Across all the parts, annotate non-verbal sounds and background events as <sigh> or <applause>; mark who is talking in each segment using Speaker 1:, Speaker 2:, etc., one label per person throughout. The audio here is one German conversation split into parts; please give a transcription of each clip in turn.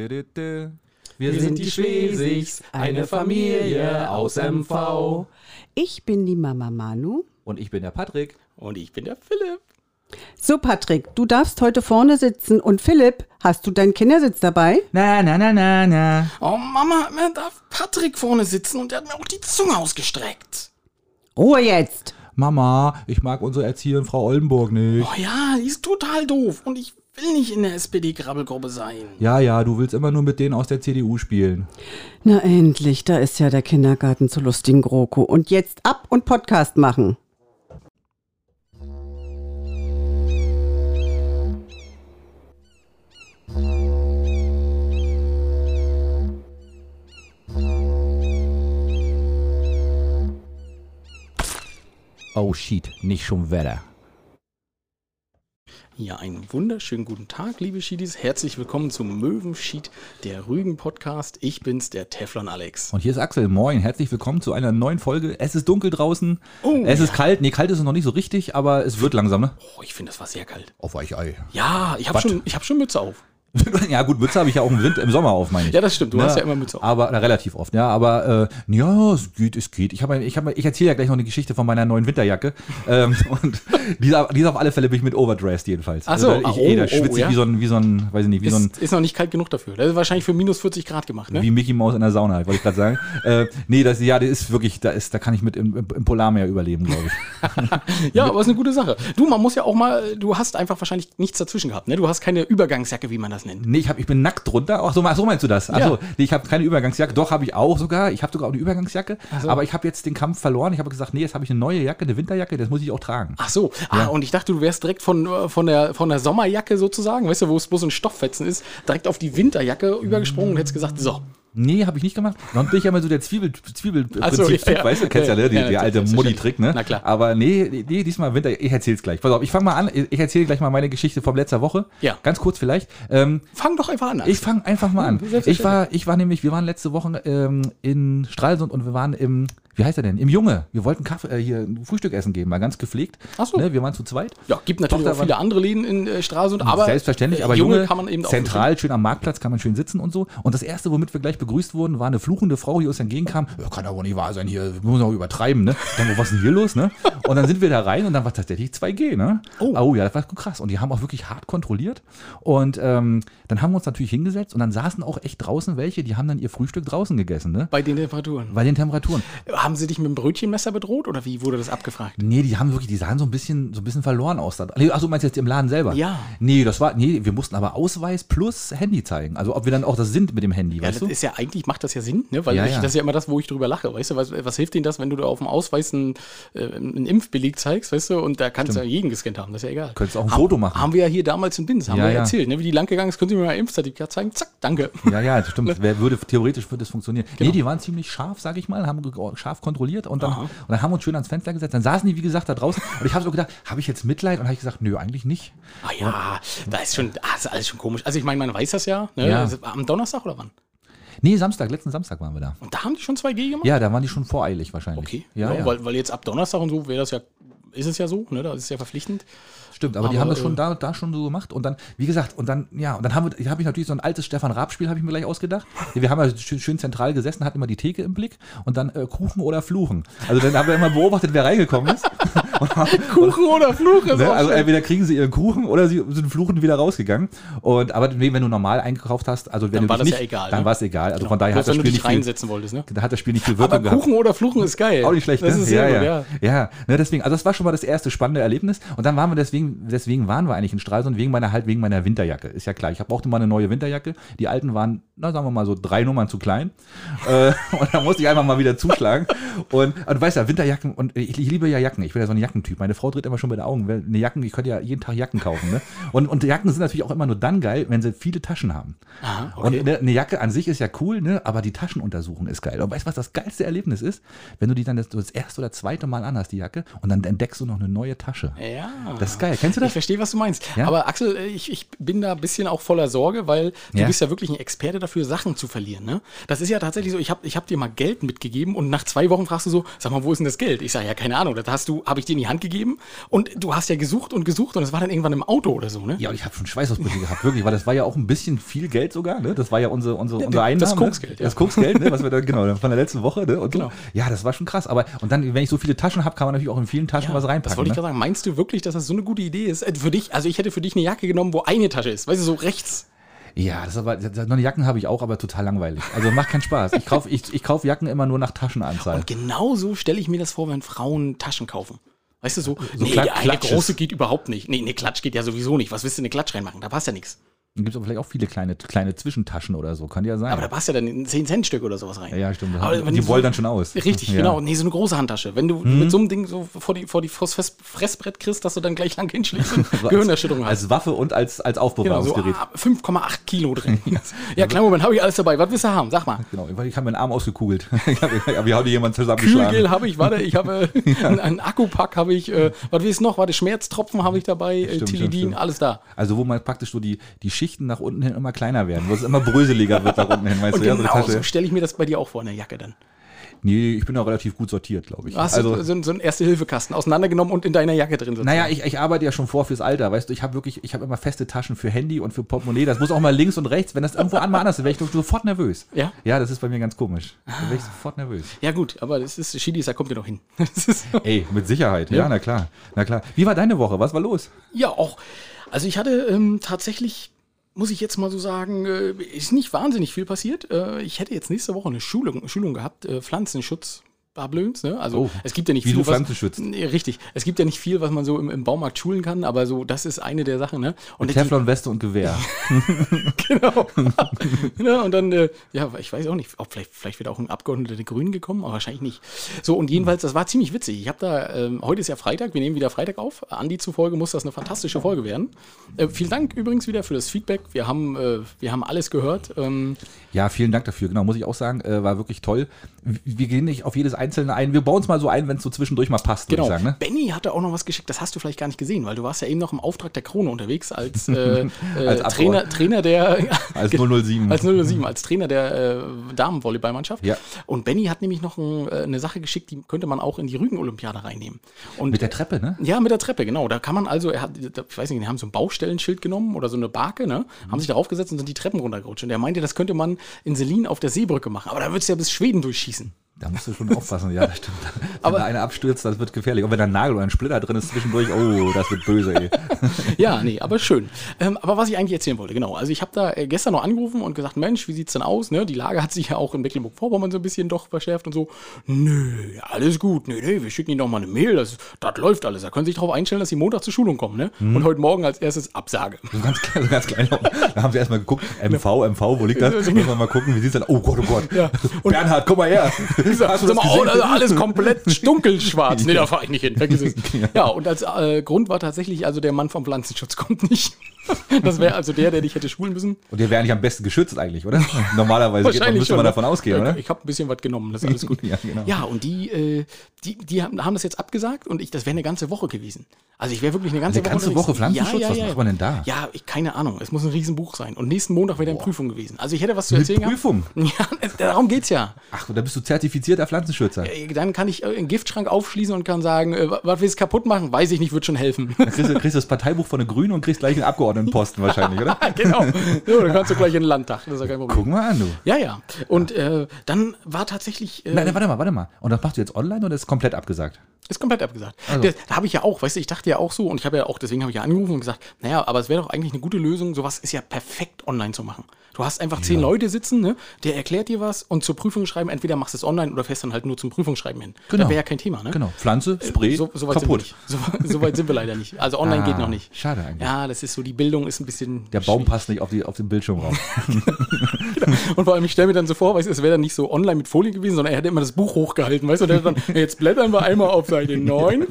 Speaker 1: Wir sind die Schlesigs, eine Familie aus MV.
Speaker 2: Ich bin die Mama Manu.
Speaker 1: Und ich bin der Patrick.
Speaker 3: Und ich bin der Philipp.
Speaker 2: So, Patrick, du darfst heute vorne sitzen. Und Philipp, hast du deinen Kindersitz dabei?
Speaker 1: Na, na, na, na, na.
Speaker 3: Oh Mama, hat mir da Patrick vorne sitzen und der hat mir auch die Zunge ausgestreckt.
Speaker 2: Ruhe jetzt!
Speaker 1: Mama, ich mag unsere Erzieherin Frau Oldenburg nicht.
Speaker 3: Oh ja, die ist total doof und ich will nicht in der SPD-Krabbelgruppe sein.
Speaker 1: Ja, ja, du willst immer nur mit denen aus der CDU spielen.
Speaker 2: Na endlich, da ist ja der Kindergarten zur lustigen GroKo. Und jetzt ab und Podcast machen.
Speaker 1: Oh shit, nicht schon Wetter.
Speaker 3: Ja, einen wunderschönen guten Tag, liebe Schiedis. Herzlich willkommen zum Möwenschied, der Rügen-Podcast. Ich bin's, der Teflon-Alex.
Speaker 1: Und hier ist Axel, moin, herzlich willkommen zu einer neuen Folge. Es ist dunkel draußen, es ist kalt, nee, kalt ist es noch nicht so richtig, aber es wird langsam, ne?
Speaker 3: Oh, ich finde, das war sehr kalt.
Speaker 1: Auf euch Ei.
Speaker 3: Ja, ich habe
Speaker 1: Was?
Speaker 3: schon, ich hab schon Mütze auf.
Speaker 1: <laughs> ja gut, Mütze habe ich ja auch im, Wind, im Sommer auf, meine ich.
Speaker 3: Ja, das stimmt. Du
Speaker 1: Ne?
Speaker 3: hast ja immer Mütze auf.
Speaker 1: Aber na, relativ oft, ja. Aber äh, ja, es geht, es geht. Ich, hab, ein- ich, hab, ich erzähle ja gleich noch eine Geschichte von meiner neuen Winterjacke. ähm, <laughs> und diese, diese auf alle Fälle bin ich mit overdressed jedenfalls.
Speaker 3: Ach so,
Speaker 1: Also, ich,
Speaker 3: ah,
Speaker 1: eh, da
Speaker 3: oh,
Speaker 1: schwitze
Speaker 3: oh,
Speaker 1: ich
Speaker 3: ja.
Speaker 1: wie so ein, wie so ein, weiß ich nicht, wie so ein
Speaker 3: Ist, ist noch nicht kalt genug dafür. Das ist wahrscheinlich für minus 40 Grad gemacht, ne?
Speaker 1: wie Mickey Mouse in der Sauna, wollte ich gerade sagen. <laughs> äh, nee, das ja, das ist wirklich, da ist, da kann ich mit im, im, im Polarmeer überleben, glaube ich.
Speaker 3: Ja, aber ist eine gute Sache. Du, man muss ja auch mal, du hast einfach wahrscheinlich nichts dazwischen gehabt, ne? Du hast keine Übergangsjacke, wie man das nennt.
Speaker 1: Nee, ich, hab, ich bin nackt drunter. Ach so, ach so meinst du das? Ach
Speaker 3: Ja.
Speaker 1: so, nee, ich habe keine Übergangsjacke. Doch, habe ich auch sogar. Ich habe sogar auch eine Übergangsjacke. Aber ich habe jetzt den Kampf verloren. Ich habe gesagt, nee, jetzt habe ich eine neue Jacke, eine Winterjacke, das muss ich auch tragen.
Speaker 3: Ach so, ah, und ich dachte, du wärst direkt von, äh, von, der, von der Sommerjacke sozusagen, weißt du, wo es bloß ein Stofffetzen ist, direkt auf die Winterjacke übergesprungen und hättest gesagt, so.
Speaker 1: Nee, habe ich nicht gemacht. Dann bin ich ja immer so der Zwiebel,
Speaker 3: Ach
Speaker 1: Zwiebelprinzip,
Speaker 3: so, ja, ja.
Speaker 1: weißt du, kennst ja, ne?
Speaker 3: Ja,
Speaker 1: Die,
Speaker 3: ja,
Speaker 1: die alte
Speaker 3: selbstverständlich.
Speaker 1: Mutti-Trick, ne?
Speaker 3: Na klar.
Speaker 1: Aber nee, nee, diesmal Winter, ich erzähl's gleich. Pass auf, ich fange mal an, ich erzähle gleich mal meine Geschichte von letzter Woche.
Speaker 3: Ja.
Speaker 1: Ganz kurz vielleicht. Ähm,
Speaker 3: Fang doch einfach an.
Speaker 1: ich fange einfach mal an.
Speaker 3: Selbstverständlich.
Speaker 1: Ich war, ich war nämlich, wir waren letzte Woche ähm, in Stralsund und wir waren im, wie heißt er denn? Im Junge. Wir wollten Kaffee, äh, hier ein Frühstück essen gehen, mal ganz gepflegt.
Speaker 3: Ach so.
Speaker 1: Ne? Wir waren zu zweit.
Speaker 3: ja, gibt natürlich
Speaker 1: Doch, da
Speaker 3: auch viele andere Läden in äh, Stralsund, aber
Speaker 1: Selbstverständlich,
Speaker 3: äh,
Speaker 1: aber Junge,
Speaker 3: kann man eben auch
Speaker 1: zentral, schön am Marktplatz, kann man schön sitzen und so. Und das Erste, womit wir gleich begrüßt wurden, war eine fluchende Frau, die uns entgegenkam. Ja, kann aber nicht wahr sein, hier muss man auch übertreiben, ne? Dann, was ist denn hier los, ne? Und dann sind wir da rein und dann war tatsächlich 2G, ne? Oh. ja, das war krass. Und die haben auch wirklich hart kontrolliert. Und ähm, dann haben wir uns natürlich hingesetzt und dann saßen auch echt draußen welche, die haben dann ihr Frühstück draußen gegessen, ne?
Speaker 3: bei den Temperaturen.
Speaker 1: Bei den Temperaturen.
Speaker 3: Haben sie dich mit dem Brötchenmesser bedroht oder wie wurde das abgefragt?
Speaker 1: Nee, die haben wirklich, die sahen so ein bisschen, so ein bisschen verloren aus. da- Nee, Ach, so, meinst du jetzt im Laden selber?
Speaker 3: Ja.
Speaker 1: Nee, das war, nee, wir mussten aber Ausweis plus Handy zeigen. Also, ob wir dann auch das sind mit dem Handy,
Speaker 3: Ja,
Speaker 1: weißt du?
Speaker 3: das ist ja eigentlich, macht das ja Sinn, ne? weil
Speaker 1: Ja,
Speaker 3: ich,
Speaker 1: ja.
Speaker 3: das ist ja immer das, wo ich drüber lache. Weißt du, was, was hilft denen das, wenn du da auf dem Ausweis einen, äh, einen Impfbeleg zeigst, weißt du, und da kannst du ja jeden gescannt haben, das ist ja egal.
Speaker 1: Könntest auch ein
Speaker 3: Haben-
Speaker 1: Foto machen.
Speaker 3: Haben wir ja hier damals in Binz, haben
Speaker 1: Ja,
Speaker 3: wir ja,
Speaker 1: ja.
Speaker 3: erzählt, ne? wie die lang gegangen ist, können Sie mir mal ein Impfzertifikat zeigen, zack,
Speaker 1: <laughs>
Speaker 3: danke.
Speaker 1: Ja, ja, das stimmt.
Speaker 3: <laughs>
Speaker 1: Wer würde, theoretisch würde das funktionieren.
Speaker 3: Genau.
Speaker 1: Nee, die waren ziemlich scharf, sag ich mal, haben ge- scharf kontrolliert und dann, und dann haben wir uns schön ans Fenster gesetzt. Dann saßen die, wie gesagt, da draußen und ich habe so gedacht, habe ich jetzt Mitleid? Und habe ich gesagt, nö, eigentlich nicht.
Speaker 3: Ah ja, da ist schon, ah, ist alles schon komisch. Also ich meine, man weiß das ja, ne?
Speaker 1: Ja.
Speaker 3: Also am Donnerstag oder wann?
Speaker 1: Nee, Samstag, letzten Samstag waren wir da.
Speaker 3: Und da haben die schon 2G gemacht?
Speaker 1: Ja, da waren die schon voreilig wahrscheinlich.
Speaker 3: Oh. Okay,
Speaker 1: ja, ja,
Speaker 3: Weil, weil jetzt ab Donnerstag und so wäre das ja, ist es ja so, ne? da ist es ja verpflichtend.
Speaker 1: Stimmt, aber, die
Speaker 3: Aber,
Speaker 1: haben das schon
Speaker 3: äh,
Speaker 1: da, da schon so gemacht und dann, wie gesagt, und dann, ja, und dann haben wir, habe ich natürlich so ein altes Stefan Raab-Spiel, habe ich mir gleich ausgedacht. Wir haben ja schön, schön zentral gesessen, hatten immer die Theke im Blick und dann äh, Kuchen oder Fluchen. Also dann haben wir immer beobachtet, wer reingekommen
Speaker 3: <laughs>
Speaker 1: ist.
Speaker 3: Kuchen oder äh, Fluch ist
Speaker 1: Ne?
Speaker 3: auch
Speaker 1: Also
Speaker 3: schön.
Speaker 1: entweder kriegen sie ihren Kuchen oder sie sind fluchend wieder rausgegangen. Und aber nee, wenn du normal eingekauft hast, also wenn
Speaker 3: Dann
Speaker 1: du
Speaker 3: war
Speaker 1: dich
Speaker 3: das ja egal,
Speaker 1: dann
Speaker 3: ne?
Speaker 1: war es egal. Also von daher
Speaker 3: Bloß
Speaker 1: hat das
Speaker 3: wenn du
Speaker 1: Spiel
Speaker 3: dich
Speaker 1: nicht viel,
Speaker 3: reinsetzen wolltest, ne?
Speaker 1: da hat das Spiel nicht viel Wirkung
Speaker 3: Aber
Speaker 1: gehabt.
Speaker 3: Kuchen oder Fluchen ist geil.
Speaker 1: Auch nicht schlecht,
Speaker 3: das
Speaker 1: ne?
Speaker 3: ist sehr
Speaker 1: ja,
Speaker 3: gut,
Speaker 1: ja.
Speaker 3: ja.
Speaker 1: ja. Ne, deswegen, also das war schon mal das erste spannende Erlebnis. Und dann waren wir deswegen, deswegen waren wir eigentlich in Stralsund, wegen meiner halt wegen meiner Winterjacke. Ist ja klar. Ich brauchte mal eine neue Winterjacke. Die alten waren, na sagen wir mal so drei Nummern zu klein. <laughs> äh, und da musste ich einfach mal wieder zuschlagen. Und, und du weißt ja, Winterjacken und ich, ich liebe ja Jacken. Ich bin ja so ein Jackentyp. Meine Frau dreht immer schon bei den Augen. Weil Eine Jacken, ich könnte ja jeden Tag Jacken kaufen. Ne? Und, und Jacken sind natürlich auch immer nur dann geil, wenn sie viele Taschen haben.
Speaker 3: Aha,
Speaker 1: Und
Speaker 3: okay.
Speaker 1: eine, eine Jacke an sich ist ja cool, ne? aber die Taschen untersuchen ist geil. Und weißt du, was das geilste Erlebnis ist? Wenn du die dann das, das erste oder zweite Mal anhast, die Jacke, und dann entdeckst du noch eine neue Tasche.
Speaker 3: Ja.
Speaker 1: Das ist geil. Kennst du
Speaker 3: Ich
Speaker 1: das?
Speaker 3: verstehe, was du meinst.
Speaker 1: Ja?
Speaker 3: Aber Axel, äh, ich, ich bin da ein bisschen auch voller Sorge, weil du
Speaker 1: Ja.
Speaker 3: bist ja wirklich ein Experte dafür, Sachen zu verlieren. Ne? Das ist ja tatsächlich so, ich habe ich hab dir mal Geld mitgegeben und nach zwei Wochen fragst du so, sag mal, wo ist denn das Geld? Ich sage, ja, keine Ahnung, das hast du, habe ich dir nicht die Hand gegeben und du hast ja gesucht und gesucht und es war dann irgendwann im Auto oder so, ne?
Speaker 1: Ja, und ich habe schon Schweißausbrüche gehabt, wirklich, weil das war ja auch ein bisschen viel Geld sogar. Ne? Das war ja unsere, unsere, unsere Einnahme.
Speaker 3: das Koksgeld,
Speaker 1: Ne?
Speaker 3: ja.
Speaker 1: Das Koksgeld, ne? was wir da, genau, von der letzten Woche. Ne? Und
Speaker 3: Genau.
Speaker 1: so. Ja, das war schon krass. Aber und dann, wenn ich so viele Taschen habe, kann man natürlich auch in vielen Taschen was reinpacken.
Speaker 3: Das wollte ich
Speaker 1: ne?
Speaker 3: gerade sagen. Meinst du wirklich, dass das so eine gute Idee ist? Äh, Für dich, also ich hätte für dich eine Jacke genommen, wo eine Tasche ist. Weißt du, so rechts.
Speaker 1: Ja, das ist aber, das- neue Jacken habe ich auch, aber total langweilig. Also macht keinen Spaß. Ich kaufe ich, ich kauf Jacken immer nur nach Taschenanzahl.
Speaker 3: Und genau so stelle ich mir das vor, wenn Frauen Taschen kaufen. Weißt du, so, nee,
Speaker 1: Kla-
Speaker 3: eine
Speaker 1: Klatsches.
Speaker 3: große geht überhaupt nicht. Nee, eine Klatsch geht ja sowieso nicht. Was willst du in eine Klatsch reinmachen? Da passt ja nichts.
Speaker 1: Dann gibt es aber vielleicht auch viele kleine, kleine Zwischentaschen oder so. Kann ja sein.
Speaker 3: Aber da passt ja dann ein 10-Cent-Stück oder sowas rein.
Speaker 1: Ja, ja, stimmt.
Speaker 3: Aber wenn
Speaker 1: die
Speaker 3: du
Speaker 1: wollen dann schon aus.
Speaker 3: Richtig,
Speaker 1: ja. Mhm.
Speaker 3: genau. Nee, so eine große Handtasche. Wenn du mit so einem Ding so vor die, vor die vors Fess- Fressbrett kriegst, dass du dann gleich lang
Speaker 1: <laughs>
Speaker 3: hinschlägst und
Speaker 1: So als-
Speaker 3: Gehirnerschütterung hast.
Speaker 1: Als Waffe und als, als
Speaker 3: Genau, so
Speaker 1: Aufbewahrungsgerät.
Speaker 3: ah, 5,8 Kilo
Speaker 1: <laughs>
Speaker 3: drin. ja, kleinen Moment, habe ich alles dabei. Was willst du haben? Sag mal.
Speaker 1: Genau, weil ich habe meinen Arm ausgekugelt. <laughs> ich habe hab jemanden
Speaker 3: Kühlgel
Speaker 1: zusammengeschlagen.
Speaker 3: habe ich, warte,
Speaker 1: <laughs>
Speaker 3: ich habe äh, einen, einen Akkupack habe ich, äh, was willst du noch? Warte, Schmerztropfen habe ich dabei, äh,
Speaker 1: Stimmt, stimmt,
Speaker 3: Tilidin,
Speaker 1: stimmt.
Speaker 3: alles da.
Speaker 1: Also wo man praktisch so die, die Schichten nach unten hin immer kleiner werden, wo es immer bröseliger wird nach unten hin, weißt
Speaker 3: Und
Speaker 1: du, Also, ja, so eine
Speaker 3: genau so
Speaker 1: Tasche.
Speaker 3: stelle ich mir das bei dir auch vor, in der Jacke dann.
Speaker 1: Nee, ich bin auch relativ gut sortiert, glaube ich.
Speaker 3: Du hast so, so, einen- so einen Erste-Hilfe-Kasten auseinandergenommen und in deiner Jacke drin sozusagen.
Speaker 1: Also Naja, ich, ich arbeite ja schon vor fürs Alter, weißt du, ich habe wirklich, ich habe immer feste Taschen für Handy und für Portemonnaie, das muss auch mal links und rechts, wenn das irgendwo an mal anders ist, wäre ich doch sofort nervös.
Speaker 3: Ja?
Speaker 1: Ja, Ah. das ist bei mir ganz komisch. Da wäre ich sofort nervös.
Speaker 3: Ja gut, aber das ist, Schiedis, da kommt ihr noch hin. <laughs> Das ist so.
Speaker 1: Ey, mit Sicherheit, ja, na klar, na klar. Wie war deine Woche, was war los?
Speaker 3: Ja, auch. Also ich hatte ähm, tatsächlich, muss ich jetzt mal so sagen, äh, ist nicht wahnsinnig viel passiert. Äh, ich hätte jetzt nächste Woche eine Schulung, Schulung gehabt, äh, Pflanzenschutz. Bablöns, ne? Also
Speaker 1: Oh,
Speaker 3: es gibt ja nicht
Speaker 1: wie
Speaker 3: viel.
Speaker 1: du Pflanzen schützt.
Speaker 3: nee, richtig. Es gibt ja nicht viel, was man so im, im Baumarkt schulen kann, aber so, das ist eine der Sachen, ne? Und die-
Speaker 1: Teflon-Weste und
Speaker 3: <laughs>
Speaker 1: Gewehr.
Speaker 3: genau. ja, und dann, äh, ja, ich weiß auch nicht, ob vielleicht, vielleicht wird auch ein Abgeordneter der Grünen gekommen, aber wahrscheinlich nicht. So, und jedenfalls, das war ziemlich witzig. Ich habe da, ähm, heute ist ja Freitag, wir nehmen wieder Freitag auf. Andi zufolge muss das eine fantastische Folge werden. Äh, vielen Dank übrigens wieder für das Feedback. Wir haben, äh, wir haben alles gehört. Ähm,
Speaker 1: Ja, vielen Dank dafür. Genau, muss ich auch sagen, äh, war wirklich toll. W- Wir gehen nicht auf jedes einzelne ein. Wir bauen es mal so ein, wenn es so zwischendurch mal passt,
Speaker 3: genau.
Speaker 1: würde ich sagen. Ne?
Speaker 3: Benny hatte auch noch was geschickt, das hast du vielleicht gar nicht gesehen, weil du warst ja eben noch im Auftrag der Krone unterwegs
Speaker 1: <laughs>
Speaker 3: als, äh, äh,
Speaker 1: Abgeordneter.
Speaker 3: Trainer, Trainer der <laughs>
Speaker 1: Als 007.
Speaker 3: Als 007, als Trainer der äh, Damenvolleyballmannschaft.
Speaker 1: Mhm. Ja.
Speaker 3: Und Benny hat nämlich noch ein, äh, eine Sache geschickt, die könnte man auch in die Rügen-Olympiade reinnehmen. Und
Speaker 1: Mit der Treppe, ne?
Speaker 3: ja, mit der Treppe, genau. Da kann man also, er hat, ich weiß nicht, die haben so ein Baustellenschild genommen oder so eine Barke, ne?
Speaker 1: Mhm.
Speaker 3: Haben sich darauf gesetzt und sind die Treppen runtergerutscht. Und er meinte, das könnte man in Selin auf der Seebrücke machen. Aber da würdest du ja bis Schweden durchschießen.
Speaker 1: Da musst du schon aufpassen. Ja, das
Speaker 3: <laughs>
Speaker 1: stimmt. Wenn
Speaker 3: Aber-
Speaker 1: da einer abstürzt, das wird gefährlich. Und wenn da ein Nagel oder ein Splitter drin ist zwischendurch, oh, das wird böse, ey.
Speaker 3: Ja, nee, aber schön. Ähm, aber was ich eigentlich erzählen wollte, genau. Also ich habe da äh, gestern noch angerufen und gesagt, Mensch, wie sieht's denn aus? Ne? Die Lage hat sich ja auch in Mecklenburg-Vorpommern so ein bisschen doch verschärft und so. Nö, alles gut. Nö, nö, wir schicken Ihnen noch mal eine Mail. Das, das läuft alles. Da können Sie sich darauf einstellen, dass Sie Montag zur Schulung kommen. Ne?
Speaker 1: Mhm.
Speaker 3: Und heute Morgen als erstes Absage.
Speaker 1: So ganz klein, so ganz klein. Da haben sie erstmal geguckt, MV, MV, wo liegt das? Müssen wir mal gucken, wie sieht's dann? Oh Gott, oh Gott.
Speaker 3: genau. Und-
Speaker 1: Bernhard, guck mal
Speaker 3: <laughs>
Speaker 1: her. <laughs> Hast du
Speaker 3: Sag
Speaker 1: das
Speaker 3: mal, oh,
Speaker 1: gesehen?
Speaker 3: also alles
Speaker 1: <laughs>
Speaker 3: komplett dunkelschwarz. Nee, da fahre ich nicht hin. Vergiss es. Ja, und als äh, Grund war tatsächlich, also der Mann vom Pflanzenschutz kommt nicht. <laughs> Das wäre also der, der dich hätte schulen müssen.
Speaker 1: Und der wäre nicht am besten geschützt eigentlich,
Speaker 3: <laughs>
Speaker 1: oder? Normalerweise geht man,
Speaker 3: Wahrscheinlich
Speaker 1: müsste
Speaker 3: schon. ne?
Speaker 1: man davon ausgehen,
Speaker 3: Ja,
Speaker 1: oder?
Speaker 3: Ich habe ein bisschen was genommen, das ist alles gut.
Speaker 1: Ja, genau.
Speaker 3: ja, und die, äh, die, die haben, haben das jetzt abgesagt und ich, das wäre eine ganze Woche gewesen. Also ich wäre wirklich eine ganze
Speaker 1: Eine ganze
Speaker 3: unterwegs.
Speaker 1: Woche Pflanzenschutz?
Speaker 3: Ja, ja,
Speaker 1: Was
Speaker 3: ja.
Speaker 1: macht man denn da?
Speaker 3: Ja, ich, keine Ahnung. Es muss ein Riesenbuch sein. Und nächsten Montag wäre dann Prüfung gewesen. Also ich hätte was zu
Speaker 1: Mit
Speaker 3: erzählen
Speaker 1: Prüfung?
Speaker 3: gehabt. <laughs> Ja, es- darum geht's ja.
Speaker 1: Ach, da bist du zertifizierter Pflanzenschützer.
Speaker 3: Äh, Dann kann ich äh, einen Giftschrank aufschließen und kann sagen, äh, was willst du kaputt machen? Weiß ich nicht, wird schon helfen. <laughs>
Speaker 1: Dann kriegst, du- kriegst du das Parteibuch von den Grünen und kriegst gleich einen Abgeordnetenposten wahrscheinlich,
Speaker 3: <laughs>
Speaker 1: oder?
Speaker 3: genau. So, dann kannst du gleich in den Landtag. Das ist ja kein Problem.
Speaker 1: Guck mal an, du.
Speaker 3: Ja, ja. Und äh, dann war tatsächlich. Äh,
Speaker 1: Nein, nein, warte mal, warte mal. Und das machst du jetzt online oder ist komplett abgesagt?
Speaker 3: Ist komplett abgesagt.
Speaker 1: Also.
Speaker 3: Das, da habe ich ja auch, weißt du, ich dachte ja auch so und ich habe ja auch, deswegen habe ich ja angerufen und gesagt, naja, aber es wäre doch eigentlich eine gute Lösung, sowas ist ja perfekt online zu machen. Du hast einfach zehn Leute sitzen, ne, der erklärt dir was und zur Prüfung schreiben, entweder machst du es online oder fährst dann halt nur zum Prüfungsschreiben hin.
Speaker 1: Genau.
Speaker 3: Das wäre ja kein Thema, ne?
Speaker 1: Genau. Pflanze, Spray,
Speaker 3: So, so weit
Speaker 1: kaputt.
Speaker 3: Sind wir nicht. So, so weit sind wir leider nicht. Also online
Speaker 1: Ah,
Speaker 3: geht noch nicht.
Speaker 1: schade eigentlich.
Speaker 3: Ja, das ist so, die Bildung ist ein bisschen.
Speaker 1: Der Baum passt nicht auf, die, auf den Bildschirm
Speaker 3: <laughs>
Speaker 1: rauf.
Speaker 3: Und vor allem, ich stelle mir dann so vor, weißt du, es wäre dann nicht so online mit Folie gewesen, sondern er hätte immer das Buch hochgehalten, weißt du, und er hätte dann, jetzt blättern wir einmal
Speaker 1: <laughs>
Speaker 3: auf Seite 9.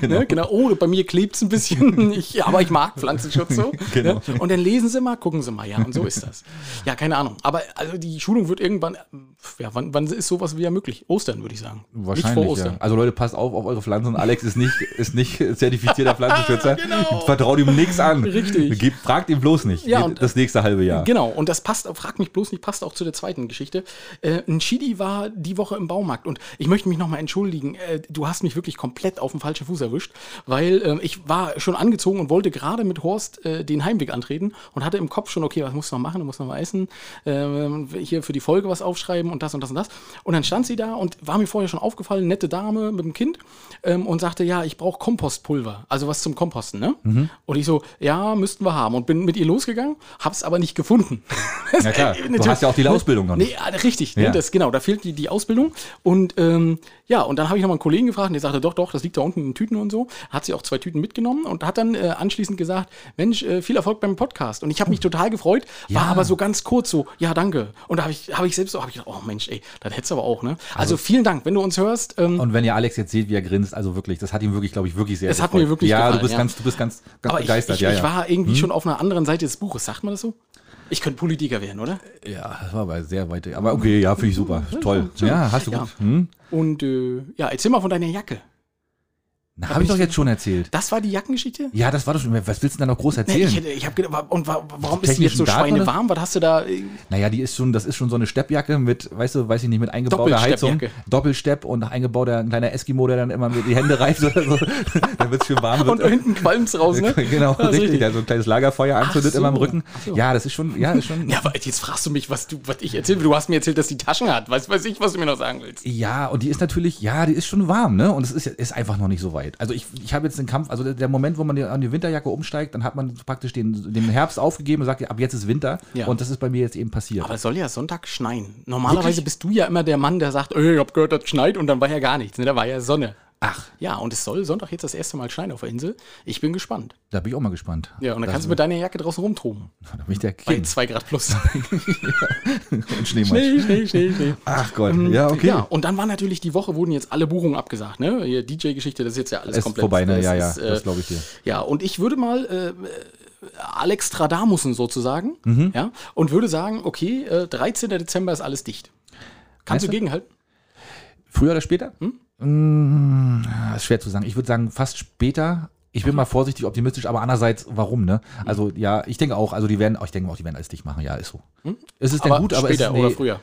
Speaker 3: genau. Ne? genau. Oh, bei mir klebt es ein bisschen, ich, ja, aber ich mag Pflanzenschutz
Speaker 1: <laughs>
Speaker 3: so.
Speaker 1: Genau.
Speaker 3: Ne? Und dann lesen sie mal, gucken sie mal, ja, und so ist das. Ja, keine Ahnung. Aber also die Schulung wird irgendwann, ja, wann, wann ist sowas wieder möglich? Ostern, würde ich sagen. nicht vor
Speaker 1: Wahrscheinlich,
Speaker 3: Ostern.
Speaker 1: ja. Also Leute, passt auf auf eure Pflanzen. Alex ist nicht, ist
Speaker 3: <laughs>
Speaker 1: nicht zertifizierter Pflanzenschützer. Vertraut ihm nichts an.
Speaker 3: Ah, genau. Richtig.
Speaker 1: Gebt, fragt ihm bloß nicht.
Speaker 3: Ja,
Speaker 1: Geht
Speaker 3: und-
Speaker 1: das nächste halbe Jahr.
Speaker 3: Genau, und das passt, frag mich bloß nicht, passt auch zu der zweiten Geschichte. Äh, ein Chidi war die Woche im Baumarkt und ich möchte mich nochmal entschuldigen. Äh, du du hast mich wirklich komplett auf den falschen Fuß erwischt, weil ähm, ich war schon angezogen und wollte gerade mit Horst äh, den Heimweg antreten und hatte im Kopf schon, okay, was muss noch machen, du musst noch mal essen, ähm, hier für die Folge was aufschreiben und das und das und das. Und dann stand sie da und war mir vorher schon aufgefallen, nette Dame mit dem Kind ähm, und sagte, ja, ich brauche Kompostpulver, also was zum Komposten, ne? Und ich so, ja, müssten wir haben und bin mit ihr losgegangen, hab's aber nicht gefunden.
Speaker 1: Ja, klar. Du
Speaker 3: Äh, natürlich-
Speaker 1: hast ja auch die Ausbildung noch
Speaker 3: Nee, ja, richtig, ne?
Speaker 1: Ja.
Speaker 3: das, genau, da fehlt die, die Ausbildung. Und ähm, ja, und dann habe ich nochmal einen Kollegen gefragt und der sagte, doch, doch, das liegt da unten in Tüten und so. Hat sie auch zwei Tüten mitgenommen und hat dann äh, anschließend gesagt, Mensch, äh, viel Erfolg beim Podcast. Und ich habe mich total gefreut, war
Speaker 1: Ja.
Speaker 3: aber so ganz kurz so, ja, danke. Und da habe ich, hab ich selbst so, habe ich gedacht, oh Mensch, ey, das hättest du aber auch, ne? Also vielen Dank, wenn du uns hörst. Ähm,
Speaker 1: Und wenn ihr Alex jetzt seht, wie er grinst, also wirklich, das hat ihm wirklich, glaube ich, wirklich sehr
Speaker 3: Das hat
Speaker 1: gefreut.
Speaker 3: mir wirklich
Speaker 1: ja,
Speaker 3: gefallen,
Speaker 1: du bist
Speaker 3: ja.
Speaker 1: ganz, du bist ganz, ganz
Speaker 3: aber ich,
Speaker 1: begeistert,
Speaker 3: ich,
Speaker 1: ja, Hm?
Speaker 3: ich
Speaker 1: ja.
Speaker 3: war irgendwie schon auf einer anderen Seite des Buches, sagt man das so? Ich könnte Politiker werden, oder?
Speaker 1: ja, das war aber sehr weit. Aber okay, ja, finde ich super, toll. Ja, hast du
Speaker 3: Ja.
Speaker 1: gut. Hm?
Speaker 3: Und äh, ja, erzähl mal von deiner Jacke.
Speaker 1: Na, habe ich doch jetzt schon erzählt.
Speaker 3: Das war die Jackengeschichte?
Speaker 1: Ja, das war doch schon. Was willst du denn da noch groß
Speaker 3: Nee, ich
Speaker 1: erzählen?
Speaker 3: hätte, ich hab gedacht, wa- und wa- warum ist die jetzt
Speaker 1: Technischen
Speaker 3: so
Speaker 1: Daten,
Speaker 3: schweinewarm? Was hast du da? äh,
Speaker 1: Naja, die ist schon, das ist schon so eine Steppjacke mit, weißt du, weiß ich nicht, mit eingebauter Heizung.
Speaker 3: Doppelsteppjacke.
Speaker 1: Doppelstepp und eingebauter ein kleiner Eskimo, der dann immer mit die Hände reift oder so. <laughs> Dann wird's schön warm.
Speaker 3: Und
Speaker 1: wird. <laughs>
Speaker 3: hinten qualmt's raus, ne?
Speaker 1: Genau,
Speaker 3: Das ist
Speaker 1: richtig. Der so ein kleines Lagerfeuer anzündet
Speaker 3: so.
Speaker 1: immer im Rücken.
Speaker 3: Ach so.
Speaker 1: Ja, das ist schon, ja, ist schon.
Speaker 3: Ja, aber jetzt fragst du mich, was du, was ich erzähle. Du hast mir erzählt, dass die Taschen hat. Weiß, weiß ich, was du mir noch sagen willst.
Speaker 1: Ja, und die ist natürlich, ja, die ist schon warm, ne? Und es ist, ist einfach noch nicht so weit. Also ich, ich habe jetzt den Kampf, also der- der Moment, wo man die- an die Winterjacke umsteigt, dann hat man praktisch den, den Herbst aufgegeben und sagt, ja, ab jetzt ist Winter.
Speaker 3: Ja.
Speaker 1: Und das ist bei mir jetzt eben passiert.
Speaker 3: Aber es soll ja Sonntag schneien. Normalerweise
Speaker 1: Wirklich?
Speaker 3: bist du ja immer der Mann, der sagt, ey, ich hab gehört, das schneit und dann war ja gar nichts. Ne? Da war ja Sonne.
Speaker 1: Ach,
Speaker 3: Ja, und es soll Sonntag jetzt das erste Mal schneien auf der Insel. Ich bin gespannt.
Speaker 1: da bin ich auch mal gespannt.
Speaker 3: Ja, und dann
Speaker 1: Das-
Speaker 3: kannst du mit deiner Jacke draußen rumtoben.
Speaker 1: <laughs> Da bin ich der
Speaker 3: Bei
Speaker 1: Kind.
Speaker 3: zwei Grad
Speaker 1: <laughs>
Speaker 3: plus.
Speaker 1: Und Schneemann.
Speaker 3: schnell, schnell, schnell, schnell.
Speaker 1: Ach Gott, ja, okay.
Speaker 3: Mhm. Ja, und dann war natürlich die Woche, wurden jetzt alle Buchungen abgesagt, ne? Hier DJ-Geschichte, das ist jetzt ja alles
Speaker 1: Ist
Speaker 3: komplett.
Speaker 1: vorbei, ne?
Speaker 3: Das
Speaker 1: Ja, ja,
Speaker 3: ist, äh,
Speaker 1: das glaube ich dir.
Speaker 3: Ja, und ich würde mal äh, äh, Alex Stradamussen sozusagen,
Speaker 1: Mhm.
Speaker 3: ja, und würde sagen, okay, äh, 13. Dezember ist alles dicht. Kannst
Speaker 1: Meinst
Speaker 3: du
Speaker 1: du?
Speaker 3: gegenhalten?
Speaker 1: Früher oder später?
Speaker 3: Hm?
Speaker 1: Mm, ah, ist schwer zu sagen. Ich würde sagen, fast später. Ich bin mal vorsichtig optimistisch, aber andererseits, warum, ne?
Speaker 3: Hm.
Speaker 1: Also, ja, ich denke auch, also die werden, ich denke auch, die werden alles dicht machen, ja, ist so. Es ist denn gut, aber
Speaker 3: Hm? später
Speaker 1: es, nee,
Speaker 3: oder früher.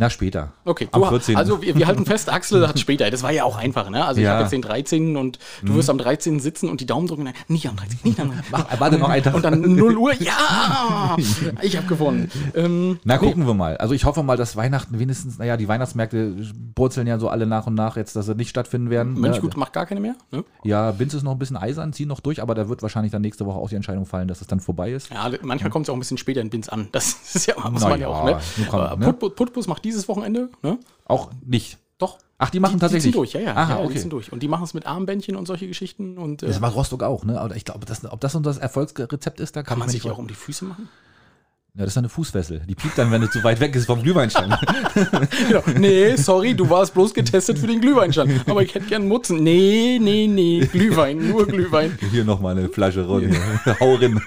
Speaker 1: Na, später.
Speaker 3: Okay,
Speaker 1: am
Speaker 3: du,
Speaker 1: 14.
Speaker 3: also wir, wir halten fest, Axel hat später. Das war ja auch einfach, ne? Also ich
Speaker 1: Ja. Mhm.
Speaker 3: habe jetzt den 13. und du wirst am 13. sitzen und die Daumen drücken. Nein, nicht am 13. Nicht am 13.
Speaker 1: <laughs> Ach, warte noch einen Tag.
Speaker 3: Und dann 0 Uhr,
Speaker 1: <laughs>
Speaker 3: ja! Ich habe gewonnen. Ähm,
Speaker 1: Na, gucken wir mal. Also ich hoffe mal, dass Weihnachten wenigstens, naja, die Weihnachtsmärkte purzeln ja so alle nach und nach jetzt, dass sie nicht stattfinden werden.
Speaker 3: Mönch
Speaker 1: Ne?
Speaker 3: gut macht gar keine mehr. Ne?
Speaker 1: Ja, Binz ist noch ein bisschen eisern, ziehen noch durch, aber da wird wahrscheinlich dann nächste Woche auch die Entscheidung fallen, dass es dann vorbei ist.
Speaker 3: Ja, manchmal kommt es auch ein bisschen später in Bins an. Das <laughs> ist ja, muss
Speaker 1: Na
Speaker 3: man ja
Speaker 1: ja,
Speaker 3: auch. Ne?
Speaker 1: nun komm,
Speaker 3: Äh,
Speaker 1: ne?
Speaker 3: Putbus, Putbus macht dieses Wochenende. Ne?
Speaker 1: Auch nicht.
Speaker 3: Doch.
Speaker 1: Ach, die machen tatsächlich.
Speaker 3: Die ziehen durch, ja, ja.
Speaker 1: Aha,
Speaker 3: ja, ja, Die
Speaker 1: okay.
Speaker 3: ziehen durch. Und die machen es mit Armbändchen und solche Geschichten. Und äh,
Speaker 1: Das macht Rostock auch, ne? Aber ich glaube, das, ob das unser Erfolgsrezept ist, da kann,
Speaker 3: kann man
Speaker 1: ich mir
Speaker 3: sich
Speaker 1: nicht
Speaker 3: auch um die Füße machen? <laughs>
Speaker 1: Ja, das ist eine Fußfessel. Die piept dann, wenn du zu weit weg ist vom Glühweinstand. <laughs>
Speaker 3: genau. Nee, sorry, du warst bloß getestet für den Glühweinstand. Aber ich hätte gern Mutzen. Nee, nee, nee. Glühwein, nur Glühwein.
Speaker 1: Hier nochmal eine Flasche Ron. <laughs> Hau rein.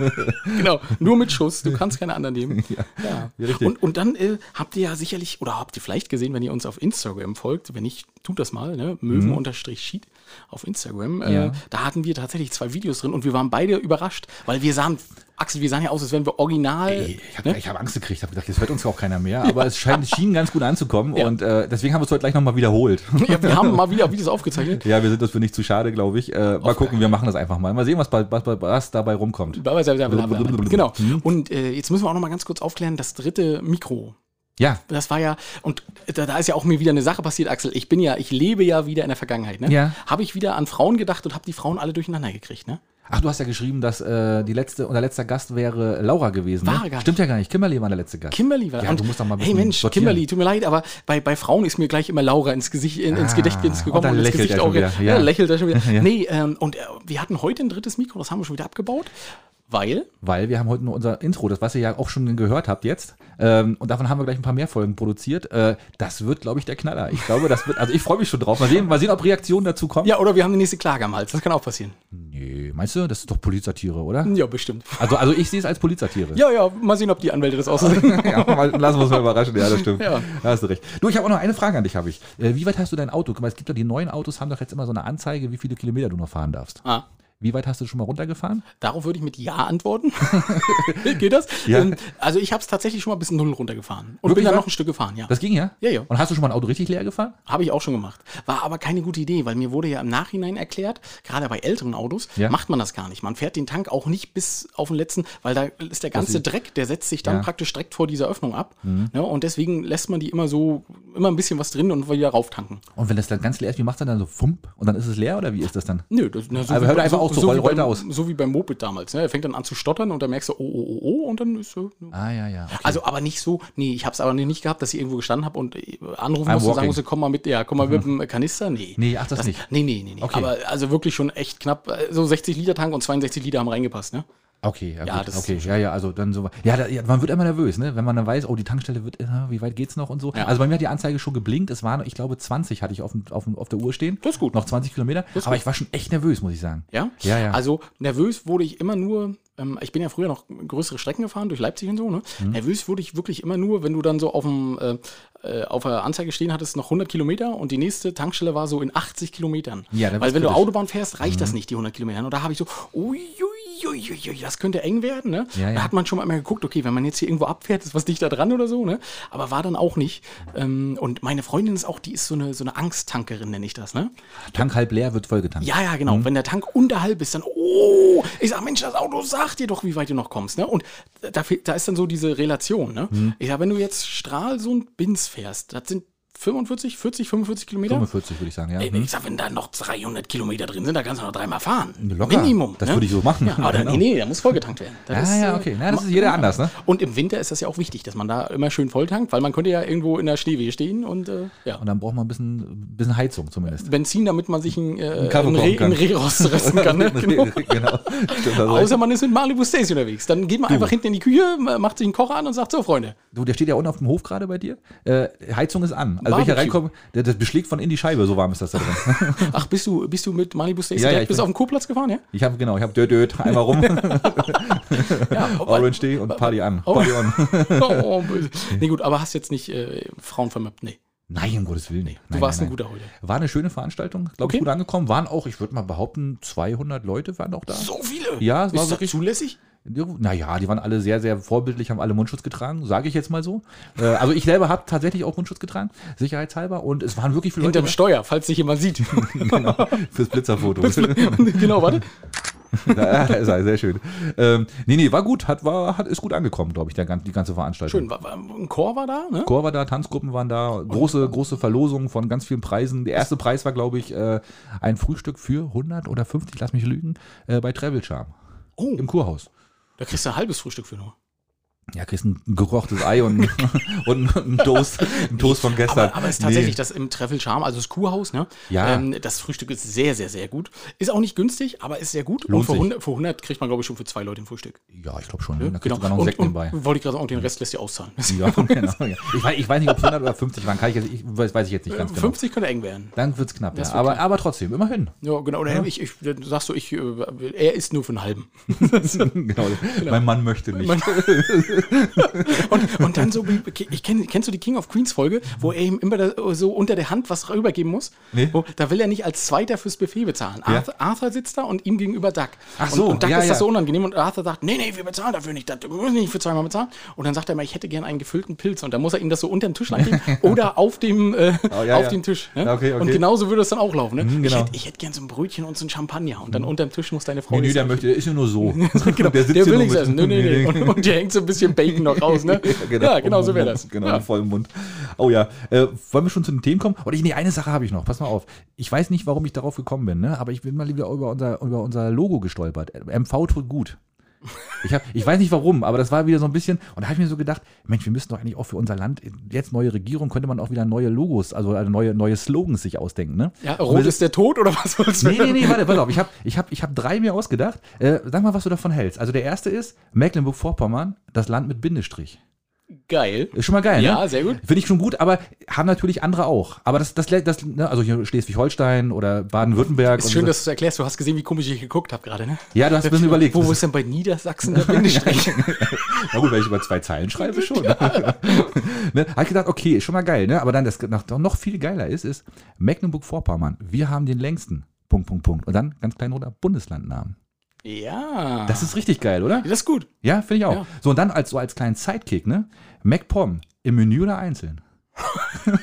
Speaker 3: Genau, nur mit Schuss, du kannst keine anderen nehmen. Ja,
Speaker 1: <laughs> ja, richtig.
Speaker 3: Und, und dann äh, habt ihr ja sicherlich, oder habt ihr vielleicht gesehen, wenn ihr uns auf Instagram folgt, wenn nicht, tut das mal, ne? Möwen-Sheet auf Instagram. Äh,
Speaker 1: Mhm. Ja.
Speaker 3: Da hatten wir tatsächlich zwei Videos drin und wir waren beide überrascht, weil wir sahen, Axel, wir sahen ja aus, als wären wir original. ne?
Speaker 1: Ey, Ich habe hab Angst gekriegt, habe gedacht, jetzt hört uns ja auch keiner mehr. Aber es scheint, schien ganz gut anzukommen
Speaker 3: Ja.
Speaker 1: und äh, deswegen haben wir es heute gleich nochmal wiederholt. <laughs>
Speaker 3: <laughs> Ja, wir haben mal wieder Videos aufgezeichnet.
Speaker 1: ja, wir sind das für nicht zu schade, glaube ich. Äh, mal gucken, wir machen das einfach mal. Mal sehen, was, bei- was, bei- was dabei rumkommt. blablabla. Mhm.
Speaker 3: Genau. Und äh, jetzt müssen wir auch noch mal ganz kurz aufklären, das dritte Mikro.
Speaker 1: Ja,
Speaker 3: das war ja, und da, da ist ja auch mir wieder eine Sache passiert, Axel. Ich bin ja, ich lebe ja wieder in der Vergangenheit, ne?
Speaker 1: Ja.
Speaker 3: Habe ich wieder an Frauen gedacht und habe die Frauen alle durcheinander gekriegt, ne?
Speaker 1: Ach, du hast ja geschrieben, dass äh, die letzte, unser letzter Gast wäre Laura gewesen. ne?
Speaker 3: War gar nicht.
Speaker 1: Stimmt ja gar nicht. Kimberly war der letzte Gast.
Speaker 3: Kimberly war
Speaker 1: Ja,
Speaker 3: und
Speaker 1: du musst doch mal ein
Speaker 3: Hey
Speaker 1: bisschen
Speaker 3: Mensch,
Speaker 1: sortieren.
Speaker 3: Kimberly, tut mir leid, aber bei, bei Frauen ist mir gleich immer Laura ins Gesicht, in, ins
Speaker 1: Ah,
Speaker 3: Gedächtnis
Speaker 1: und
Speaker 3: gekommen
Speaker 1: dann
Speaker 3: ins
Speaker 1: lächelt
Speaker 3: Gesicht
Speaker 1: er schon
Speaker 3: auch. Ja,
Speaker 1: wieder, ja.
Speaker 3: lächelt er schon wieder.
Speaker 1: <laughs> Ja.
Speaker 3: Nee, ähm, und äh, wir hatten heute ein drittes Mikro, das haben wir schon wieder abgebaut, weil
Speaker 1: Weil wir haben heute nur unser Intro, das, was ihr ja auch schon gehört habt jetzt. Ähm, und davon haben wir gleich ein paar mehr Folgen produziert. Äh, das wird, glaube ich, der Knaller. Ich glaube, das wird, also ich freue mich schon drauf. Mal sehen, mal sehen, ob Reaktionen dazu kommen.
Speaker 3: ja, oder wir haben die nächste Klage am Hals, das kann auch passieren.
Speaker 1: Nee, meinst du, das ist doch Polizatire, oder?
Speaker 3: Ja, bestimmt.
Speaker 1: Also, also ich sehe es als Polizatire.
Speaker 3: Ja, ja, mal sehen, ob die Anwälte das aussehen.
Speaker 1: <laughs> Ja, mal- lassen wir uns mal überraschen. Ja, das stimmt.
Speaker 3: Ja.
Speaker 1: Da hast du recht. Du, ich habe auch noch eine Frage an dich, habe ich. Äh, wie weit hast du dein Auto? Guck mal, es gibt doch die neuen Autos, haben doch jetzt immer so eine Anzeige, wie viele Kilometer du noch fahren darfst.
Speaker 3: ah.
Speaker 1: Wie weit hast du schon mal runtergefahren?
Speaker 3: Darauf würde ich mit Ja antworten. <laughs> Geht das?
Speaker 1: Ja.
Speaker 3: Ähm, Also ich habe es tatsächlich schon mal bis Null runtergefahren. Und
Speaker 1: Wirklich,
Speaker 3: bin dann
Speaker 1: ja?
Speaker 3: noch ein Stück gefahren, ja.
Speaker 1: Das ging ja?
Speaker 3: Ja, ja.
Speaker 1: Und hast du schon mal ein Auto richtig leer gefahren?
Speaker 3: Habe ich auch schon gemacht. War aber keine gute Idee, weil mir wurde ja im Nachhinein erklärt, gerade bei älteren Autos
Speaker 1: Ja.
Speaker 3: macht man das gar nicht. Man fährt den Tank auch nicht bis auf den letzten, weil da ist der ganze Dreck, der setzt sich dann
Speaker 1: Ja. Mhm.
Speaker 3: praktisch direkt vor dieser Öffnung ab. Ne? Und deswegen lässt man die immer so, immer ein bisschen was drin und wieder rauftanken.
Speaker 1: Und wenn das dann ganz leer ist, wie macht er dann so Fump und dann ist es leer oder wie ist das dann?
Speaker 3: Nö, das, na, so
Speaker 1: Aber
Speaker 3: wie
Speaker 1: hört
Speaker 3: bei-
Speaker 1: einfach auf, so,
Speaker 3: wie
Speaker 1: roll- rollt er
Speaker 3: beim,
Speaker 1: aus.
Speaker 3: So wie beim Moped damals. Ne? Er fängt dann an zu stottern und dann merkst du, oh, oh, oh, oh, und dann ist so.
Speaker 1: Ah, ja, ja. Okay.
Speaker 3: Also aber nicht so, nee, ich habe es aber nicht gehabt, dass ich irgendwo gestanden habe und äh, anrufen
Speaker 1: I'm
Speaker 3: musste und
Speaker 1: walking. Mhm.
Speaker 3: sagen musste, komm mal mit, ja, komm mal mit dem Kanister, nee.
Speaker 1: Nee, ach, das nicht.
Speaker 3: Nee, nee, nee, nee.
Speaker 1: Okay.
Speaker 3: Aber also wirklich schon echt knapp, äh, so 60 Liter Tank und 62 Liter haben reingepasst, ne?
Speaker 1: okay, ja,
Speaker 3: Ja,
Speaker 1: gut,
Speaker 3: das ist
Speaker 1: okay, ja, ja, also dann so. Ja, da, ja, man wird immer nervös, ne? Wenn man dann weiß, oh, die Tankstelle wird, äh, wie weit geht's noch und so.
Speaker 3: Ja.
Speaker 1: Also bei mir hat die Anzeige schon geblinkt. Es waren, ich glaube, 20 hatte ich auf, dem- auf, dem- auf der Uhr stehen.
Speaker 3: Das ist gut.
Speaker 1: Noch 20 Kilometer. Aber ich war schon echt nervös, muss ich sagen.
Speaker 3: Ja?
Speaker 1: Ja, ja.
Speaker 3: Also nervös wurde ich immer nur, ähm, ich bin ja früher noch größere Strecken gefahren durch Leipzig und so, ne?
Speaker 1: Mhm.
Speaker 3: Nervös wurde ich wirklich immer nur, wenn du dann so auf dem äh, äh, auf der Anzeige stehen hattest, noch 100 Kilometer und die nächste Tankstelle war so in 80 Kilometern.
Speaker 1: Ja, dann
Speaker 3: Weil
Speaker 1: wird's
Speaker 3: wenn du
Speaker 1: kritisch.
Speaker 3: Autobahn fährst, reicht
Speaker 1: Mhm.
Speaker 3: das nicht, die 100 Kilometer. Und da habe ich so, uiuiuiui, das könnte eng werden, ne?
Speaker 1: Ja, ja.
Speaker 3: Da hat man schon mal immer geguckt, okay, wenn man jetzt hier irgendwo abfährt, ist was dichter dran oder so, ne? Aber war dann auch nicht. Ähm, und meine Freundin ist auch, die ist so eine, so eine Angsttankerin, nenne ich das, ne?
Speaker 1: Tank halb leer wird vollgetankt.
Speaker 3: Ja, ja,
Speaker 1: Mhm.
Speaker 3: genau. Wenn der Tank unterhalb ist, dann, oh, ich sag, Mensch, das Auto sagt dir doch, wie weit du noch kommst. Ne? Und da, fe- da ist dann so diese Relation. Ne?
Speaker 1: Mhm.
Speaker 3: Ich sag, wenn du jetzt Stralsund Bins fährst, das sind 45, 40, 45 Kilometer.
Speaker 1: 45 würde ich sagen, ja.
Speaker 3: ne? Ey,
Speaker 1: Mhm.
Speaker 3: Ich sag, wenn da noch 300 Kilometer drin sind, da kannst du noch dreimal fahren.
Speaker 1: Locker.
Speaker 3: Minimum. ne?
Speaker 1: Das würde ich so machen.
Speaker 3: Ja, aber dann,
Speaker 1: Genau.
Speaker 3: nee, nee, da muss vollgetankt werden. Das
Speaker 1: Ah, ja,
Speaker 3: äh,
Speaker 1: okay. Na, das ist jeder anders, ne?
Speaker 3: Und im Winter ist das ja auch wichtig, dass man da immer schön volltankt, weil man könnte ja irgendwo in der Schneewehe stehen und äh, ja.
Speaker 1: Und dann braucht man ein bisschen, bisschen Heizung zumindest.
Speaker 3: Benzin, damit man sich ein, äh,
Speaker 1: Karre
Speaker 3: ein,
Speaker 1: kaufen
Speaker 3: Reh,
Speaker 1: kann.
Speaker 3: ein Rehrost
Speaker 1: <laughs>
Speaker 3: rissen kann. Ne? Genau.
Speaker 1: genau. Stimmt, also
Speaker 3: Außer man ist mit Malibu Stays unterwegs. Dann geht man einfach hinten in die Küche, macht sich einen Kocher an und sagt, so Freunde.
Speaker 1: Du, der steht ja unten auf dem Hof gerade bei dir. Äh, Heizung ist an. Also wenn ich
Speaker 3: Barbecue.
Speaker 1: hier reinkomme, der- das beschlägt von innen die Scheibe, so warm ist das da drin.
Speaker 3: Ach, bist du, bist du mit Malibu Stays
Speaker 1: Ja, ja,
Speaker 3: direkt
Speaker 1: ich
Speaker 3: bis
Speaker 1: bin-
Speaker 3: auf den Kurplatz
Speaker 1: <laughs>
Speaker 3: gefahren, ja?
Speaker 1: Ich habe genau, ich habe död, död, einmal
Speaker 3: <laughs>
Speaker 1: rum, <laughs> Orange Day und Party an.
Speaker 3: Oh.
Speaker 1: Party on. <laughs>
Speaker 3: oh, böse. Nee, gut, aber hast jetzt nicht äh, Frauen vermöppt, nee.
Speaker 1: Nein, um Gottes Willen. Nee.
Speaker 3: Du warst ein guter heute.
Speaker 1: War eine schöne Veranstaltung, glaube
Speaker 3: Okay.
Speaker 1: ich, gut angekommen. Waren auch, ich würde mal behaupten, 200 Leute waren auch da.
Speaker 3: So viele?
Speaker 1: Ja, es
Speaker 3: ist
Speaker 1: war
Speaker 3: das
Speaker 1: wirklich-
Speaker 3: zulässig?
Speaker 1: Naja, die waren alle sehr, sehr vorbildlich, haben alle Mundschutz getragen, sage ich jetzt mal so. Äh, also ich selber habe tatsächlich auch Mundschutz getragen, sicherheitshalber. Und es waren wirklich viele
Speaker 3: Hinterm
Speaker 1: Leute.
Speaker 3: Steuer, falls dich jemand
Speaker 1: <laughs>
Speaker 3: sieht.
Speaker 1: genau, fürs Blitzerfoto. <laughs>
Speaker 3: genau, warte.
Speaker 1: da, da ist er, sehr schön. Ähm, nee, nee, war gut, hat, war, hat, ist gut angekommen, glaube ich, der, gan- die ganze Veranstaltung.
Speaker 3: Schön, wa- wa- ein Chor war da, ne?
Speaker 1: Chor war da, Tanzgruppen waren da, große,
Speaker 3: Oh.
Speaker 1: große Verlosungen von ganz vielen Preisen. Der erste Preis war, glaube ich, äh, ein Frühstück für 100 oder 50, lass mich lügen, äh, bei Travel Charm
Speaker 3: Oh,
Speaker 1: im Kurhaus.
Speaker 3: da kriegst du ein halbes Frühstück für nur.
Speaker 1: Ja, kriegst ein gekochtes Ei und, <laughs> und einen Toast, einen Toast von gestern.
Speaker 3: Aber, aber es ist
Speaker 1: halt- Nee.
Speaker 3: tatsächlich das im Treffel Charme, also das Kuhhaus, ne?
Speaker 1: Ja.
Speaker 3: Ähm, das Frühstück ist sehr, sehr, sehr gut. Ist auch nicht günstig, aber ist sehr gut.
Speaker 1: Lohnt
Speaker 3: und für
Speaker 1: sich.
Speaker 3: 100, für 100 kriegt man, glaube ich, schon für zwei Leute ein Frühstück.
Speaker 1: Ja, ich glaube schon. Ne? Da kriegst
Speaker 3: genau.
Speaker 1: du sogar noch einen
Speaker 3: und,
Speaker 1: Sekt
Speaker 3: und,
Speaker 1: nebenbei.
Speaker 3: Wollte ich gerade sagen, und den Rest lässt ihr auszahlen. <laughs>
Speaker 1: Ja, <laughs> genau. Ja. Ich, weiß, ich weiß nicht, ob es 100 oder 50 waren, kann ich, jetzt, ich weiß, weiß ich jetzt nicht ganz genau.
Speaker 3: 50 könnte eng werden.
Speaker 1: Dann wird's knapp.
Speaker 3: Äh, Das
Speaker 1: Ja.
Speaker 3: wird
Speaker 1: Aber, aber trotzdem,
Speaker 3: <laughs>
Speaker 1: immerhin.
Speaker 3: Ja, genau. Oder Ich, ich, dann sagst du, ich, äh, er ist nur für einen halben.
Speaker 1: genau. Mein Mann möchte nicht.
Speaker 3: Und, und dann so, wie- ich kenn, kennst du die King of Queens Folge, wo er ihm immer da, so unter der Hand was rübergeben muss?
Speaker 1: Nee.
Speaker 3: Wo, da will er nicht als Zweiter fürs Buffet bezahlen.
Speaker 1: Ja.
Speaker 3: Arthur, Arthur sitzt da und ihm gegenüber Duck.
Speaker 1: Ach
Speaker 3: Und-
Speaker 1: so,
Speaker 3: Und Duck
Speaker 1: ja,
Speaker 3: ist das
Speaker 1: ja.
Speaker 3: so unangenehm und Arthur sagt, nee, nee, wir bezahlen dafür nicht, das wir müssen nicht für zweimal bezahlen. Und dann sagt er mal, ich hätte gern einen gefüllten Pilz und dann muss er ihm das so unter den Tisch
Speaker 1: <laughs>
Speaker 3: legen oder auf dem, äh,
Speaker 1: Oh, ja,
Speaker 3: auf
Speaker 1: ja.
Speaker 3: den Tisch. Ne?
Speaker 1: Ja, okay, okay.
Speaker 3: Und genauso würde es dann auch laufen. Ne? ich,
Speaker 1: genau. Mhm.
Speaker 3: hätte, ich hätte gern so ein Brötchen und so ein Champagner und dann unter dem Tisch muss deine Frau <laughs>
Speaker 1: Nee, nee,
Speaker 3: das-
Speaker 1: der möchte, der ist ja nur so.
Speaker 3: <laughs> Genau, der,
Speaker 1: ja
Speaker 3: will
Speaker 1: nur
Speaker 3: nichts
Speaker 1: mit-
Speaker 3: essen. Nee, nee, nee. <laughs> Und, und der hängt so ein bisschen Bacon noch raus, ne?
Speaker 1: <laughs>
Speaker 3: <laughs>
Speaker 1: Ja, genau.
Speaker 3: Ja, genau so wäre das.
Speaker 1: Genau,
Speaker 3: Ja.
Speaker 1: im vollen Mund. Oh ja. Äh, wollen wir schon zu den Themen kommen? Oder ich, nee, eine Sache habe ich noch. Pass mal auf. Ich weiß nicht, warum ich darauf gekommen bin, ne? aber ich bin mal wieder über unser, über unser Logo gestolpert. MV tut gut. Ich, hab, ich weiß nicht warum, aber das war wieder so ein bisschen. Und da habe ich mir so gedacht, Mensch, wir müssen doch eigentlich auch für unser Land, jetzt neue Regierung, könnte man auch wieder neue Logos, also äh, neue, neue Slogans sich ausdenken. Ne?
Speaker 3: Ja,
Speaker 1: Und
Speaker 3: rot
Speaker 1: wir-
Speaker 3: ist der Tod oder was soll's
Speaker 1: Nee, nee, nee, warte, warte auf. Ich habe ich hab, ich hab drei mir ausgedacht. Äh, sag mal, was du davon hältst. Also der erste ist Mecklenburg-Vorpommern, das Land mit Bindestrich.
Speaker 3: Geil.
Speaker 1: Ist schon mal geil, ne?
Speaker 3: Ja, sehr gut.
Speaker 1: Finde ich schon gut, aber haben natürlich andere auch. Aber das, das, das ne, also hier Schleswig-Holstein oder Baden-Württemberg.
Speaker 3: Ist
Speaker 1: und
Speaker 3: schön,
Speaker 1: so.
Speaker 3: dass du es erklärst. Du hast gesehen, wie komisch ich geguckt habe gerade, ne?
Speaker 1: Ja, du hast ein bisschen überlegt.
Speaker 3: Wo ist denn bei Niedersachsen der Bindestrich?
Speaker 1: <laughs> Na gut, wenn ich über zwei Zeilen schreibe, schon. <laughs> ne? Hab ich gedacht, okay, ist schon mal geil, ne? Aber dann, das noch, noch viel geiler ist, ist Mecklenburg-Vorpommern. Wir haben den längsten. Punkt, Punkt, Punkt, Punkt. Und dann ganz klein runter Bundeslandnamen.
Speaker 3: Ja.
Speaker 1: Das ist richtig geil, oder?
Speaker 3: das ist gut.
Speaker 1: Ja, finde ich auch.
Speaker 3: Ja.
Speaker 1: So, und dann als, so als kleinen Sidekick, ne? MacPom, im Menü oder
Speaker 3: <laughs>
Speaker 1: einzeln?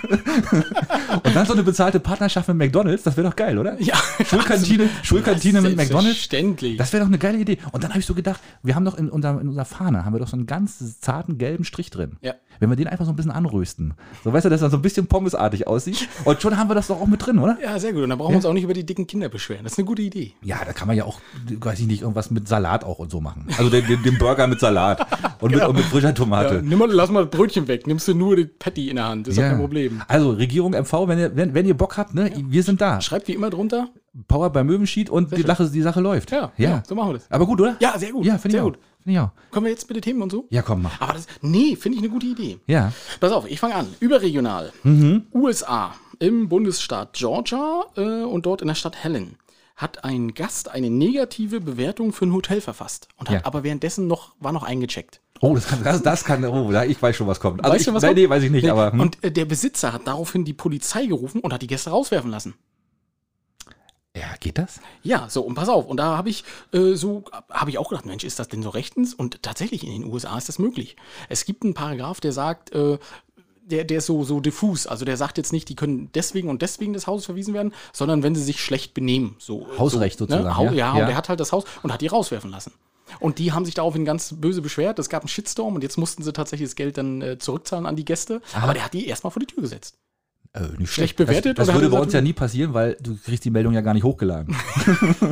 Speaker 1: und dann so eine bezahlte Partnerschaft mit McDonalds, das wäre doch geil, oder?
Speaker 3: Ja. <laughs>
Speaker 1: Schulkantine, Schulkantine mit McDonalds.
Speaker 3: Ständig.
Speaker 1: Das wäre doch eine geile Idee. Und dann habe ich so gedacht, wir haben doch in, unserem, in unserer Fahne, haben wir doch so einen ganz zarten gelben Strich drin.
Speaker 3: Ja.
Speaker 1: Wenn wir den einfach so ein bisschen anrösten. So, weißt du, dass er so ein bisschen pommesartig aussieht. Und schon haben wir das doch auch mit drin, oder?
Speaker 3: Ja, sehr gut. Und da brauchen wir uns auch nicht über die dicken Kinder beschweren. Das ist eine gute Idee.
Speaker 1: Ja, da kann man ja auch, weiß ich nicht, irgendwas mit Salat auch und so machen. Also den, den, den Burger mit Salat und, mit, und mit frischer Tomate.
Speaker 3: Genau. Ja, nimm mal, lass mal das Brötchen weg. Nimmst du nur die Patty in der Hand. Ist ja.
Speaker 1: Ja.
Speaker 3: kein Problem.
Speaker 1: Also Regierung MV, wenn ihr, wenn, wenn ihr Bock habt, ne, wir sind da.
Speaker 3: Schreibt wie immer drunter.
Speaker 1: Power bei Möwenschied und die Sache, die Sache läuft.
Speaker 3: Ja,
Speaker 1: ja.
Speaker 3: ja, so machen wir das.
Speaker 1: Aber gut, oder?
Speaker 3: Ja, sehr gut.
Speaker 1: Ja, finde ich
Speaker 3: sehr
Speaker 1: auch.
Speaker 3: gut.
Speaker 1: Finde ich auch.
Speaker 3: Kommen wir jetzt mit den Themen und so?
Speaker 1: Ja, komm, mach.
Speaker 3: Aber das, nee, finde ich eine gute Idee.
Speaker 1: Ja. Mhm.
Speaker 3: Pass auf, ich fange an. Überregional. USA. Im Bundesstaat Georgia äh, und dort in der Stadt Helen hat ein Gast eine negative Bewertung für ein Hotel verfasst und hat
Speaker 1: Ja.
Speaker 3: aber währenddessen noch, war noch eingecheckt.
Speaker 1: Oh, das kann, das, das kann, oh, ja, ich weiß schon, was kommt. Also
Speaker 3: Weißt
Speaker 1: ich,
Speaker 3: du, was
Speaker 1: nein,
Speaker 3: kommt?
Speaker 1: nee, weiß ich nicht,
Speaker 3: Nee,
Speaker 1: aber. Hm.
Speaker 3: Und äh, der Besitzer hat daraufhin die Polizei gerufen und hat die Gäste rauswerfen lassen.
Speaker 1: ja, geht das?
Speaker 3: Ja, so, und pass auf. Und da habe ich äh, so, habe ich auch gedacht, Mensch, ist das denn so rechtens? Und tatsächlich, in den USA ist das möglich. Es gibt einen Paragraph, der sagt, äh, der, der ist so, so diffus. Also der sagt jetzt nicht, die können deswegen und deswegen des Hauses verwiesen werden, sondern wenn sie sich schlecht benehmen. So, äh,
Speaker 1: Hausrecht
Speaker 3: so, ne?
Speaker 1: sozusagen,
Speaker 3: Hau,
Speaker 1: ja.
Speaker 3: ja,
Speaker 1: Ja.
Speaker 3: und der hat halt das Haus und hat die rauswerfen lassen. Und die haben sich daraufhin ganz böse beschwert. Es gab einen Shitstorm und jetzt mussten sie tatsächlich das Geld dann äh, zurückzahlen an die Gäste. Aber der hat die erstmal vor die Tür gesetzt. <laughs>
Speaker 1: Äh, nicht
Speaker 3: Schlecht bewertet
Speaker 1: Das, das würde
Speaker 3: oder hat er
Speaker 1: bei
Speaker 3: gesagt-
Speaker 1: uns ja nie passieren, weil du kriegst die Meldung ja gar nicht hochgeladen.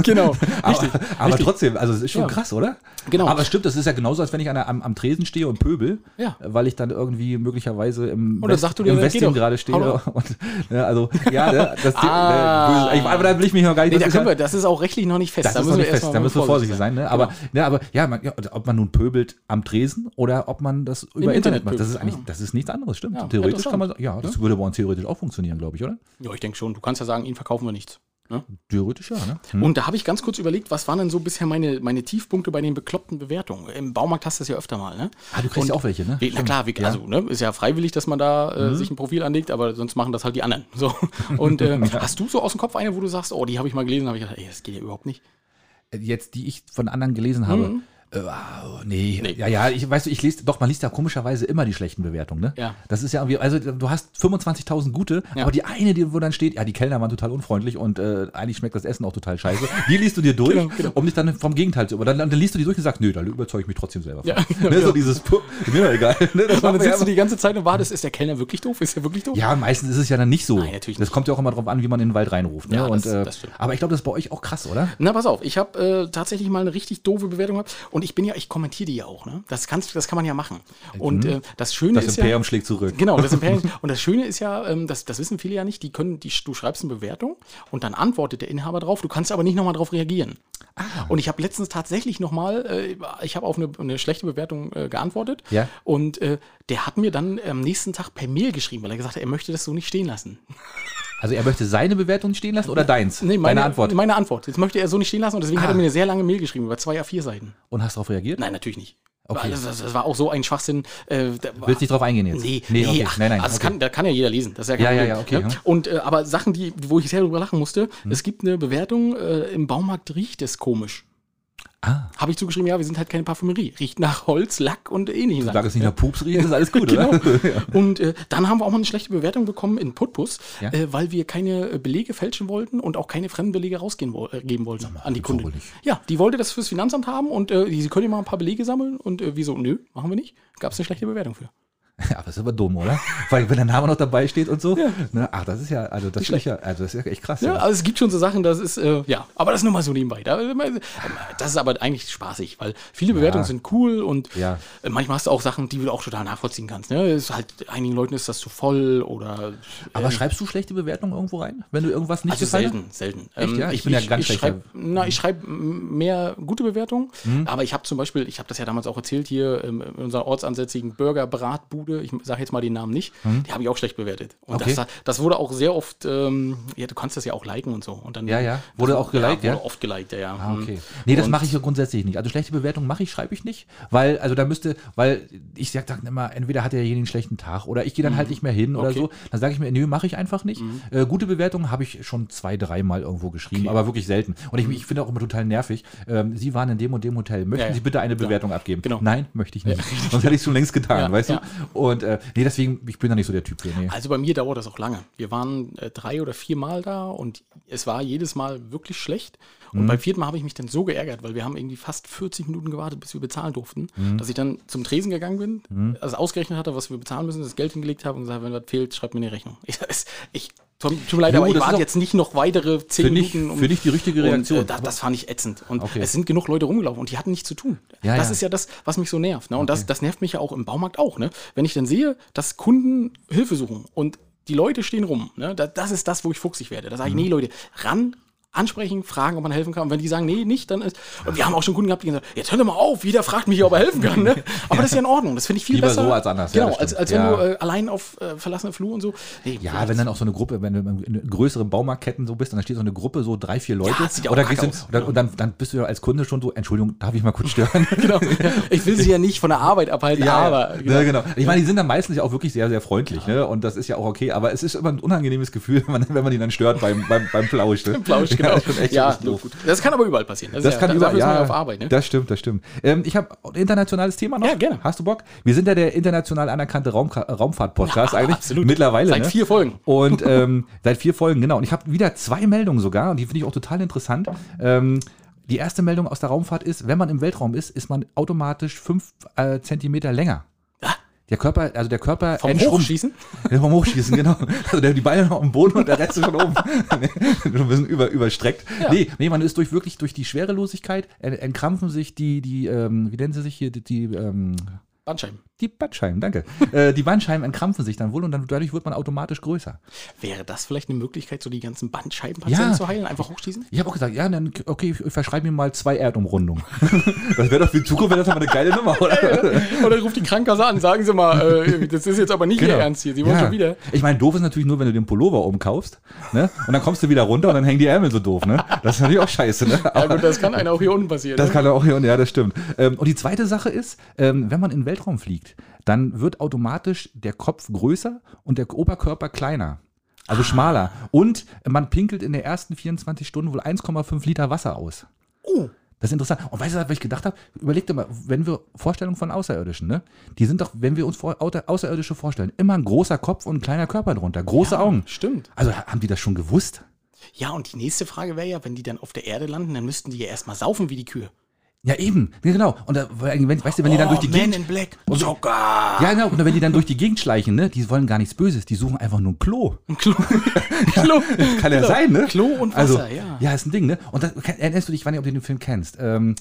Speaker 3: Genau.
Speaker 1: aber aber trotzdem, also es ist schon
Speaker 3: Ja.
Speaker 1: krass, oder?
Speaker 3: Genau.
Speaker 1: Aber stimmt, das ist ja genauso, als wenn ich an der, am, am Tresen stehe und pöbel,
Speaker 3: Ja.
Speaker 1: weil ich dann irgendwie möglicherweise im,
Speaker 3: Oder sagst du dir, äh,
Speaker 1: im
Speaker 3: geh
Speaker 1: Westin
Speaker 3: doch,
Speaker 1: gerade
Speaker 3: hau
Speaker 1: stehe. <laughs>
Speaker 3: doch.
Speaker 1: Und, ja, also, ja, ne, das
Speaker 3: Ah.
Speaker 1: ne, böses- ich, aber da will ich mich noch gar nicht.
Speaker 3: Nee, da
Speaker 1: das ist
Speaker 3: können
Speaker 1: ja-
Speaker 3: wir, das ist auch rechtlich noch nicht fest.
Speaker 1: das ist noch
Speaker 3: müssen
Speaker 1: nicht
Speaker 3: wir
Speaker 1: fest,
Speaker 3: erstmal
Speaker 1: da müssen wir vorsichtig sein. Ne? Aber,
Speaker 3: Genau.
Speaker 1: ne, aber ja, man, ja, ob man nun pöbelt am Tresen oder ob man das über Internet,
Speaker 3: Internet
Speaker 1: macht, das ist
Speaker 3: pöbelt,
Speaker 1: eigentlich, das ist nichts anderes, stimmt.
Speaker 3: Ja, Ne?
Speaker 1: theoretisch
Speaker 3: interessant.
Speaker 1: kann man, ja, das würde bei uns theoretisch auch funktionieren, glaube ich, oder?
Speaker 3: Ja, ich denke schon. Du kannst ja sagen, ihnen verkaufen wir nichts. Ne?
Speaker 1: Theoretisch ja, ne? Hm.
Speaker 3: Und da habe ich ganz kurz überlegt, was waren denn so bisher meine, meine Tiefpunkte bei den bekloppten Bewertungen? Im Baumarkt hast du das ja öfter mal, ne?
Speaker 1: Ah, du kriegst
Speaker 3: Und-
Speaker 1: ja auch welche, ne?
Speaker 3: Wie, na
Speaker 1: Stimmt.
Speaker 3: klar, wie,
Speaker 1: Ja.
Speaker 3: also ne, ist ja freiwillig, dass man da äh, sich ein Profil anlegt, aber sonst machen das halt die anderen. So. Und <laughs> äh, hast du so aus dem Kopf eine, wo du sagst, oh, die habe ich mal gelesen, habe ich gedacht, ey, das geht ja überhaupt <laughs> nicht.
Speaker 1: jetzt, die ich von anderen gelesen habe.
Speaker 3: Mhm.
Speaker 1: Äh, wow, nee. ja, ja, ich weißt du, ich lese, doch, man liest ja komischerweise immer die schlechten Bewertungen, ne?
Speaker 3: Ja.
Speaker 1: Das ist ja irgendwie, also du hast 25.000 gute,
Speaker 3: Ja.
Speaker 1: aber die eine, die, wo dann steht, ja, die Kellner waren total unfreundlich und äh, eigentlich schmeckt das Essen auch total scheiße, die liest du dir durch,
Speaker 3: Genau, genau.
Speaker 1: um dich dann vom Gegenteil zu über. Dann, dann liest du die durch und sagst, nö, da überzeuge ich mich trotzdem selber von.
Speaker 3: Ja,
Speaker 1: <laughs>
Speaker 3: genau,
Speaker 1: ne, so
Speaker 3: genau.
Speaker 1: dieses, puh, mir doch egal. Ne, das machen
Speaker 3: Und dann
Speaker 1: wir
Speaker 3: sitzt du
Speaker 1: einfach.
Speaker 3: die ganze Zeit und wartest, ist der Kellner wirklich doof? Ist der wirklich doof?
Speaker 1: Ja, meistens ist es ja dann nicht so.
Speaker 3: Nein, natürlich
Speaker 1: das
Speaker 3: nicht.
Speaker 1: kommt ja auch immer drauf an, wie man in den Wald reinruft. Ne?
Speaker 3: Ja,
Speaker 1: und,
Speaker 3: das-
Speaker 1: äh,
Speaker 3: das stimmt.
Speaker 1: aber ich glaube, das ist bei euch auch krass, oder?
Speaker 3: Na, pass auf, ich habe äh, tatsächlich mal eine richtig doofe Bewertung gehabt und ich bin ja, ich kommentiere die ja auch, ne? Das kannst, das kann man ja machen. Und äh, das Schöne
Speaker 1: Mhm. Das
Speaker 3: ist
Speaker 1: Imperium
Speaker 3: ja,
Speaker 1: schlägt zurück.
Speaker 3: genau, das Imperium. und das Schöne ist ja, ähm, das, das wissen viele ja nicht. Die können, die, du schreibst eine Bewertung und dann antwortet der Inhaber drauf. Du kannst aber nicht nochmal drauf reagieren.
Speaker 1: Ah.
Speaker 3: Und ich habe letztens tatsächlich nochmal, äh, ich habe auf eine, eine schlechte Bewertung äh, geantwortet.
Speaker 1: Ja.
Speaker 3: Und äh, der hat mir dann am nächsten Tag per Mail geschrieben, weil er gesagt hat, er möchte das so nicht stehen lassen. <laughs>
Speaker 1: Also er möchte seine Bewertung stehen lassen oder deins?
Speaker 3: Nee,
Speaker 1: Deine Antwort.
Speaker 3: Meine Antwort. Jetzt möchte er so nicht stehen lassen und deswegen hat
Speaker 1: Ah.
Speaker 3: er mir eine sehr lange Mail geschrieben, über zwei A4 Seiten.
Speaker 1: Und hast darauf reagiert?
Speaker 3: Nein, natürlich nicht.
Speaker 1: Okay.
Speaker 3: Das, das, das war auch so ein Schwachsinn. Äh, da,
Speaker 1: Willst nicht drauf eingehen jetzt?
Speaker 3: Nee, nee,
Speaker 1: nee, okay.
Speaker 3: ach,
Speaker 1: nein, nein.
Speaker 3: Also das
Speaker 1: okay.
Speaker 3: kann, da kann ja jeder lesen. Das ist ja kein
Speaker 1: Ja, ja,
Speaker 3: Problem,
Speaker 1: ja, Hm? okay,
Speaker 3: ne? Und, äh, aber Sachen, die, wo ich sehr drüber lachen musste, es gibt eine Bewertung, äh, im Baumarkt riecht es komisch.
Speaker 1: Ah.
Speaker 3: Habe ich zugeschrieben, ja, wir sind halt keine Parfümerie. Riecht nach Holz, Lack und ähnlichen
Speaker 1: Solange es nicht nach Pups riecht, ist alles gut, <laughs>
Speaker 3: Genau.
Speaker 1: oder?
Speaker 3: Und äh, dann haben wir auch mal eine schlechte Bewertung bekommen in Putbus,
Speaker 1: Ja.
Speaker 3: äh, weil wir keine äh, Belege fälschen wollten und auch keine fremden Belege rausgeben wo äh, geben wollten an die
Speaker 1: gibt's auch
Speaker 3: Kunden.
Speaker 1: wohl nicht.
Speaker 3: Ja, die wollte das fürs Finanzamt haben und äh, die- sie können ja mal ein paar Belege sammeln und äh, wieso? Nö, machen wir nicht. Gab es eine schlechte Bewertung für.
Speaker 1: Ja, aber ist aber dumm, oder? Weil wenn der Name noch dabei steht und so. Ne? Ach, das ist ja, also das ist ja, also das ist ja echt krass. ja.
Speaker 3: Ja, also es gibt schon so Sachen, das ist, äh, ja, aber das nur mal so nebenbei. Da, äh, das ist aber eigentlich spaßig, weil viele Bewertungen sind cool und
Speaker 1: Ja.
Speaker 3: äh, manchmal hast du auch Sachen, die du auch total nachvollziehen kannst. Ne? Ist halt, einigen Leuten ist das zu voll oder. äh,
Speaker 1: aber schreibst du schlechte Bewertungen irgendwo rein, wenn du irgendwas nicht
Speaker 3: Also
Speaker 1: gefallen
Speaker 3: selten, selten. Ähm,
Speaker 1: Echt, ja? Ich bin ja ganz
Speaker 3: ich
Speaker 1: schlecht Mhm.
Speaker 3: schreib, Na, ich schreibe mehr gute Bewertungen, aber ich habe zum Beispiel, ich habe das ja damals auch erzählt hier ähm, in unserer ortsansässigen burger Bude, ich sage jetzt mal den Namen nicht, die habe ich auch schlecht bewertet. Und
Speaker 1: Mhm. Okay.
Speaker 3: das, das wurde auch sehr oft, ähm, ja, du kannst das ja auch liken und so. Und dann,
Speaker 1: Ja, ja. Wurde
Speaker 3: das-
Speaker 1: auch geliked, ja?
Speaker 3: Wurde oft geliked, ja, ja.
Speaker 1: Ah, okay.
Speaker 3: Hm.
Speaker 1: Nee, das
Speaker 3: Und-
Speaker 1: mache ich ja grundsätzlich nicht. Also schlechte Bewertungen mache ich, schreibe ich nicht, weil, also da müsste, weil ich sage dann immer, entweder hat derjenige einen schlechten Tag oder ich gehe dann halt nicht mehr hin oder
Speaker 3: Mhm. Okay. Mhm.
Speaker 1: so. Dann sage ich mir, nö, mache ich einfach nicht. Äh, gute Bewertungen habe ich schon zwei, dreimal irgendwo geschrieben, aber wirklich selten. Und ich, ich finde auch immer total nervig. Ähm, Sie waren in dem und dem Hotel. Möchten
Speaker 3: Mhm. Ja, ja.
Speaker 1: Sie bitte eine
Speaker 3: Klar.
Speaker 1: Bewertung abgeben?
Speaker 3: Genau.
Speaker 1: Nein, möchte ich nicht. Sonst hätte ich es schon längst getan,
Speaker 3: Ja,
Speaker 1: weißt
Speaker 3: ja.
Speaker 1: du? Und äh, nee, deswegen, ich bin da nicht so der Typ für. Nee.
Speaker 3: Also bei mir dauert das auch lange. Wir waren äh, drei oder vier Mal da und es war jedes Mal wirklich schlecht. Und
Speaker 1: Mhm.
Speaker 3: beim vierten Mal habe ich mich dann so geärgert, weil wir haben irgendwie fast 40 Minuten gewartet, bis wir bezahlen durften,
Speaker 1: Mhm.
Speaker 3: dass ich dann zum Tresen gegangen bin, also ausgerechnet hatte, was wir bezahlen müssen, das Geld hingelegt habe und gesagt, wenn was fehlt, schreibt mir eine Rechnung. Ich, es- ich Tom, tut mir leid,
Speaker 1: Jo,
Speaker 3: aber ich
Speaker 1: das ist
Speaker 3: warte
Speaker 1: auch-
Speaker 3: jetzt nicht noch weitere zehn
Speaker 1: Finde ich-
Speaker 3: Minuten. um
Speaker 1: finde ich die richtige Reaktion.
Speaker 3: Und, äh, das, das fand ich ätzend. Und
Speaker 1: Okay.
Speaker 3: es sind genug Leute rumgelaufen und die hatten nichts zu tun.
Speaker 1: Ja,
Speaker 3: das
Speaker 1: ja.
Speaker 3: ist ja das, was mich so nervt. Ne? Und das, das nervt mich ja auch im Baumarkt auch. Ne? Wenn ich dann sehe, dass Kunden Hilfe suchen und die Leute stehen rum. Ne? Das, das ist das, wo ich fuchsig werde. Da sage ich,
Speaker 1: Mhm.
Speaker 3: nee, Leute, ran, ansprechen, fragen, ob man helfen kann. Und wenn die sagen, nee, nicht, dann ist. Und wir haben auch schon Kunden gehabt, die gesagt haben, jetzt hör doch mal auf, jeder fragt mich, ob er helfen kann.
Speaker 1: <laughs>
Speaker 3: Ne? Aber das ist ja in Ordnung. Das finde ich viel
Speaker 1: Lieber
Speaker 3: besser.
Speaker 1: so als anders, ja,
Speaker 3: Genau,
Speaker 1: das
Speaker 3: als,
Speaker 1: stimmt.
Speaker 3: als wenn
Speaker 1: Ja.
Speaker 3: du äh, allein auf äh, verlassene Flur und so. Nee,
Speaker 1: Ja, wenn dann auch so eine Gruppe, wenn du in größeren Baumarktketten so bist, und dann steht so eine Gruppe, so drei, vier Leute.
Speaker 3: das sieht ja auch
Speaker 1: oder
Speaker 3: kacke
Speaker 1: gehst du,
Speaker 3: aus.
Speaker 1: und, dann, und dann, dann bist du ja als Kunde schon so, Entschuldigung, darf ich mal kurz stören?
Speaker 3: <laughs> <laughs> genau. Ich will sie ja nicht von der Arbeit abhalten,
Speaker 1: <laughs>
Speaker 3: aber.
Speaker 1: ja, genau. genau. Ich meine, die sind dann meistens ja auch wirklich sehr, sehr freundlich, ne? Und das ist ja auch okay, aber es ist immer ein unangenehmes Gefühl, <laughs> wenn man, wenn man die dann stört beim, beim, beim Plausch.
Speaker 3: <laughs>
Speaker 1: Ne?
Speaker 3: Plausch, genau.
Speaker 1: <laughs> Ja,
Speaker 3: Ja,
Speaker 1: das ist schon echt
Speaker 3: ja
Speaker 1: echt doof.
Speaker 3: gut. Das kann aber überall passieren.
Speaker 1: Das
Speaker 3: ist ja,
Speaker 1: kann
Speaker 3: da-
Speaker 1: über,
Speaker 3: dafür ist man
Speaker 1: ja,
Speaker 3: auf Arbeit. Ne?
Speaker 1: Das stimmt, das stimmt. Ähm, ich habe ein internationales Thema noch.
Speaker 3: Ja, gerne.
Speaker 1: Hast du Bock? Wir sind ja der international anerkannte Raumka Raumfahrt-Podcast
Speaker 3: Ja,
Speaker 1: eigentlich.
Speaker 3: absolut.
Speaker 1: Mittlerweile.
Speaker 3: Seit
Speaker 1: ne?
Speaker 3: vier Folgen.
Speaker 1: Und ähm, seit vier Folgen, genau. Und ich habe wieder zwei Meldungen sogar und die finde ich auch total interessant. Ähm, die erste Meldung aus der Raumfahrt ist, wenn man im Weltraum ist, ist man automatisch fünf äh, Zentimeter länger. Der Körper, also der Körper
Speaker 3: Vom
Speaker 1: entschrumpft.
Speaker 3: Hochschießen?
Speaker 1: Ja, vom Hochschießen, genau. Also der, die Beine noch am Boden und der Rest ist schon oben. <laughs> schon ein bisschen über, überstreckt. Nee, nee, man ist durch wirklich durch die Schwerelosigkeit en- entkrampfen sich die, die, ähm, wie nennen sie sich hier, die, die ähm,
Speaker 3: Bandscheiben.
Speaker 1: die Bandscheiben, danke. äh, die Bandscheiben entkrampfen sich dann wohl und dann dadurch wird man automatisch größer.
Speaker 3: Wäre das vielleicht eine Möglichkeit, so die ganzen Bandscheibenpatienten
Speaker 1: Ja.
Speaker 3: zu heilen? Einfach hochschießen?
Speaker 1: Ich habe auch gesagt, ja, dann, okay, ich, ich verschreibe mir mal zwei Erdumrundungen. <laughs> das wäre doch für die Zukunft, wäre das aber eine geile Nummer, oder? <laughs>
Speaker 3: Oder ruft die Krankenkasse an, sagen Sie mal, <laughs> äh, das ist jetzt aber nicht Ihr Ernst hier. Sie wollen
Speaker 1: Genau. Ja.
Speaker 3: schon wieder.
Speaker 1: Ich meine, doof ist natürlich nur, wenn du den Pullover umkaufst, ne? Und dann kommst du wieder runter und dann hängen die Ärmel so doof, ne? Das ist natürlich auch scheiße, ne?
Speaker 3: Ja gut, das kann einer auch hier unten passieren.
Speaker 1: Das
Speaker 3: ne?
Speaker 1: kann er auch hier und ja, das stimmt. Ähm, und die zweite Sache ist, ähm, wenn man in den Weltraum fliegt, dann wird automatisch der Kopf größer und der Oberkörper kleiner. Also schmaler. Und man pinkelt in der ersten 24 Stunden wohl 1,5 Liter Wasser aus.
Speaker 3: Oh.
Speaker 1: Das ist interessant. Und weißt du, was ich gedacht habe? Überleg dir mal, wenn wir Vorstellungen von Außerirdischen, ne? Die sind doch, wenn wir uns vor, Außer- Außerirdische vorstellen, immer ein großer Kopf und ein kleiner Körper drunter. Große Augen.
Speaker 3: Stimmt.
Speaker 1: Also haben die das schon gewusst?
Speaker 3: Ja, und die nächste Frage wäre ja, wenn die dann auf der Erde landen, dann müssten die ja erstmal saufen wie die Kühe. Oh,
Speaker 1: Ja, eben. Ja, genau. Und da, wenn, weißt du, wenn die dann durch die
Speaker 3: Man
Speaker 1: Gegend
Speaker 3: in Black. Zucker.
Speaker 1: Ja, genau. Und wenn die dann durch die Gegend schleichen, ne, die wollen gar nichts Böses, die suchen einfach nur ein Klo.
Speaker 3: <laughs> Klo. Klo.
Speaker 1: Kann ja
Speaker 3: Genau.
Speaker 1: sein, ne?
Speaker 3: Klo und Wasser,
Speaker 1: also,
Speaker 3: ja.
Speaker 1: Ja, ist ein Ding, ne? Und das, erinnerst du dich, wann ob du den Film kennst? Ähm,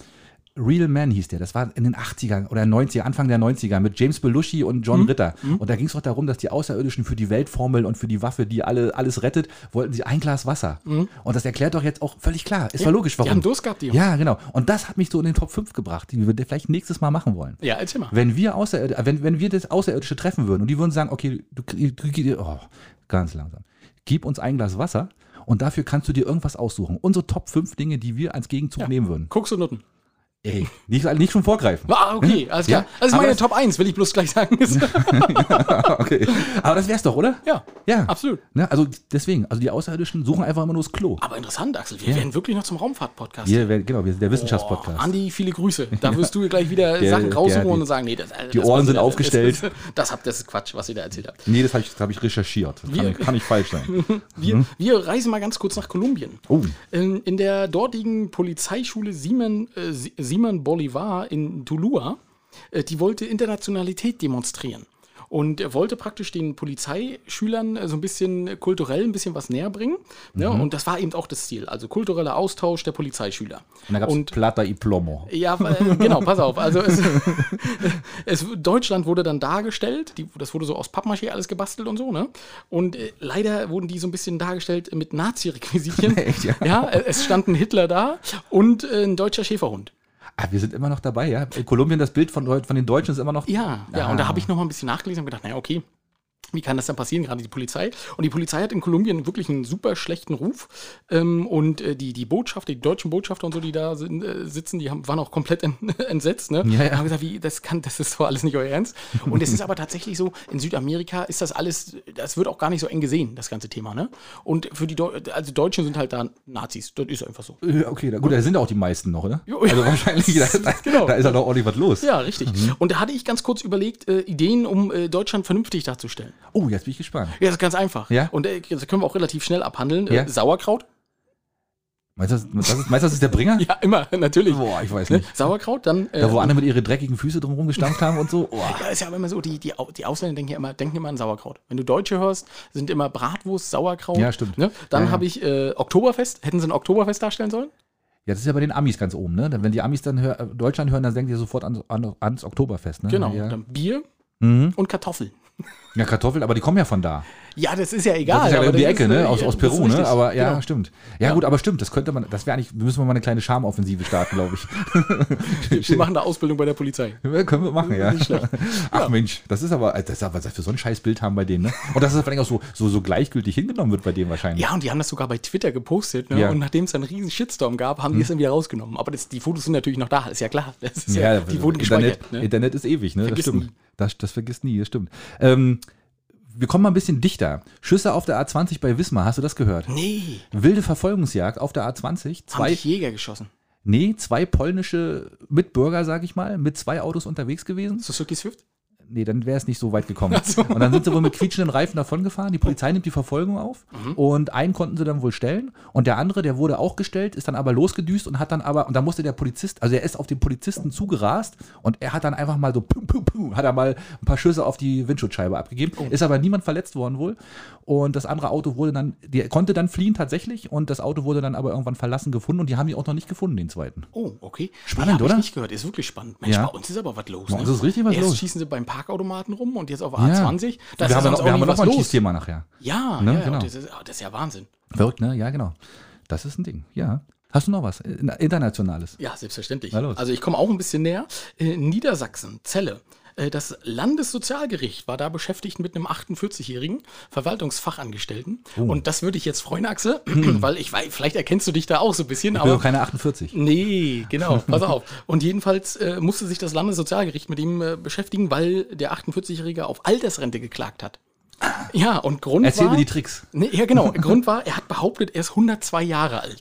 Speaker 1: Real Man hieß der, das war in den 80ern oder 90er, Anfang der 90er mit James Belushi und John
Speaker 3: Mhm.
Speaker 1: Ritter. Und da ging es doch darum, dass die Außerirdischen für die Weltformel und für die Waffe, die alle, alles rettet, wollten sie ein Glas Wasser. Und das erklärt doch jetzt auch völlig klar. Ist doch logisch, warum.
Speaker 3: haben Durst gehabt, Mhm. die Jungs.
Speaker 1: Ja, genau. Und das hat mich so in den Top 5 gebracht, die wir vielleicht nächstes Mal machen wollen.
Speaker 3: Ja, erzähl mal.
Speaker 1: Wenn wir, Außerird wenn, wenn wir das Außerirdische treffen würden und die würden sagen, okay, du, du, du oh, ganz langsam, gib uns ein Glas Wasser und dafür kannst du dir irgendwas aussuchen. Unsere Top 5 Dinge, die wir als Gegenzug nehmen würden.
Speaker 3: Koks und Nutten.
Speaker 1: Ey, nicht, nicht schon vorgreifen.
Speaker 3: Ah, okay, alles klar.
Speaker 1: Ja,
Speaker 3: Das ist
Speaker 1: aber
Speaker 3: meine
Speaker 1: das-
Speaker 3: Top 1, will ich bloß gleich <laughs> sagen.
Speaker 1: <laughs> okay. Aber das wär's doch, oder?
Speaker 3: ja.
Speaker 1: Ja.
Speaker 3: Absolut.
Speaker 1: Ne, also deswegen, also die Außerirdischen suchen einfach immer nur das Klo.
Speaker 3: Aber interessant, Axel. Wir werden wirklich noch zum Raumfahrt-Podcast.
Speaker 1: Wir, werden- genau, wir sind der
Speaker 3: Oh,
Speaker 1: Wissenschaftspodcast.
Speaker 3: Andi, viele Grüße. Da wirst du gleich wieder
Speaker 1: <laughs> Der-
Speaker 3: Sachen raussuchen
Speaker 1: der- die-
Speaker 3: und sagen, nee, das, äh,
Speaker 1: die
Speaker 3: das
Speaker 1: Ohren
Speaker 3: was
Speaker 1: sind
Speaker 3: ihr da-
Speaker 1: aufgestellt.
Speaker 3: Das, <laughs> das, habt- das ist Quatsch, was ihr da erzählt habt.
Speaker 1: nee, das habe ich, das hab ich recherchiert. Das
Speaker 3: Wir-
Speaker 1: kann, kann nicht falsch
Speaker 3: <laughs>
Speaker 1: sein.
Speaker 3: Wir, wir reisen mal ganz kurz nach Kolumbien.
Speaker 1: Mhm. Oh.
Speaker 3: In, in der dortigen Polizeischule Simon, äh, Si- Simon Bolivar in Tulua, äh, die wollte Internationalität demonstrieren. Und äh, wollte praktisch den Polizeischülern äh, so ein bisschen äh, kulturell ein bisschen was näher bringen. Ne?
Speaker 1: Mhm.
Speaker 3: Und das war eben auch das Ziel. Also kultureller Austausch der Polizeischüler.
Speaker 1: Und da gab es
Speaker 3: Und-
Speaker 1: Plata y Plomo.
Speaker 3: Ja, weil- genau, pass auf. Also es, <laughs> es, Deutschland wurde dann dargestellt, die, das wurde so aus Pappmaché alles gebastelt und so, ne? Und äh, leider wurden die so ein bisschen dargestellt mit Nazi-Requisitien.
Speaker 1: Echt, ja?
Speaker 3: ja, äh, es standen Hitler da und äh, ein deutscher Schäferhund.
Speaker 1: Ah, wir sind immer noch dabei, ja. In Kolumbien, das Bild von, Deu- von den Deutschen ist immer noch.
Speaker 3: Ja, ja, und
Speaker 1: Ah.
Speaker 3: da habe ich noch mal ein bisschen nachgelesen und gedacht, naja, okay, wie kann das denn passieren, gerade die Polizei? Und die Polizei hat in Kolumbien wirklich einen super schlechten Ruf. Ähm, und äh, die, die Botschafter, die deutschen Botschafter und so, die da sind, äh, sitzen, die haben, waren auch komplett en <laughs> entsetzt. Ne?
Speaker 1: Ja, ja.
Speaker 3: Und haben gesagt, wie, das, kann, das ist doch alles nicht euer Ernst. Und es ist aber tatsächlich so, in Südamerika ist das alles, das wird auch gar nicht so eng gesehen, das ganze Thema. Ne? Und für die Deu also Deutschen sind halt da Nazis, das ist einfach so.
Speaker 1: Äh, Okay, da, gut, da sind auch die meisten noch, oder?
Speaker 3: Jo, <laughs> ja.
Speaker 1: Also wahrscheinlich, da, da,
Speaker 3: Genau.
Speaker 1: da ist ja noch ordentlich was los.
Speaker 3: Ja, richtig.
Speaker 1: Mhm.
Speaker 3: Und da hatte ich ganz kurz überlegt, äh, Ideen, um äh, Deutschland vernünftig darzustellen.
Speaker 1: Oh, jetzt bin ich gespannt.
Speaker 3: Ja, das ist ganz einfach.
Speaker 1: Ja.
Speaker 3: Und äh, das können wir auch relativ schnell abhandeln.
Speaker 1: Ja.
Speaker 3: Äh, Sauerkraut? <laughs>
Speaker 1: Meinst du, das, das ist, meinst du, das ist der Bringer?
Speaker 3: Ja, immer, <laughs> natürlich.
Speaker 1: Boah, ich weiß
Speaker 3: Ne?
Speaker 1: nicht.
Speaker 3: Sauerkraut, dann. Äh,
Speaker 1: Da, wo andere mit ihren dreckigen Füße drum rumgestampft haben und so. Oh.
Speaker 3: ja, ist ja aber immer so, die, die, Au- die Ausländer denken ja immer, denken immer an Sauerkraut. Wenn du Deutsche hörst, sind immer Bratwurst, Sauerkraut.
Speaker 1: Ja, stimmt.
Speaker 3: Ne? Dann
Speaker 1: Ja, ja.
Speaker 3: habe ich äh, Oktoberfest. Hätten sie ein Oktoberfest darstellen sollen?
Speaker 1: Ja, das ist ja bei den Amis ganz oben, ne? Dann, Wenn die Amis dann hör, äh, Deutschland hören, dann denken die sofort an, an, ans Oktoberfest, ne?
Speaker 3: Genau.
Speaker 1: Ja.
Speaker 3: Dann Bier
Speaker 1: Mhm.
Speaker 3: und Kartoffeln.
Speaker 1: ja, Kartoffeln, aber die kommen ja von da.
Speaker 3: Ja, das ist ja egal.
Speaker 1: Das ist ja
Speaker 3: aber
Speaker 1: um die
Speaker 3: das
Speaker 1: Ecke,
Speaker 3: ist, äh,
Speaker 1: ne? Aus, aus
Speaker 3: das ist
Speaker 1: Peru, ne?
Speaker 3: richtig.
Speaker 1: Aber ja, <laughs>
Speaker 3: Genau.
Speaker 1: stimmt. Ja, gut, aber stimmt, das könnte man, das wäre eigentlich, müssen wir mal eine kleine Schamoffensive starten, glaube ich.
Speaker 3: Wir machen da Ausbildung bei der Polizei.
Speaker 1: Ja, können wir machen, ja. <laughs> Ach Mensch, das ist aber, das ist aber, was wir für so ein scheiß Bild haben bei denen, ne? Und dass es vor allem auch so, so, so gleichgültig hingenommen wird bei denen wahrscheinlich.
Speaker 3: Ja, und die haben das sogar bei Twitter gepostet. Ne?
Speaker 1: Ja. Hm.
Speaker 3: Und nachdem es einen riesen Shitstorm gab, haben die es dann wieder rausgenommen. Aber das, die Fotos sind natürlich noch da, ist ja klar. Das ist ja, die wurden
Speaker 1: Internet,
Speaker 3: gespeichert. Ne?
Speaker 1: Internet ist ewig, ne?
Speaker 3: Vergiss
Speaker 1: das stimmt.
Speaker 3: nie.
Speaker 1: Das, das vergisst nie, das stimmt. Ähm, wir kommen mal ein bisschen dichter. Schüsse auf der A20 bei Wismar, hast du das gehört?
Speaker 3: Nee,
Speaker 1: Wilde Verfolgungsjagd auf der A20.
Speaker 3: haben
Speaker 1: Zwei,
Speaker 3: dich Jäger geschossen.
Speaker 1: nee, zwei polnische Mitbürger, sag ich mal, mit zwei Autos unterwegs gewesen.
Speaker 3: Suzuki Swift?
Speaker 1: Nee, dann wäre es nicht so weit
Speaker 3: <laughs>
Speaker 1: gekommen. Und dann sind sie wohl mit quietschenden Reifen davongefahren. Die Polizei nimmt die Verfolgung auf
Speaker 3: Mhm.
Speaker 1: und einen konnten sie dann wohl stellen. Und der andere, der wurde auch gestellt, ist dann aber losgedüst und hat dann aber, und da musste der Polizist, also er ist auf den Polizisten zugerast und er hat dann einfach mal so, pum, pum, pum, hat er mal ein paar Schüsse auf die Windschutzscheibe abgegeben.
Speaker 3: Oh.
Speaker 1: Ist aber niemand verletzt worden wohl. Und das andere Auto wurde dann, der konnte dann fliehen tatsächlich und das Auto wurde dann aber irgendwann verlassen gefunden und die haben die auch noch nicht gefunden, den zweiten.
Speaker 3: Oh, okay.
Speaker 1: Spannend,
Speaker 3: hab ich
Speaker 1: oder?
Speaker 3: nicht gehört, ist wirklich spannend. Mensch,
Speaker 1: Ja.
Speaker 3: bei uns ist aber was los. ne?
Speaker 1: Bei uns ist richtig was
Speaker 3: Erst
Speaker 1: los.
Speaker 3: schießen sie beim Parkautomaten rum und jetzt auf
Speaker 1: Ja.
Speaker 3: A20. Da
Speaker 1: wir
Speaker 3: ja
Speaker 1: haben,
Speaker 3: sonst
Speaker 1: noch, wir haben
Speaker 3: nie
Speaker 1: noch
Speaker 3: was
Speaker 1: mal ein
Speaker 3: los.
Speaker 1: Schießthema nachher.
Speaker 3: Ja,
Speaker 1: Ne,
Speaker 3: ja, ja
Speaker 1: genau.
Speaker 3: das, ist, ah, das ist ja Wahnsinn.
Speaker 1: Verrückt, ne? Ja, genau. Das ist ein Ding, ja. Hast du noch was? In- Internationales.
Speaker 3: Ja, selbstverständlich.
Speaker 1: Na los.
Speaker 3: Also ich komme auch ein bisschen näher. Äh, Niedersachsen, Celle. Äh, Das Landessozialgericht war da beschäftigt mit einem 48-jährigen Verwaltungsfachangestellten.
Speaker 1: Oh.
Speaker 3: Und das würde ich jetzt freuen, Axel, <clears throat> weil ich weiß, vielleicht erkennst du dich da auch so ein bisschen,
Speaker 1: Ich bin
Speaker 3: aber
Speaker 1: doch keine 48.
Speaker 3: Nee,
Speaker 1: <laughs>
Speaker 3: genau, pass auf. Und jedenfalls äh, musste sich das Landessozialgericht mit ihm äh, beschäftigen, weil der 48-Jährige auf Altersrente geklagt hat. Ja, und Grund
Speaker 1: Erzähl
Speaker 3: war...
Speaker 1: mir die Tricks.
Speaker 3: Nee, ja, genau. Grund war, er hat behauptet, er ist 102 Jahre alt.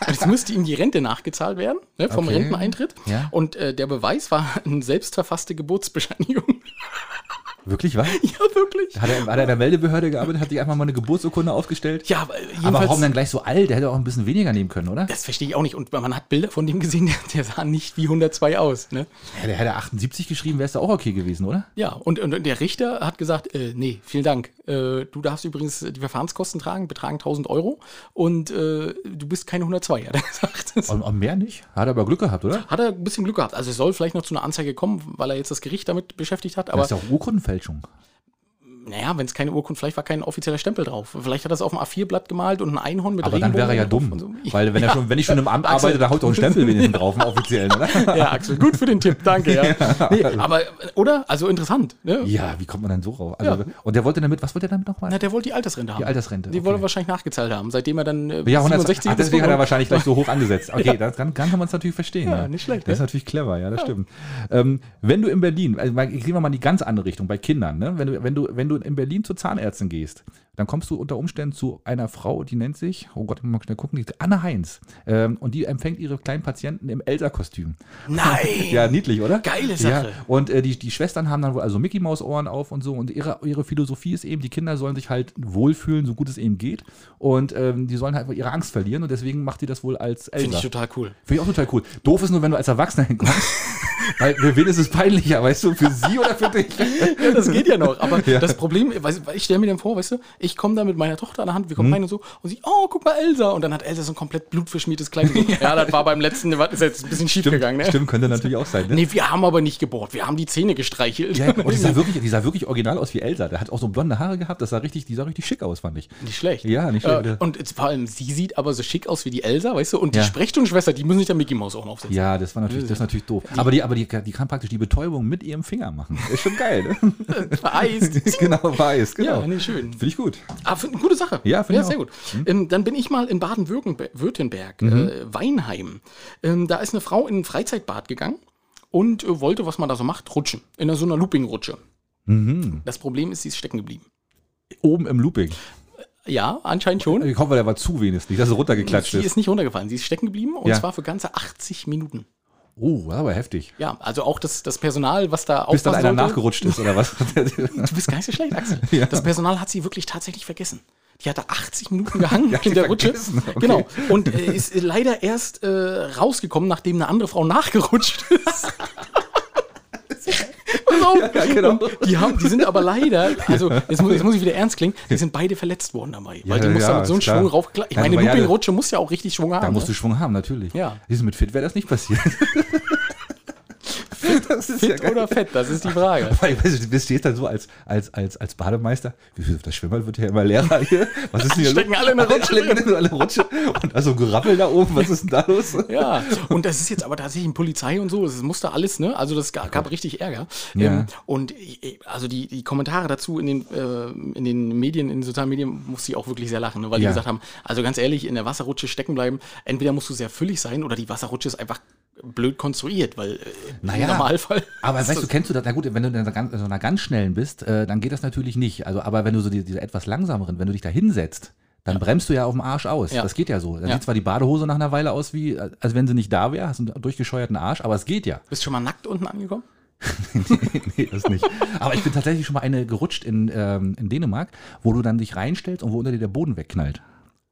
Speaker 3: Und jetzt müsste ihm die Rente nachgezahlt werden, ne, vom
Speaker 1: Okay.
Speaker 3: Renteneintritt.
Speaker 1: Ja.
Speaker 3: Und äh, der Beweis war eine selbstverfasste Geburtsbescheinigung. <laughs>
Speaker 1: Wirklich, was?
Speaker 3: ja, wirklich.
Speaker 1: Hat er, hat er in der Meldebehörde gearbeitet, hat sich einfach mal eine Geburtsurkunde aufgestellt?
Speaker 3: Ja, aber jedenfalls.
Speaker 1: Aber warum dann gleich so alt? Der hätte auch ein bisschen weniger nehmen können, oder?
Speaker 3: Das verstehe ich auch nicht. Und man hat Bilder von dem gesehen, <laughs> der, der sah nicht wie 102 aus. Ne?
Speaker 1: Hätte, hätte er 78 geschrieben, wäre es da auch okay gewesen, oder?
Speaker 3: Ja, und, und der Richter hat gesagt, äh, nee, vielen Dank. Äh, du darfst übrigens die Verfahrenskosten tragen, betragen 1000 Euro. Und äh, du bist keine 102, <laughs> hat er gesagt. Das
Speaker 1: Und, und mehr nicht? Hat er aber Glück gehabt, oder?
Speaker 3: Hat er ein bisschen Glück gehabt. Also es soll vielleicht noch zu einer Anzeige kommen, weil er jetzt das Gericht damit beschäftigt hat.
Speaker 1: Das
Speaker 3: Aber
Speaker 1: ist ja auch Urkundenfälschung.
Speaker 3: naja, wenn es keine Urkunde, vielleicht war kein offizieller Stempel drauf. Vielleicht hat er es auf dem A4-Blatt gemalt und ein Einhorn mit
Speaker 1: Aber dann wäre er ja
Speaker 3: Regenbogen
Speaker 1: dumm.
Speaker 3: drauf
Speaker 1: <laughs>
Speaker 3: und so.
Speaker 1: Weil wenn, er schon, wenn ich schon im Amt
Speaker 3: Axel.
Speaker 1: arbeite, dann haut doch ein Stempel wenigstens drauf, einen offiziellen, oder? <laughs>
Speaker 3: Ja, Axel, gut für den Tipp, danke. Ja. Nee, aber, oder? Also interessant. Ne?
Speaker 1: Ja, wie kommt man dann so rauf? Also, Und der wollte damit, was wollte er damit nochmal?
Speaker 3: Na, der wollte die Altersrente haben.
Speaker 1: Die Altersrente,
Speaker 3: Die
Speaker 1: okay.
Speaker 3: wollte er wahrscheinlich nachgezahlt haben, seitdem er dann äh,
Speaker 1: Ja, 160. Ach,
Speaker 3: ist.
Speaker 1: deswegen hat er wahrscheinlich gleich so hoch
Speaker 3: <laughs>
Speaker 1: angesetzt. Okay, das, dann, dann kann man es natürlich verstehen.
Speaker 3: Ja, nicht schlecht,
Speaker 1: Das ist
Speaker 3: ne?
Speaker 1: natürlich clever, ja, das stimmt. Ähm, wenn du in Berlin, also mal- ich gehe mal in die ganz andere Richtung bei Kindern, ne? wenn, du, wenn, du, wenn du in Berlin zur Zahnärztin gehst, dann kommst du unter Umständen zu einer Frau, die nennt sich, oh Gott, ich muss mal schnell gucken, die, Anne Heinz. Ähm, und die empfängt ihre kleinen Patienten im Elsa-Kostüm.
Speaker 3: Nein!
Speaker 1: Ja, niedlich, oder?
Speaker 3: Geile Sache.
Speaker 1: Ja, und äh, die, die Schwestern haben dann wohl also Mickey Maus Ohren auf und so und ihre, ihre Philosophie ist eben, die Kinder sollen sich halt wohlfühlen, so gut es eben geht und ähm, die sollen halt ihre Angst verlieren und deswegen macht die das wohl als
Speaker 3: Finde
Speaker 1: Elsa.
Speaker 3: ich total cool. <laughs>
Speaker 1: Finde ich auch total cool. Doof ist nur, wenn du als Erwachsener hinkommst Weil für wen ist es peinlicher, weißt du, für sie oder für dich?
Speaker 3: Ja, das geht ja noch. Aber
Speaker 1: <laughs> Ja.
Speaker 3: das Problem, weißt, du, ich stelle mir dann vor, weißt du, ich komme da mit meiner Tochter an der Hand, wir kommen
Speaker 1: Mhm.
Speaker 3: rein und so und sie, oh, guck mal, Elsa. Und dann hat Elsa so ein komplett blutverschmiertes Kleid.
Speaker 1: <laughs>
Speaker 3: ja. das war beim letzten, was ist jetzt ein bisschen schief gegangen, ne?
Speaker 1: Stimmt, könnte natürlich auch sein, ne?
Speaker 3: Nee, wir haben aber nicht gebohrt, wir haben die Zähne gestreichelt.
Speaker 1: Ja,
Speaker 3: <laughs>
Speaker 1: und die sah, wirklich, die sah wirklich original aus wie Elsa. Der hat auch so blonde Haare gehabt, das sah richtig, die sah richtig schick aus, fand ich.
Speaker 3: Nicht schlecht.
Speaker 1: Ja, nicht schlecht.
Speaker 3: Äh, und jetzt vor allem, sie sieht aber so schick aus wie die Elsa, weißt du? Und die
Speaker 1: Ja.
Speaker 3: Sprechstundenschwester, die müssen sich da Mickey Mouse auch noch aufsetzen.
Speaker 1: Ja, das war natürlich, das ist natürlich doof. aber die, aber die, die kann praktisch die Betäubung mit ihrem Finger machen. Ist schon geil, ne? <laughs>
Speaker 3: Vereist.
Speaker 1: genau, weiß, genau.
Speaker 3: Ja, nee, schön.
Speaker 1: Finde ich gut.
Speaker 3: Ah, find, gute Sache.
Speaker 1: Ja, find ich
Speaker 3: sehr
Speaker 1: auch. Mhm.
Speaker 3: gut. Ähm, dann bin ich mal in Baden-Württemberg, äh, Weinheim. Ähm, da ist eine Frau in ein Freizeitbad gegangen und äh, wollte, was man da so macht, rutschen. In einer- so einer Looping-Rutsche. Das Problem ist, sie ist stecken geblieben.
Speaker 1: Mhm. Oben im Looping.
Speaker 3: Ja, anscheinend schon.
Speaker 1: Ich hoffe, der war zu wenigstens, dass er runtergeklatscht
Speaker 3: Sie
Speaker 1: Äh, ist.
Speaker 3: ist nicht runtergefallen, sie ist stecken geblieben und
Speaker 1: Ja.
Speaker 3: zwar für ganze 80 Minuten.
Speaker 1: Oh, war aber heftig.
Speaker 3: Ja, also auch das, das Personal, was da
Speaker 1: Bis dann
Speaker 3: aufpassen
Speaker 1: einer
Speaker 3: sollte-
Speaker 1: nachgerutscht ist, oder was? <laughs>
Speaker 3: Du bist gar nicht so schlecht, Axel.
Speaker 1: Ja.
Speaker 3: Das Personal hat sie wirklich tatsächlich vergessen. Die hatte
Speaker 1: <laughs>
Speaker 3: 80 Minuten gehangen
Speaker 1: Ja,
Speaker 3: in der
Speaker 1: die
Speaker 3: Rutsche.
Speaker 1: vergessen, okay.
Speaker 3: Genau. Und äh, ist äh, leider erst äh, rausgekommen, nachdem eine andere Frau nachgerutscht ist.
Speaker 1: <laughs>
Speaker 3: Pass auf.
Speaker 1: genau.
Speaker 3: Und die, haben, die sind aber leider, also jetzt muss, jetzt muss ich wieder ernst klingen, die sind beide verletzt worden dabei. weil die
Speaker 1: Ja,
Speaker 3: muss
Speaker 1: ja,
Speaker 3: da mit so einem
Speaker 1: ist klar.
Speaker 3: Schwung raufkla. Ich
Speaker 1: Ja,
Speaker 3: meine,
Speaker 1: aber ja,
Speaker 3: Looping-Rutsche muss ja auch richtig Schwung haben.
Speaker 1: Da musst du
Speaker 3: ne?
Speaker 1: Schwung haben, natürlich.
Speaker 3: Ja.
Speaker 1: Ist mit Fit wäre das nicht passiert. <laughs> das ist
Speaker 3: Fit oder fett, das ist die Frage.
Speaker 1: <laughs> Weil, weißt du, du bist jetzt dann so als, als, als, als Bademeister, wieso, das Schwimmbad wird ja immer
Speaker 3: <laughs>
Speaker 1: leerer hier. Was ist denn hier
Speaker 3: Stecken alle in der Rutsche
Speaker 1: Alle, alle, alle Rutsche. Und also Gerappel da oben, was ist denn da los?
Speaker 3: Ja, <laughs> und das ist jetzt aber tatsächlich in Polizei und so, es musste alles, ne? Also das gab, gab richtig Ärger.
Speaker 1: Ja.
Speaker 3: Ähm, und ich- ich- also die, die Kommentare dazu in den, äh, in den Medien, in den sozialen Medien musste ich auch wirklich sehr lachen, ne? weil die
Speaker 1: Ja.
Speaker 3: gesagt haben, also ganz ehrlich, in der Wasserrutsche stecken bleiben, entweder musst du sehr füllig sein oder die Wasserrutsche ist einfach blöd konstruiert, weil äh,
Speaker 1: Naja.
Speaker 3: im Normalfall.
Speaker 1: Aber
Speaker 3: ist
Speaker 1: weißt du,
Speaker 3: das-
Speaker 1: kennst du das? Na gut, wenn du in so ganz- in so einer ganz schnellen bist, äh, dann geht das natürlich nicht. Also, aber wenn du so die, diese etwas langsameren, wenn du dich da hinsetzt, dann bremst du ja auf dem Arsch aus.
Speaker 3: Ja.
Speaker 1: Das geht ja so. Dann
Speaker 3: Ja.
Speaker 1: sieht zwar die Badehose nach einer Weile aus, wie, als wenn sie nicht da wäre, hast einen durchgescheuerten Arsch, aber es geht ja.
Speaker 3: bist du schon mal nackt unten angekommen?
Speaker 1: <laughs> nee, das nicht. Aber ich bin tatsächlich schon mal eine gerutscht in, ähm, in Dänemark, wo du dann dich reinstellst und wo unter dir der Boden wegknallt.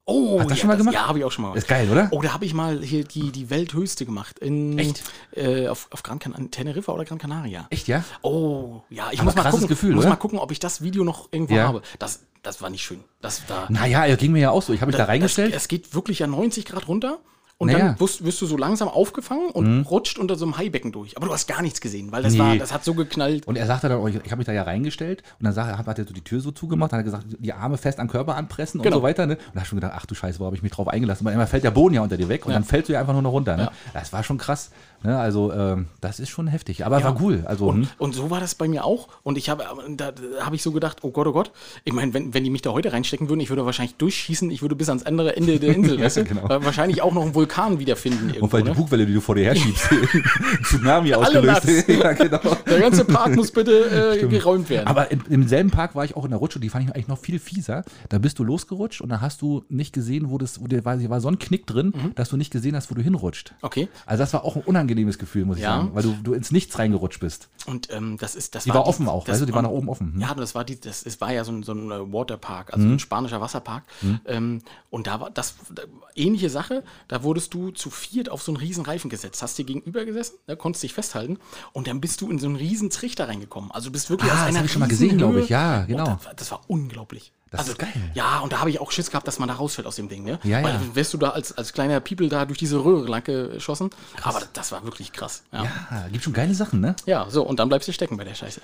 Speaker 3: Oh,
Speaker 1: Hast du das
Speaker 3: ja,
Speaker 1: schon mal gemacht?
Speaker 3: Ja, habe ich auch schon mal
Speaker 1: Ist geil, oder?
Speaker 3: Oh, da habe ich mal hier die, die Welthöchste gemacht. In,
Speaker 1: Echt?
Speaker 3: Äh, auf, auf Gran Can Teneriffa oder Gran Canaria.
Speaker 1: Echt, ja?
Speaker 3: Oh, ja, ich
Speaker 1: Aber
Speaker 3: muss mal
Speaker 1: krasses
Speaker 3: gucken,
Speaker 1: Gefühl,
Speaker 3: muss
Speaker 1: oder?
Speaker 3: mal gucken, ob ich das Video noch irgendwo
Speaker 1: Ja.
Speaker 3: habe. Das, das war nicht schön. Das da,
Speaker 1: Naja, ja, ging mir ja auch so. Ich habe mich da reingestellt.
Speaker 3: Es geht wirklich ja 90 Grad runter und
Speaker 1: Naja.
Speaker 3: dann wirst, wirst du so langsam aufgefangen und rutscht unter so einem Haibecken durch. Aber du hast gar nichts gesehen, weil das
Speaker 1: Mhm. Nee.
Speaker 3: war, das hat so geknallt.
Speaker 1: und er sagte dann, oh, ich habe mich da ja reingestellt und dann sag, hat, hat er so die Tür so zugemacht, dann hat er gesagt, die Arme fest am Körper anpressen
Speaker 3: Genau.
Speaker 1: und so weiter. Ne? Und da hab ich schon gedacht, ach du Scheiße, wo habe ich mich drauf eingelassen? Weil immer fällt der Boden ja unter dir weg und
Speaker 3: Ja.
Speaker 1: dann fällst du ja einfach nur noch runter. Ne?
Speaker 3: Ja.
Speaker 1: Das war schon krass. Ne? Also ähm, das ist schon heftig, aber war cool. Also hm.
Speaker 3: Und, und so war das bei mir auch. Und ich habe, äh, da, da habe ich so gedacht, oh Gott, oh Gott. Ich meine, wenn, wenn die mich da heute reinstecken würden, ich würde wahrscheinlich durchschießen. Ich würde bis ans andere Ende der
Speaker 1: <laughs>
Speaker 3: Insel,
Speaker 1: Ja,
Speaker 3: weißt du?
Speaker 1: genau.
Speaker 3: Weil Wahrscheinlich auch noch einen Vulkan wiederfinden irgendwo.
Speaker 1: und weil die
Speaker 3: ne?
Speaker 1: Bugwelle, die du vor dir herschiebst, <laughs> Tsunami
Speaker 3: Alle
Speaker 1: ausgelöst.
Speaker 3: nass.
Speaker 1: <laughs> ja, genau.
Speaker 3: Der ganze Park muss bitte äh, geräumt werden.
Speaker 1: Aber im, im selben Park war ich auch in der Rutsche, die fand ich eigentlich noch viel fieser. Da bist du losgerutscht und da hast du nicht gesehen, wo das, wo der war, war so ein Knick drin, dass du nicht gesehen hast, wo du hinrutscht.
Speaker 3: Mhm. okay.
Speaker 1: Also das war auch ein unangenehmes Gefühl, muss ich
Speaker 3: Ja.
Speaker 1: sagen, weil du, du ins Nichts reingerutscht bist.
Speaker 3: Und ähm, das ist das
Speaker 1: Die war offen auch,
Speaker 3: das,
Speaker 1: weißt du, die war nach oben offen. Hm?
Speaker 3: Ja, das war die, das es war ja so ein, so ein äh, Waterpark,
Speaker 1: Mhm.
Speaker 3: also ein spanischer Wasserpark. Ähm, und da war das da, ähnliche Sache. Da wurdest du zu viert auf so einen riesen Reifen gesetzt, hast dir gegenüber gesessen, da konntest dich festhalten und dann bist du in so einen riesen Trichter reingekommen. Also du bist wirklich
Speaker 1: Ah, das hab ich schon mal gesehen,
Speaker 3: Riesenhöhe.
Speaker 1: glaub ich. Ja,
Speaker 3: Und
Speaker 1: genau.
Speaker 3: Das, war- das war unglaublich.
Speaker 1: Das
Speaker 3: Also,
Speaker 1: ist geil.
Speaker 3: Ja, und da habe ich auch Schiss gehabt, dass man da rausfällt aus dem Ding. Ne?
Speaker 1: Ja,
Speaker 3: Weil
Speaker 1: ja.
Speaker 3: dann wärst du da als, als kleiner People da durch diese Röhre lang geschossen. Aber das war wirklich krass. Ja. ja.
Speaker 1: Ah, gibt schon geile Sachen, ne?
Speaker 3: so, und dann bleibst du stecken bei der Scheiße.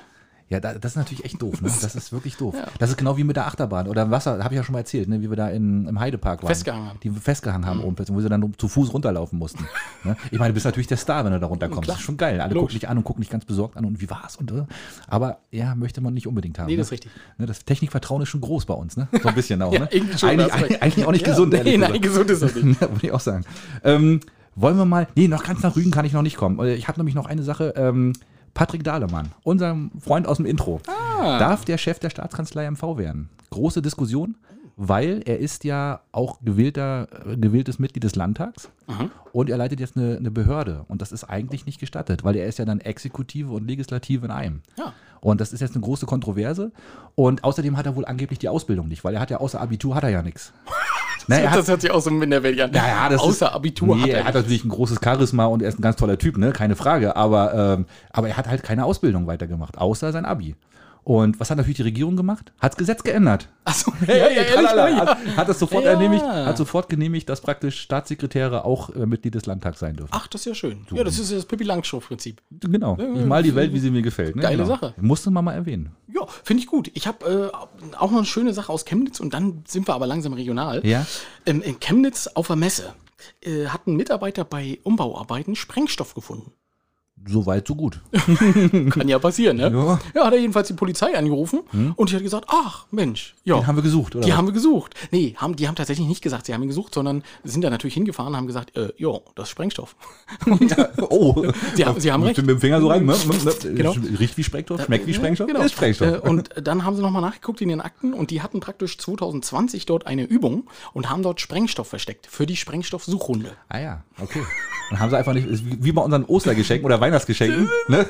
Speaker 1: Ja, da, das ist natürlich echt doof, ne? Das ist wirklich
Speaker 3: <laughs>
Speaker 1: doof. Das ist genau wie mit der Achterbahn oder im Wasser, habe ich ja schon mal erzählt, ne? wie wir da in, im Heidepark waren.
Speaker 3: Festgehangen haben. Mhm.
Speaker 1: Die wir festgehangen haben oben plötzlich, wo sie dann zu Fuß runterlaufen mussten. ne? Ich meine, du bist natürlich der Star, wenn du da runterkommst.
Speaker 3: Klar.
Speaker 1: Das ist schon geil. Alle
Speaker 3: Logisch.
Speaker 1: gucken dich an und gucken dich ganz besorgt an und wie war's und äh. aber ja, möchte man nicht unbedingt haben.
Speaker 3: Nee,
Speaker 1: ne?
Speaker 3: das ist richtig.
Speaker 1: Ne? Das Technikvertrauen ist schon groß bei uns, ne? So ein bisschen auch,
Speaker 3: <laughs> Ja,
Speaker 1: ne?
Speaker 3: irgendwie schon,
Speaker 1: eigentlich,
Speaker 3: da hast du recht.
Speaker 1: eigentlich auch nicht
Speaker 3: <laughs> Ja,
Speaker 1: gesund,
Speaker 3: nee,
Speaker 1: ehrlich
Speaker 3: nein,
Speaker 1: gesagt.
Speaker 3: gesund ist das <laughs>
Speaker 1: <laughs>
Speaker 3: nicht.
Speaker 1: Ja, Würde ich auch sagen. Ähm, wollen wir mal. Nee, noch ganz nach Rügen kann ich noch nicht kommen. Äh, Ich habe nämlich noch eine Sache. Ähm, Patrick Dahlemann, unser Freund aus dem Intro.
Speaker 3: Ah.
Speaker 1: Darf der Chef der Staatskanzlei MV werden? Große Diskussion, weil er ist ja auch gewählter, äh, gewähltes Mitglied des Landtags und er leitet jetzt eine, eine Behörde. Und das ist eigentlich nicht gestattet, weil er ist ja dann Exekutive und Legislative in einem.
Speaker 3: Ja.
Speaker 1: Und das ist jetzt eine große
Speaker 3: <laughs>
Speaker 1: Kontroverse. Und außerdem hat Ne, er wohl angeblich die Ausbildung nicht, weil er hat ja außer Abitur hat er ja nichts. Na, er hat-
Speaker 3: das hört sich auch so in der Welt an.
Speaker 1: Ja, ja, das
Speaker 3: Außer
Speaker 1: ist,
Speaker 3: Abitur
Speaker 1: nee,
Speaker 3: hat
Speaker 1: er.
Speaker 3: er
Speaker 1: hat
Speaker 3: nicht.
Speaker 1: natürlich ein großes Charisma und er ist ein ganz toller Typ, ne? keine Frage. Aber, ähm, aber er hat halt keine Ausbildung weitergemacht, außer sein Abi. Und was hat natürlich die Regierung gemacht? Hat das Gesetz geändert.
Speaker 3: Achso, <laughs>
Speaker 1: tralala, Hat, hat das sofort
Speaker 3: Ja.
Speaker 1: genehmigt, hat sofort genehmigt, dass praktisch Staatssekretäre auch äh, Mitglied des Landtags sein dürfen.
Speaker 3: Ach, das ist ja schön. Ja, das ist ja das Pippi Langstrumpf-Prinzip.
Speaker 1: Genau. Ich mal die Welt, wie sie mir gefällt. Ne?
Speaker 3: Geile
Speaker 1: genau.
Speaker 3: Sache.
Speaker 1: Musste man mal erwähnen.
Speaker 3: Ja, finde ich gut. Ich habe äh, auch noch eine schöne Sache aus Chemnitz und dann sind wir aber langsam regional.
Speaker 1: Ja.
Speaker 3: Ähm, in Chemnitz auf der Messe äh, hat ein Mitarbeiter bei Umbauarbeiten Sprengstoff gefunden.
Speaker 1: So weit, so gut.
Speaker 3: Kann ja passieren, ne?
Speaker 1: Ja.
Speaker 3: hat er jedenfalls die Polizei angerufen und die hat gesagt, ach Mensch, ja.
Speaker 1: Den haben wir gesucht, oder?
Speaker 3: Die
Speaker 1: was?
Speaker 3: haben wir gesucht. Nee, haben, die haben tatsächlich nicht gesagt, sie haben ihn gesucht, sondern sind da natürlich hingefahren und haben gesagt, äh, jo, das ist Sprengstoff.
Speaker 1: <laughs>
Speaker 3: <laughs>
Speaker 1: oh,
Speaker 3: Sie haben- Sie haben
Speaker 1: mit,
Speaker 3: recht.
Speaker 1: Mit dem Finger so rein.
Speaker 3: <laughs>
Speaker 1: Ne?
Speaker 3: Genau.
Speaker 1: Riecht wie Sprengstoff, schmeckt wie Sprengstoff.
Speaker 3: Genau.
Speaker 1: Ist Sprengstoff.
Speaker 3: Äh, Und dann haben sie nochmal nachgeguckt in ihren Akten und die hatten praktisch 2020 dort eine Übung und haben dort Sprengstoff versteckt für die Sprengstoffsuchrunde.
Speaker 1: Ah ja, okay. <laughs> Dann haben sie einfach nicht, ist wie bei unseren Ostergeschenken oder
Speaker 3: <laughs>
Speaker 1: Weihnachtsgeschenken. Ne?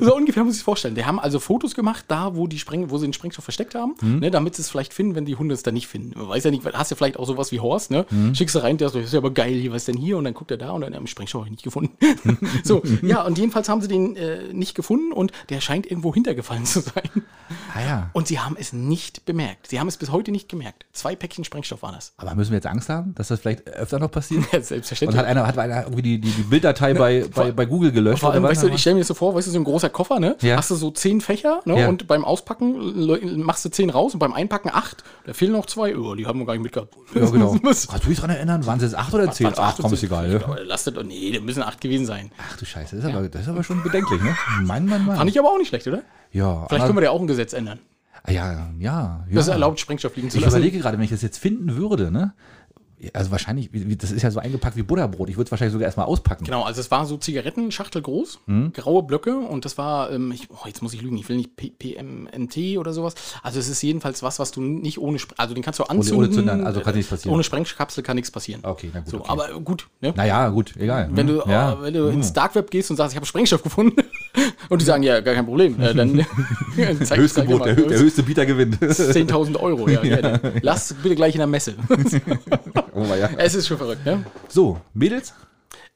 Speaker 3: so ungefähr muss ich es vorstellen. Die haben also Fotos gemacht, da wo, die Spreng wo sie den Sprengstoff versteckt haben,
Speaker 1: Mhm.
Speaker 3: ne, damit sie es vielleicht finden, wenn die Hunde es dann nicht finden. Man weiß ja nicht, hast ja vielleicht auch sowas wie Horst, ne?
Speaker 1: Mhm.
Speaker 3: Schickst du rein, der so, ist ja aber geil, hier, was denn hier? Und dann guckt er da und dann, ähm, Sprengstoff habe ich nicht gefunden. <laughs> so, ja, und jedenfalls haben sie den äh, nicht gefunden und der scheint irgendwo hintergefallen zu sein.
Speaker 1: Ah ja.
Speaker 3: Und sie haben es nicht bemerkt. Sie haben es bis heute nicht gemerkt. Zwei Päckchen Sprengstoff waren das. <laughs>
Speaker 1: Aber müssen wir jetzt Angst haben, dass das vielleicht öfter noch passiert?
Speaker 3: Ja,
Speaker 1: Und
Speaker 3: selbstverständlich.
Speaker 1: hat einer, hat einer irgendwie die, die, die Bilddatei bei, bei, bei Google gelöscht?
Speaker 3: Ne, Vor allem,
Speaker 1: oder was?
Speaker 3: weißt du, ich stelle mir das so vor, weißt du, so ein großer Koffer, ne?
Speaker 1: Ja.
Speaker 3: Hast du so zehn Fächer, ne?
Speaker 1: Ja.
Speaker 3: Und beim Auspacken le- machst du zehn raus und beim Einpacken acht. Da fehlen noch zwei. Oh, die haben wir gar nicht mitgehabt.
Speaker 1: ja,
Speaker 3: <laughs>
Speaker 1: genau.
Speaker 3: Was-
Speaker 1: Kannst du dich dran erinnern? Waren es jetzt acht oder zehn?
Speaker 3: was-
Speaker 1: Ach, komm, ist
Speaker 3: ich
Speaker 1: egal. ne? Ja.
Speaker 3: glaube, Lass das, oh, nee, da müssen acht gewesen sein.
Speaker 1: Ach du Scheiße, das ist, aber, das ist aber schon bedenklich, ne? Mann, Mann, Mann.
Speaker 3: Fand ich aber auch nicht schlecht, oder?
Speaker 1: ja,
Speaker 3: Vielleicht können
Speaker 1: aber,
Speaker 3: wir ja auch ein Gesetz ändern.
Speaker 1: wir ja, ja, ja.
Speaker 3: Das ist erlaubt, Sprengstoff liegen zu
Speaker 1: Ich
Speaker 3: lassen.
Speaker 1: überlege gerade, wenn ich das jetzt finden würde, ne? Also wahrscheinlich, wie- wie- das ist ja so eingepackt wie Butterbrot. Ich würde es wahrscheinlich sogar erstmal auspacken.
Speaker 3: Genau, also es war so Zigarettenschachtel groß,
Speaker 1: Mhm.
Speaker 3: graue Blöcke und das war, ähm, ich, oh, jetzt muss ich lügen, ich will nicht P PMNT oder sowas. Also es ist jedenfalls was, was du nicht ohne, Spr- also den kannst du anzünden.
Speaker 1: Zündern, also kann nichts passieren.
Speaker 3: Ohne Sprengkapsel kann nichts passieren.
Speaker 1: Okay, na gut,
Speaker 3: So,
Speaker 1: okay.
Speaker 3: Aber äh, gut, ne?
Speaker 1: Naja, gut, egal.
Speaker 3: Wenn du,
Speaker 1: Hm, ja.
Speaker 3: äh, wenn du ins Dark Web gehst und sagst, ich habe Sprengstoff gefunden <laughs> und die sagen, ja, gar kein Problem,
Speaker 1: <laughs>
Speaker 3: äh, dann <laughs> halt zeig,
Speaker 1: Höchstgebot, der, hö- der höchste Bieter gewinnt. <laughs>
Speaker 3: <laughs> 10.000 Euro, ja, gerne. Lass bitte gleich in der Messe.
Speaker 1: oh, ja.
Speaker 3: es ist schon verrückt, ne?
Speaker 1: So, Mädels?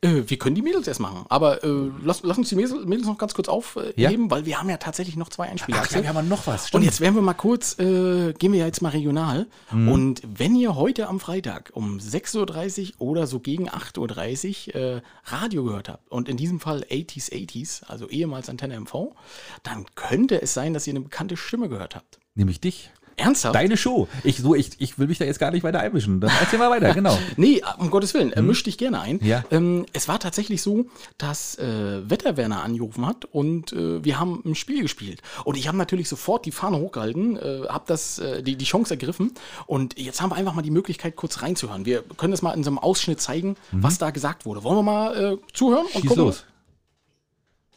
Speaker 3: Äh, wir können die Mädels erst machen, aber äh, lass, lass uns die Mädels, Mädels noch ganz kurz aufheben,
Speaker 1: Ja.
Speaker 3: weil wir haben ja tatsächlich noch zwei Einspieler. Axel.
Speaker 1: haben noch was.
Speaker 3: und jetzt werden wir mal kurz, äh, gehen wir ja jetzt mal regional.
Speaker 1: Mhm.
Speaker 3: Und wenn ihr heute am Freitag um 6.30 Uhr oder so gegen 8.30 Uhr äh, Radio gehört habt und in diesem Fall 80s 80s, also ehemals Antenne MV, dann könnte es sein, dass ihr eine bekannte Stimme gehört habt.
Speaker 1: Nämlich dich.
Speaker 3: Ernsthaft?
Speaker 1: Deine Show. Ich, so, ich, ich will mich da jetzt gar nicht weiter einmischen. Dann erzähl mal
Speaker 3: <laughs>
Speaker 1: weiter, genau.
Speaker 3: Nee, um Gottes Willen, äh, misch dich gerne ein.
Speaker 1: Hm? Ja.
Speaker 3: Ähm, es war tatsächlich so, dass äh, Wetterwerner angerufen hat und äh, wir haben ein Spiel gespielt. Und ich habe natürlich sofort die Fahne hochgehalten, äh, habe das, äh, die, die Chance ergriffen. Und jetzt haben wir einfach mal die Möglichkeit, kurz reinzuhören. Wir können das mal in so einem Ausschnitt zeigen, was da gesagt wurde. Wollen wir mal äh, zuhören?
Speaker 1: Mhm. Schieß los.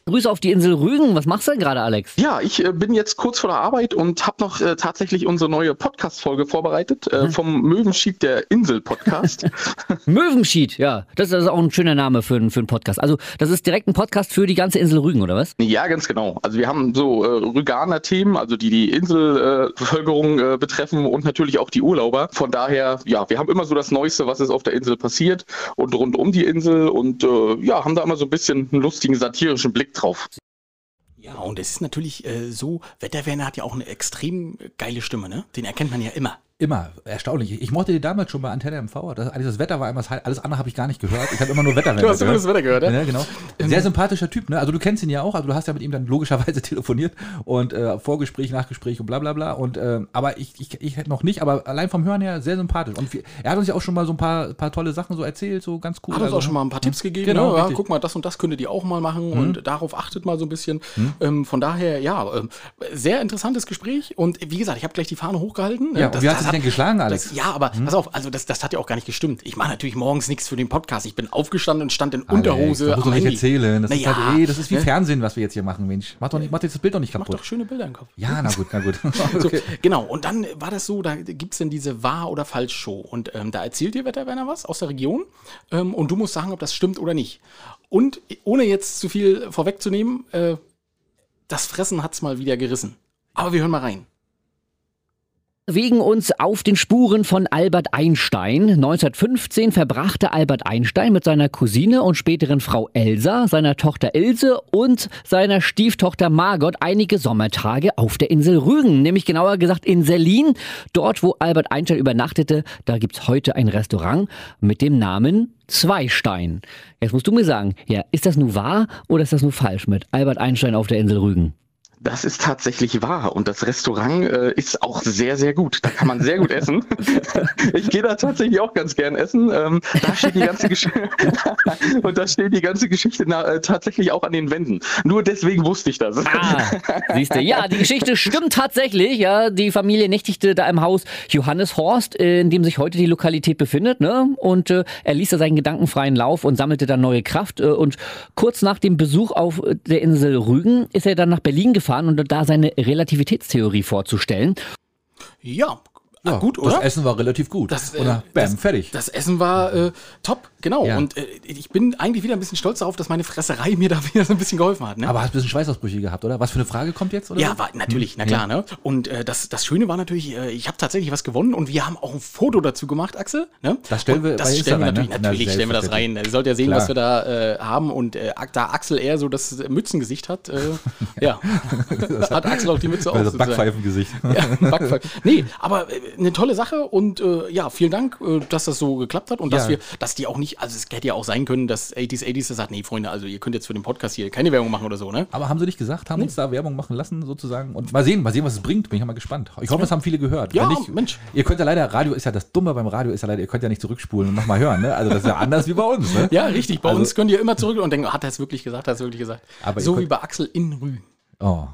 Speaker 4: Grüße auf die Insel Rügen. Was machst du denn gerade, Alex?
Speaker 5: Ja, ich äh, bin jetzt kurz vor der Arbeit und habe noch äh, tatsächlich unsere neue Podcast-Folge vorbereitet äh, vom Möwenschied der Insel-Podcast.
Speaker 4: <laughs> Möwenschied, ja. Das ist auch ein schöner Name für, einen- für einen Podcast. Also, das ist direkt ein Podcast für die ganze Insel Rügen, oder was?
Speaker 5: ja, ganz genau. Also wir haben so äh, Rüganer Themen, also die die Inselbevölkerung äh, Bevölkerung, äh, betreffen und natürlich auch die Urlauber. Von daher, ja, wir haben immer so das Neueste, was ist auf der Insel passiert und rund um die Insel und äh, ja, haben da immer so ein bisschen einen lustigen, satirischen Blick drauf.
Speaker 3: Ja, und es ist natürlich äh, so, Wetterwerner hat ja auch eine extrem geile Stimme, ne? Den erkennt man ja immer.
Speaker 1: Immer erstaunlich. Ich mochte die damals schon bei Antenne MV. Das, eigentlich das Wetter war immer das Highlight. Alles andere habe ich gar nicht gehört. Ich habe immer nur Wetterwende
Speaker 3: <laughs> Du hast immer das Wetter gehört, ne?
Speaker 1: Ja, genau. Sehr sympathischer Typ, ne? Also du kennst ihn ja auch, also du hast ja mit ihm dann logischerweise <laughs> telefoniert und äh, Vorgespräch, Nachgespräch und bla bla bla. Und, äh, aber ich, ich, ich hätte noch nicht, aber allein vom Hören her sehr sympathisch. Und wir, er hat uns ja auch schon mal so ein paar, paar tolle Sachen so erzählt, so ganz cool.
Speaker 3: Hat uns
Speaker 1: Also,
Speaker 3: auch schon mal ein paar Tipps gegeben.
Speaker 1: Genau,
Speaker 3: ne? ja,
Speaker 1: richtig. Hm.
Speaker 3: guck mal, das und das könntet ihr auch mal machen und darauf achtet mal so ein bisschen. Ähm, von daher, ja, ähm, sehr interessantes Gespräch und wie gesagt, ich habe gleich die Fahne hochgehalten.
Speaker 1: Ja,
Speaker 3: Ähm,
Speaker 1: und wie hat sie dich denn geschlagen, Alex? Hm.
Speaker 3: Das, ja, aber pass auf, also das, das hat ja auch gar nicht gestimmt. Ich mache natürlich morgens nichts für den Podcast. Ich bin aufgestanden und stand in Unterhose.
Speaker 1: Da muss doch nicht erzählen. Das,
Speaker 3: Das naja,
Speaker 1: ist halt, ey, das ist wie
Speaker 3: ne?
Speaker 1: Fernsehen, was wir jetzt hier machen, Mensch. Mach doch nicht, mach jetzt das Bild doch nicht
Speaker 3: Mach doch
Speaker 1: kaputt.
Speaker 3: schöne Bilder im Kopf.
Speaker 1: Ja, na gut, na gut.
Speaker 3: <laughs>
Speaker 1: <laughs>
Speaker 3: So,
Speaker 1: Okay.
Speaker 3: Genau, und dann war das so, da gibt es dann diese Wahr- oder Falsch-Show. Und ähm, da erzählt dir Wetterwerner was aus der Region ähm, und du musst sagen, ob das stimmt oder nicht. Und ohne jetzt zu viel vorwegzunehmen, äh, das Fressen hat es mal wieder gerissen. Aber wir hören mal rein.
Speaker 4: wegen uns auf den Spuren von Albert Einstein. 1915 verbrachte Albert Einstein mit seiner Cousine und späteren Frau Elsa, seiner Tochter Ilse und seiner Stieftochter Margot einige Sommertage auf der Insel Rügen, nämlich genauer gesagt in Selin, dort wo Albert Einstein übernachtete. Da gibt's heute ein Restaurant mit dem Namen Zweistein. Jetzt musst du mir sagen, ja, ist das nun wahr oder ist das nun falsch mit Albert Einstein auf der Insel Rügen?
Speaker 5: Das ist tatsächlich wahr und das Restaurant äh, ist auch sehr, sehr gut. Da kann man sehr gut essen. ich gehe da tatsächlich auch ganz gern essen. Ähm, da steht die ganze Geschichte <laughs> und da steht die ganze Geschichte na, äh, tatsächlich auch an den Wänden. Nur deswegen wusste ich das.
Speaker 4: Ah, siehst du. Ja, die Geschichte stimmt tatsächlich. Ja, die Familie nächtigte da im Haus Johannes Horst, in dem sich heute die Lokalität befindet. Ne? Und äh, er ließ da seinen gedankenfreien Lauf und sammelte dann neue Kraft. Äh, und kurz nach dem Besuch auf der Insel Rügen ist er dann nach Berlin gefahren, um da seine Relativitätstheorie vorzustellen.
Speaker 3: Ja, ah,
Speaker 1: Ja,
Speaker 3: gut,
Speaker 1: Das
Speaker 3: oder?
Speaker 1: Essen war relativ gut.
Speaker 3: Das, äh,
Speaker 1: und dann, bam,
Speaker 3: das-
Speaker 1: fertig.
Speaker 3: Das Essen war äh, top, genau.
Speaker 1: Ja.
Speaker 3: Und äh, ich bin eigentlich wieder ein bisschen stolz darauf, dass meine Fresserei mir da <laughs> wieder so ein bisschen geholfen hat. Ne?
Speaker 1: aber hast ein bisschen Schweißausbrüche gehabt, oder? Was für eine Frage kommt jetzt? Oder? Mhm.
Speaker 3: Ja, war, natürlich, na klar, ne? Und äh, das, das Schöne war natürlich, äh, ich habe tatsächlich was gewonnen und wir haben auch ein Foto dazu gemacht, Axel. Ne?
Speaker 1: Das stellen wir
Speaker 3: Und
Speaker 1: bei
Speaker 3: das
Speaker 1: Insta
Speaker 3: stellen wir
Speaker 1: rein,
Speaker 3: natürlich,
Speaker 1: ne? Na,
Speaker 3: natürlich stellen wir das rein. Ihr sollt ja sehen,
Speaker 1: Klar.
Speaker 3: was wir da äh, haben und äh, da Axel eher so das Mützengesicht
Speaker 1: <laughs>
Speaker 3: hat, äh, ja, hat Axel auch die Mütze auf.
Speaker 1: Also
Speaker 3: sozusagen.
Speaker 1: Backpfeifengesicht.
Speaker 3: <laughs>
Speaker 1: <laughs>
Speaker 3: Ja, Backpfeif. Nee, aber äh, eine tolle Sache und äh, ja, vielen Dank, äh, dass das so geklappt hat und dass
Speaker 1: Ja.
Speaker 3: wir, dass die auch nicht, also es hätte ja auch sein können, dass 80s, 80s das sagt, nee, Freunde, also ihr könnt jetzt für den Podcast hier keine Werbung machen oder so, ne?
Speaker 1: Aber haben sie nicht gesagt, haben uns da Werbung machen lassen sozusagen und mal sehen, mal sehen, was es bringt. Bin ich ja mal gespannt. Ich hoffe, das haben viele gehört.
Speaker 3: Ja,
Speaker 1: Wenn nicht,
Speaker 3: Mensch.
Speaker 1: Ihr könnt ja leider, Radio ist ja das Dumme beim Radio, ist ja leider, ihr könnt ja nicht zurückspulen und nochmal hören. Ne? Also das
Speaker 3: <laughs>
Speaker 1: ist ja anders wie bei uns. Ne?
Speaker 3: Ja, richtig. Bei
Speaker 1: Also-
Speaker 3: uns könnt ihr immer zurück und denken, hat er es wirklich gesagt, hat er es wirklich gesagt.
Speaker 1: Aber ihr
Speaker 3: so
Speaker 1: könnt-
Speaker 3: wie bei Axel in Rü.
Speaker 1: Oh.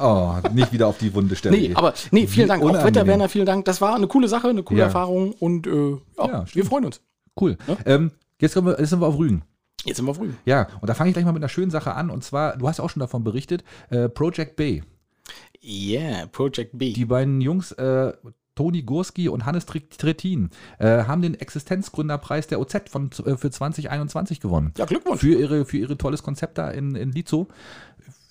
Speaker 1: oh, nicht wieder auf die wunde Stelle.
Speaker 3: Nee,
Speaker 1: gehen.
Speaker 3: aber nee, vielen
Speaker 1: Wie
Speaker 3: Dank. Auch
Speaker 1: unangenehm.
Speaker 3: Wetter, Werner, vielen Dank. Das war eine coole Sache, eine coole
Speaker 1: Ja.
Speaker 3: Erfahrung und äh, ja,
Speaker 1: Ja,
Speaker 3: wir
Speaker 1: stimmt.
Speaker 3: freuen uns.
Speaker 1: Cool. Ähm, jetzt, kommen wir, jetzt sind wir auf Rügen.
Speaker 3: Jetzt sind wir früh.
Speaker 1: Ja, und da fange ich gleich mal mit einer schönen Sache an. Und zwar, du hast auch schon davon berichtet, äh, Project Bay.
Speaker 3: Yeah, Project B.
Speaker 1: Die beiden Jungs, äh, Toni Gurski und Hannes Tri- Trittin, äh, haben den Existenzgründerpreis der OZ von, äh, für 2021 gewonnen.
Speaker 3: ja, Glückwunsch.
Speaker 1: Für ihre, für ihre tolles Konzept da in, in Lizo.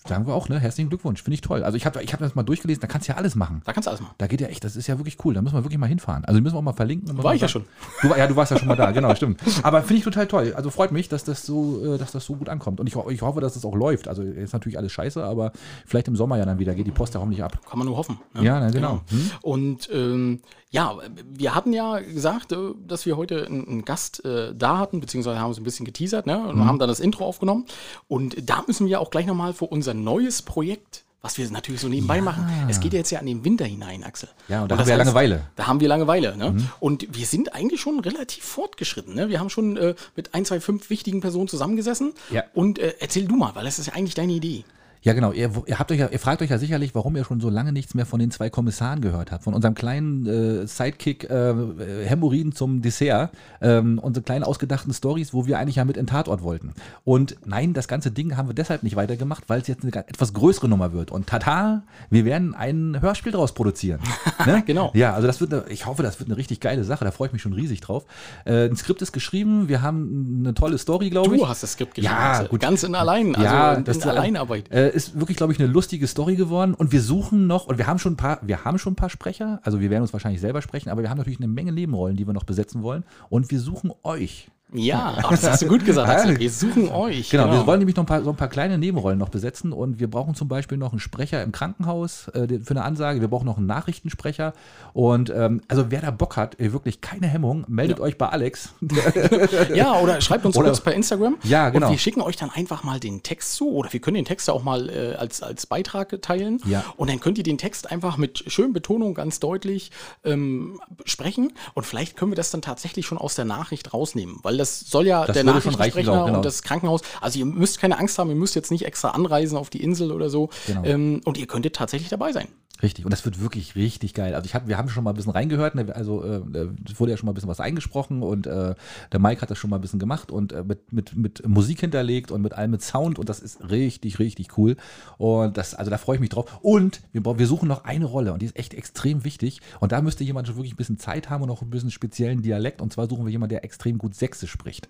Speaker 1: Sagen wir auch, ne? Herzlichen Glückwunsch. Finde ich toll. Also ich habe ich hab das mal durchgelesen, da kannst du ja alles machen.
Speaker 3: Da kannst du alles machen.
Speaker 1: Da geht ja echt, das ist ja wirklich cool. Da müssen wir wirklich mal hinfahren. Also die müssen wir auch mal verlinken. und
Speaker 3: War
Speaker 1: mal
Speaker 3: ich ja
Speaker 1: sagen-
Speaker 3: schon.
Speaker 1: Du, war- ja, du warst ja schon mal da, genau, stimmt. Aber finde ich total toll. Also freut mich, dass das so, äh, dass das so gut ankommt. Und ich, ho- ich hoffe, dass das auch läuft. Also ist natürlich alles scheiße, aber vielleicht im Sommer ja dann wieder. Geht die Post ja hoffentlich ab.
Speaker 3: Kann man nur hoffen. ne?
Speaker 1: Ja, na, genau.
Speaker 3: Und ähm, ja, wir hatten ja gesagt, äh, dass wir heute einen einen Gast äh, da hatten, beziehungsweise haben es ein bisschen geteasert ne?
Speaker 1: Hm.
Speaker 3: und haben dann das Intro aufgenommen. Und da müssen wir auch gleich nochmal für unser neues Projekt, was wir natürlich so nebenbei machen, es geht ja jetzt ja an den Winter hinein, Axel.
Speaker 1: Ja, und da haben
Speaker 3: das
Speaker 1: wir ja
Speaker 3: heißt,
Speaker 1: Langeweile. Hm.
Speaker 3: Da haben wir Langeweile. Ne? Und wir sind eigentlich schon relativ fortgeschritten. Ne? Wir haben schon äh, mit ein, zwei, fünf wichtigen Personen zusammengesessen.
Speaker 1: Ja.
Speaker 3: Und äh, erzähl du mal, weil das ist ja eigentlich deine Idee.
Speaker 1: Ja, genau. Ihr, ihr, habt euch ja, ihr fragt euch ja sicherlich, warum ihr schon so lange nichts mehr von den zwei Kommissaren gehört habt. Von unserem kleinen äh, Sidekick äh, äh, Hämorrhoiden zum Dessert. Ähm, unsere kleinen ausgedachten Stories, wo wir eigentlich ja mit in Tatort wollten. Und nein, das ganze Ding haben wir deshalb nicht weitergemacht, weil es jetzt eine ga- etwas größere Nummer wird. Und tata, wir werden ein Hörspiel draus
Speaker 3: <laughs>
Speaker 1: produzieren. ne?
Speaker 3: Genau.
Speaker 1: Ja, also das wird eine, ich hoffe, das wird eine richtig geile Sache. Da freue ich mich schon riesig drauf. Äh, ein Skript ist geschrieben. Wir haben eine tolle Story, glaube ich.
Speaker 3: Du hast das Skript geschrieben.
Speaker 1: Ja,
Speaker 3: Axel.
Speaker 1: gut.
Speaker 3: Ganz in allein.
Speaker 1: Ja,
Speaker 3: also in,
Speaker 1: das
Speaker 3: in Alleinarbeit.
Speaker 1: Äh, ist wirklich, glaube ich, eine lustige Story geworden. Und wir suchen noch, und wir haben schon ein paar, wir haben schon ein paar Sprecher, also wir werden uns wahrscheinlich selber sprechen, aber wir haben natürlich eine Menge Nebenrollen, die wir noch besetzen wollen. Und wir suchen euch.
Speaker 3: Ja, aber das hast du
Speaker 1: <laughs>
Speaker 3: gut gesagt. Axel.
Speaker 1: Ja.
Speaker 3: Wir suchen euch.
Speaker 1: Genau, wir wollen nämlich noch ein paar, so ein paar kleine Nebenrollen noch besetzen und wir brauchen zum Beispiel noch einen Sprecher im Krankenhaus äh, den- für eine Ansage, wir brauchen noch einen Nachrichtensprecher und ähm, also wer da Bock hat, ey, wirklich keine Hemmung, meldet euch bei Alex.
Speaker 3: <laughs> Ja, oder schreibt uns
Speaker 1: Oder-
Speaker 3: kurz per Instagram.
Speaker 1: Ja, genau.
Speaker 3: Und wir schicken euch dann einfach mal den Text zu oder wir können den Text auch mal äh, als, als Beitrag teilen.
Speaker 1: Ja.
Speaker 3: Und dann könnt ihr den Text einfach mit schön Betonung ganz deutlich ähm, sprechen und vielleicht können wir das dann tatsächlich schon aus der Nachricht rausnehmen, weil das soll ja
Speaker 1: Das
Speaker 3: der
Speaker 1: würde schon reichen,
Speaker 3: Nachrichtensprecher
Speaker 1: genau, genau.
Speaker 3: und das Krankenhaus, also ihr müsst keine Angst haben, ihr müsst jetzt nicht extra anreisen auf die Insel oder so.
Speaker 1: Genau.
Speaker 3: Ähm, und ihr könntet tatsächlich dabei sein.
Speaker 1: Richtig, und das wird wirklich richtig geil. Also ich hab, wir haben schon mal ein bisschen reingehört, ne? also äh, es wurde ja schon mal ein bisschen was eingesprochen und äh, der Mike hat das schon mal ein bisschen gemacht und äh, mit, mit, mit Musik hinterlegt und mit allem mit Sound und das ist richtig, richtig cool. Und das, also da freue ich mich drauf. Und wir, brau- wir suchen noch eine Rolle und die ist echt extrem wichtig. Und da müsste jemand schon wirklich ein bisschen Zeit haben und auch ein bisschen speziellen Dialekt. Und zwar suchen wir jemanden, der extrem gut Sächsisch
Speaker 3: <laughs>
Speaker 1: spricht.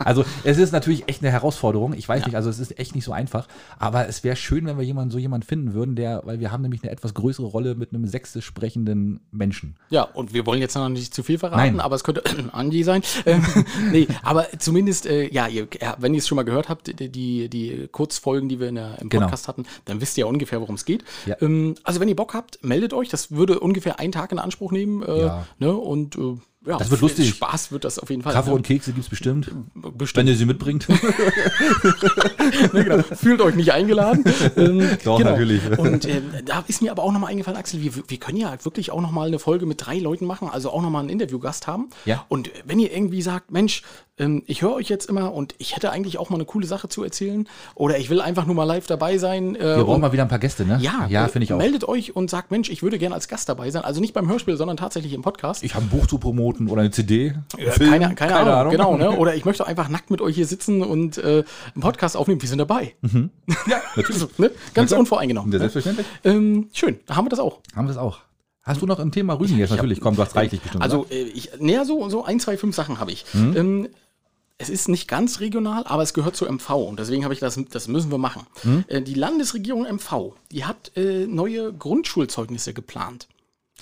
Speaker 1: Also es ist natürlich echt eine Herausforderung. Ich weiß nicht, also es ist echt nicht so einfach. Aber es wäre schön, wenn wir jemanden, so jemanden finden würden, der, weil wir haben nämlich eine etwas größere Rolle mit einem sächsisch sprechenden Menschen.
Speaker 3: Ja, und wir wollen jetzt noch nicht zu viel verraten,
Speaker 1: Nein.
Speaker 3: aber es könnte <clears throat> Angie sein. Ähm, <laughs> nee, aber zumindest, äh, ja, ihr, ja, wenn ihr es schon mal gehört habt, die, die, die Kurzfolgen, die wir in der, im
Speaker 1: Genau.
Speaker 3: Podcast hatten, dann wisst ihr ja ungefähr, worum es geht.
Speaker 1: Ja.
Speaker 3: Ähm, also wenn ihr Bock habt, meldet euch. Das würde ungefähr einen Tag in Anspruch nehmen. Äh,
Speaker 1: Ja.
Speaker 3: ne? Und äh, ja,
Speaker 1: Das wird lustig.
Speaker 3: Spaß wird das auf jeden Fall.
Speaker 1: Kaffee
Speaker 3: ne?
Speaker 1: und Kekse gibt es bestimmt, wenn
Speaker 3: Äh, Bestimmt. Äh,
Speaker 1: ihr sie mitbringt.
Speaker 3: Ne, genau. Fühlt euch
Speaker 1: <laughs>
Speaker 3: nicht eingeladen. Ähm,
Speaker 1: Doch, natürlich.
Speaker 3: Und ähm, da ist mir aber auch nochmal eingefallen, Axel, wir, wir können ja wirklich auch nochmal eine Folge mit drei Leuten machen, also auch nochmal einen Interviewgast haben.
Speaker 1: Ja.
Speaker 3: Und äh, wenn ihr irgendwie sagt, Mensch, ähm, ich höre euch jetzt immer und ich hätte eigentlich auch mal eine coole Sache zu erzählen oder ich will einfach nur mal live dabei sein. äh,
Speaker 1: Wir brauchen
Speaker 3: und-
Speaker 1: mal wieder ein paar Gäste, ne?
Speaker 3: ja,
Speaker 1: ja
Speaker 3: äh,
Speaker 1: finde ich auch.
Speaker 3: meldet euch und sagt, Mensch, ich würde gerne als Gast dabei sein. Also nicht beim Hörspiel, sondern tatsächlich im Podcast.
Speaker 1: Ich habe ein Buch zu promoten oder eine CD.
Speaker 3: Ja,
Speaker 1: Film,
Speaker 3: keine, keine, Ahnung, genau. Ne? Oder ich möchte einfach nackt mit euch hier sitzen und äh, einen Podcast aufnehmen. Wir sind dabei. <laughs>
Speaker 1: Ja, Mhm. natürlich.
Speaker 3: Ne? Ganz
Speaker 1: Na klar.
Speaker 3: unvoreingenommen.
Speaker 1: Ja, selbstverständlich.
Speaker 3: Ähm, schön, da haben wir das auch.
Speaker 1: Haben wir es auch. Hast du noch ein Thema Rügen jetzt natürlich? Komm, du hast reichlich bestimmt.
Speaker 3: Also, äh, ich, näher so, so ein, zwei, fünf Sachen habe ich.
Speaker 1: Mhm.
Speaker 3: Ähm, es ist nicht ganz regional, aber es gehört zur MV und deswegen habe ich das, das müssen wir machen.
Speaker 1: Mhm.
Speaker 3: Äh, die Landesregierung MV, die hat äh, neue Grundschulzeugnisse geplant.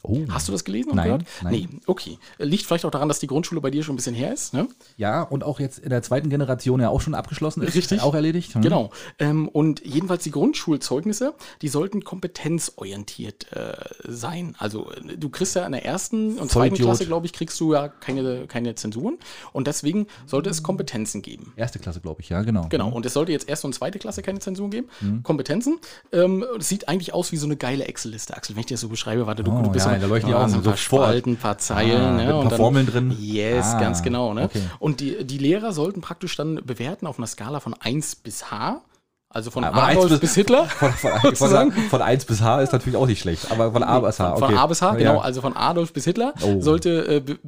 Speaker 1: oh.
Speaker 3: Hast du das gelesen und
Speaker 1: Nein,
Speaker 3: gehört?
Speaker 1: nein.
Speaker 3: Nee, okay. Äh, Liegt vielleicht auch daran, dass die Grundschule bei dir schon ein bisschen her ist, ne?
Speaker 1: ja, und auch jetzt in der zweiten Generation ja auch schon abgeschlossen ist.
Speaker 3: Richtig.
Speaker 1: Auch erledigt. Hm.
Speaker 3: Genau. Ähm, und jedenfalls die Grundschulzeugnisse, die sollten kompetenzorientiert äh, sein. Also äh, du kriegst ja in der ersten und zweiten
Speaker 1: Vollidiot.
Speaker 3: Klasse, glaube ich, kriegst du ja keine, keine Zensuren. Und deswegen sollte es Kompetenzen geben.
Speaker 1: Erste Klasse, glaube ich, ja, genau.
Speaker 3: Genau, und es sollte jetzt erste und zweite Klasse keine Zensuren geben.
Speaker 1: Mhm.
Speaker 3: Kompetenzen. Ähm, das sieht eigentlich aus wie so eine geile Excel-Liste, Axel. Wenn ich dir das so beschreibe, warte, du,
Speaker 1: Oh,
Speaker 3: du bist
Speaker 1: ja,
Speaker 3: so,
Speaker 1: da leuchten die
Speaker 3: Ah,
Speaker 1: Augen
Speaker 3: so ein paar
Speaker 1: sofort.
Speaker 3: Spalten, ein paar Zeilen.
Speaker 1: Ah,
Speaker 3: ne,
Speaker 1: mit ein paar Formeln drin.
Speaker 3: Yes,
Speaker 1: Ah,
Speaker 3: ganz genau. Ne?
Speaker 1: okay.
Speaker 3: Und die, die Lehrer sollten praktisch dann bewerten auf einer Skala von 1 bis H, also von
Speaker 1: Ah, von 1
Speaker 3: Adolf bis,
Speaker 1: bis-
Speaker 3: Hitler.
Speaker 1: <laughs> Von, von, von,
Speaker 3: Sozusagen.
Speaker 1: von 1 bis H ist natürlich auch nicht schlecht, aber von A bis H. Okay.
Speaker 3: Von A bis H,
Speaker 1: Ja.
Speaker 3: genau, also von Adolf bis Hitler
Speaker 1: Oh.
Speaker 3: sollte äh, be-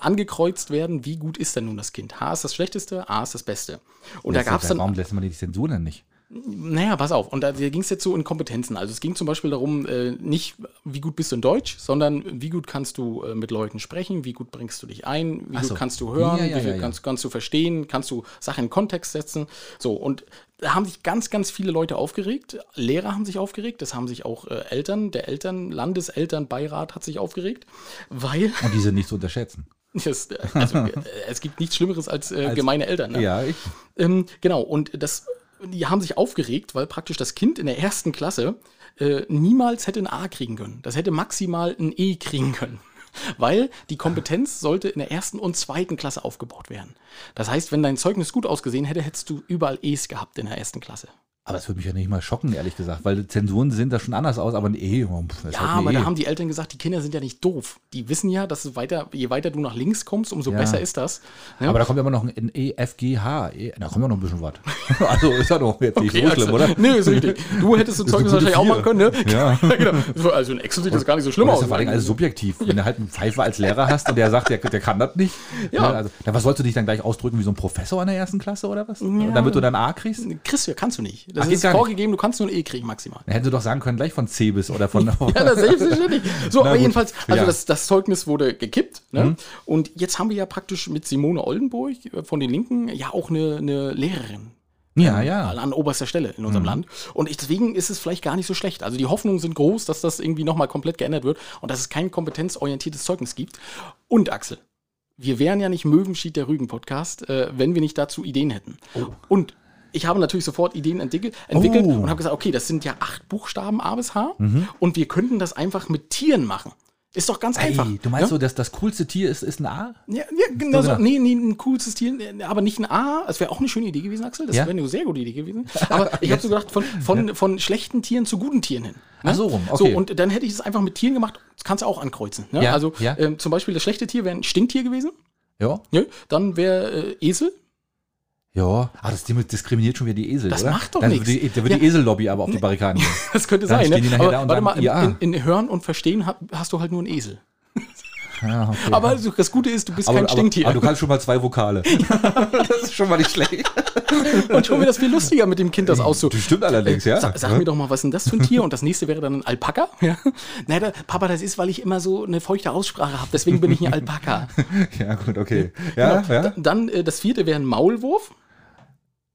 Speaker 3: angekreuzt werden, wie gut ist denn nun das Kind. H ist das Schlechteste, A ist das Beste. Und da
Speaker 1: Lässt-
Speaker 3: gab es dann
Speaker 1: Warum lässt man die Zensur denn nicht?
Speaker 3: Naja, pass auf. Und da ging es jetzt so in Kompetenzen. Also es ging zum Beispiel darum, äh, nicht wie gut bist du in Deutsch, sondern wie gut kannst du äh, mit Leuten sprechen, wie gut bringst du dich ein, wie
Speaker 1: Ach
Speaker 3: gut
Speaker 1: so.
Speaker 3: kannst du hören,
Speaker 1: Ja, ja,
Speaker 3: wie viel
Speaker 1: ja, ja.
Speaker 3: Kannst, kannst du verstehen, kannst du Sachen in Kontext setzen. So, und da haben sich ganz, ganz viele Leute aufgeregt. Lehrer haben sich aufgeregt, das haben sich auch äh, Eltern, der Eltern, Landeselternbeirat hat sich aufgeregt, weil <laughs>
Speaker 1: Und diese nicht zu unterschätzen.
Speaker 3: es, also, äh, es gibt nichts Schlimmeres als, äh, gemeine Eltern. ne?
Speaker 1: Ja, ich.
Speaker 3: Ähm, genau, und das, die haben sich aufgeregt, weil praktisch das Kind in der ersten Klasse äh, niemals hätte ein A kriegen können. Das hätte maximal ein E kriegen können. <laughs> Weil die Kompetenz sollte in der ersten und zweiten Klasse aufgebaut werden. Das heißt, wenn dein Zeugnis gut ausgesehen hätte, hättest du überall E's gehabt in der ersten Klasse.
Speaker 1: Aber es würde mich ja nicht mal schocken, ehrlich gesagt, weil Zensuren sehen da schon anders aus, aber ein E. oh, pff, ist
Speaker 3: Ja,
Speaker 1: halt ein
Speaker 3: aber
Speaker 1: e.
Speaker 3: da haben die Eltern gesagt, die Kinder sind ja nicht doof. Die wissen ja, dass es weiter, je weiter du nach links kommst, umso
Speaker 1: Ja.
Speaker 3: besser ist das. Ne?
Speaker 1: Aber da kommt ja immer noch ein E, F, G, H. E, da kommt ja noch ein bisschen was. <laughs> Also ist ja doch jetzt nicht so schlimm, oder?
Speaker 3: Axel. also, <laughs> Nee, ist richtig. Du hättest
Speaker 1: <laughs>
Speaker 3: so
Speaker 1: Das ist
Speaker 3: Zeugnis
Speaker 1: eine gute
Speaker 3: wahrscheinlich auch
Speaker 1: Vier.
Speaker 3: machen können, ne?
Speaker 1: Ja.
Speaker 3: <laughs> genau. Also in Excel sieht das gar nicht so schlimm
Speaker 1: Das ist ja
Speaker 3: aus. ne?
Speaker 1: vor allem alles subjektiv. Wenn du halt einen Pfeifer als Lehrer hast und der sagt, der, der kann das nicht.
Speaker 3: Ja.
Speaker 1: ne, Also, na, was sollst du dich dann gleich ausdrücken wie so ein Professor in der ersten Klasse oder was? Damit du dann A kriegst?
Speaker 3: Kriegst du, kannst du nicht. Das
Speaker 1: Ach, geht
Speaker 3: ist
Speaker 1: gar nicht.
Speaker 3: vorgegeben, du kannst nur ein E kriegen maximal. <laughs>
Speaker 1: Dann hätten sie doch sagen können, gleich von C bis oder <laughs> von.
Speaker 3: Ja, das selbstverständlich. So, aber
Speaker 1: gut.
Speaker 3: jedenfalls, also
Speaker 1: Ja. Mhm.
Speaker 3: das, das Zeugnis wurde gekippt. Ne? Und jetzt haben wir ja praktisch mit Simone Oldenburg äh, von den Linken ja auch eine, eine Lehrerin.
Speaker 1: ja, ja. Mhm.
Speaker 3: An, an oberster Stelle in unserem Land. Und ich, deswegen ist es vielleicht gar nicht so schlecht. Also die Hoffnungen sind groß, dass das irgendwie nochmal komplett geändert wird und dass es kein kompetenzorientiertes Zeugnis gibt. Und Axel, wir wären ja nicht Möwenschied der Rügen-Podcast, äh, wenn wir nicht dazu Ideen hätten. Und ich habe natürlich sofort Ideen entwickelt, entwickelt
Speaker 1: Oh. Mhm.
Speaker 3: und habe gesagt, okay, das sind ja acht Buchstaben A bis H und wir könnten das einfach mit Tieren machen. Ist doch ganz einfach. ne?
Speaker 1: Ey, du meinst
Speaker 3: ja?
Speaker 1: so, dass das coolste Tier ist, ist ein A?
Speaker 3: Ja, ja genau.
Speaker 1: so
Speaker 3: So,
Speaker 1: gedacht.
Speaker 3: nee, nee, ein cooles Tier, nee, aber nicht ein A. Das wäre auch eine schöne Idee gewesen, Axel. Das
Speaker 1: Ja?
Speaker 3: wäre eine sehr gute
Speaker 1: <laughs>
Speaker 3: Idee gewesen. Aber ich habe so gedacht, von, von, von schlechten Tieren zu guten Tieren hin. ne?
Speaker 1: Ach so rum, okay.
Speaker 3: So, und dann hätte ich es einfach mit Tieren gemacht. Das kannst du auch ankreuzen. Ne?
Speaker 1: Ja,
Speaker 3: also
Speaker 1: ja.
Speaker 3: Ähm, zum Beispiel das schlechte Tier wäre ein Stinktier gewesen.
Speaker 1: Ja.
Speaker 3: Ne? Dann wäre äh, Esel. <laughs>
Speaker 1: Ja. Ah, das Thema diskriminiert schon wieder die Esel,
Speaker 3: Das
Speaker 1: oder?
Speaker 3: macht doch
Speaker 1: Dann
Speaker 3: nichts.
Speaker 1: würde die- Da wird die
Speaker 3: Ja.
Speaker 1: Esellobby aber auf die Barrikaden gehen.
Speaker 3: <laughs> Das könnte
Speaker 1: Dann
Speaker 3: sein.
Speaker 1: stehen die
Speaker 3: Ne?
Speaker 1: nachher da
Speaker 3: Aber
Speaker 1: und sagen,
Speaker 3: warte mal, in,
Speaker 1: ja.
Speaker 3: in, in Hören und Verstehen hab, hast du halt nur einen Esel.
Speaker 1: Ja, Ah, okay.
Speaker 3: <laughs> Aber so, das Gute ist, du bist kein
Speaker 1: aber, aber,
Speaker 3: Stinktier.
Speaker 1: aber du kannst schon mal zwei
Speaker 3: <laughs>
Speaker 1: Vokale. das ist schon mal nicht schlecht. <laughs>
Speaker 3: und schon wird das viel lustiger, mit dem Kind das auszu
Speaker 1: Das stimmt allerdings, ja. ne?
Speaker 3: äh, Sa sag mir doch mal, was ist denn das für ein Tier? Und das nächste wäre dann ein Alpaka. <laughs> Ja. Na, da, Papa, das ist, weil ich immer so eine feuchte Aussprache habe. Deswegen bin ich ein Alpaka.
Speaker 1: <laughs> Ja, gut, okay. Ja, <laughs>
Speaker 3: D-
Speaker 1: ja.
Speaker 3: Dann äh, das vierte wäre ein Maulwurf. <laughs>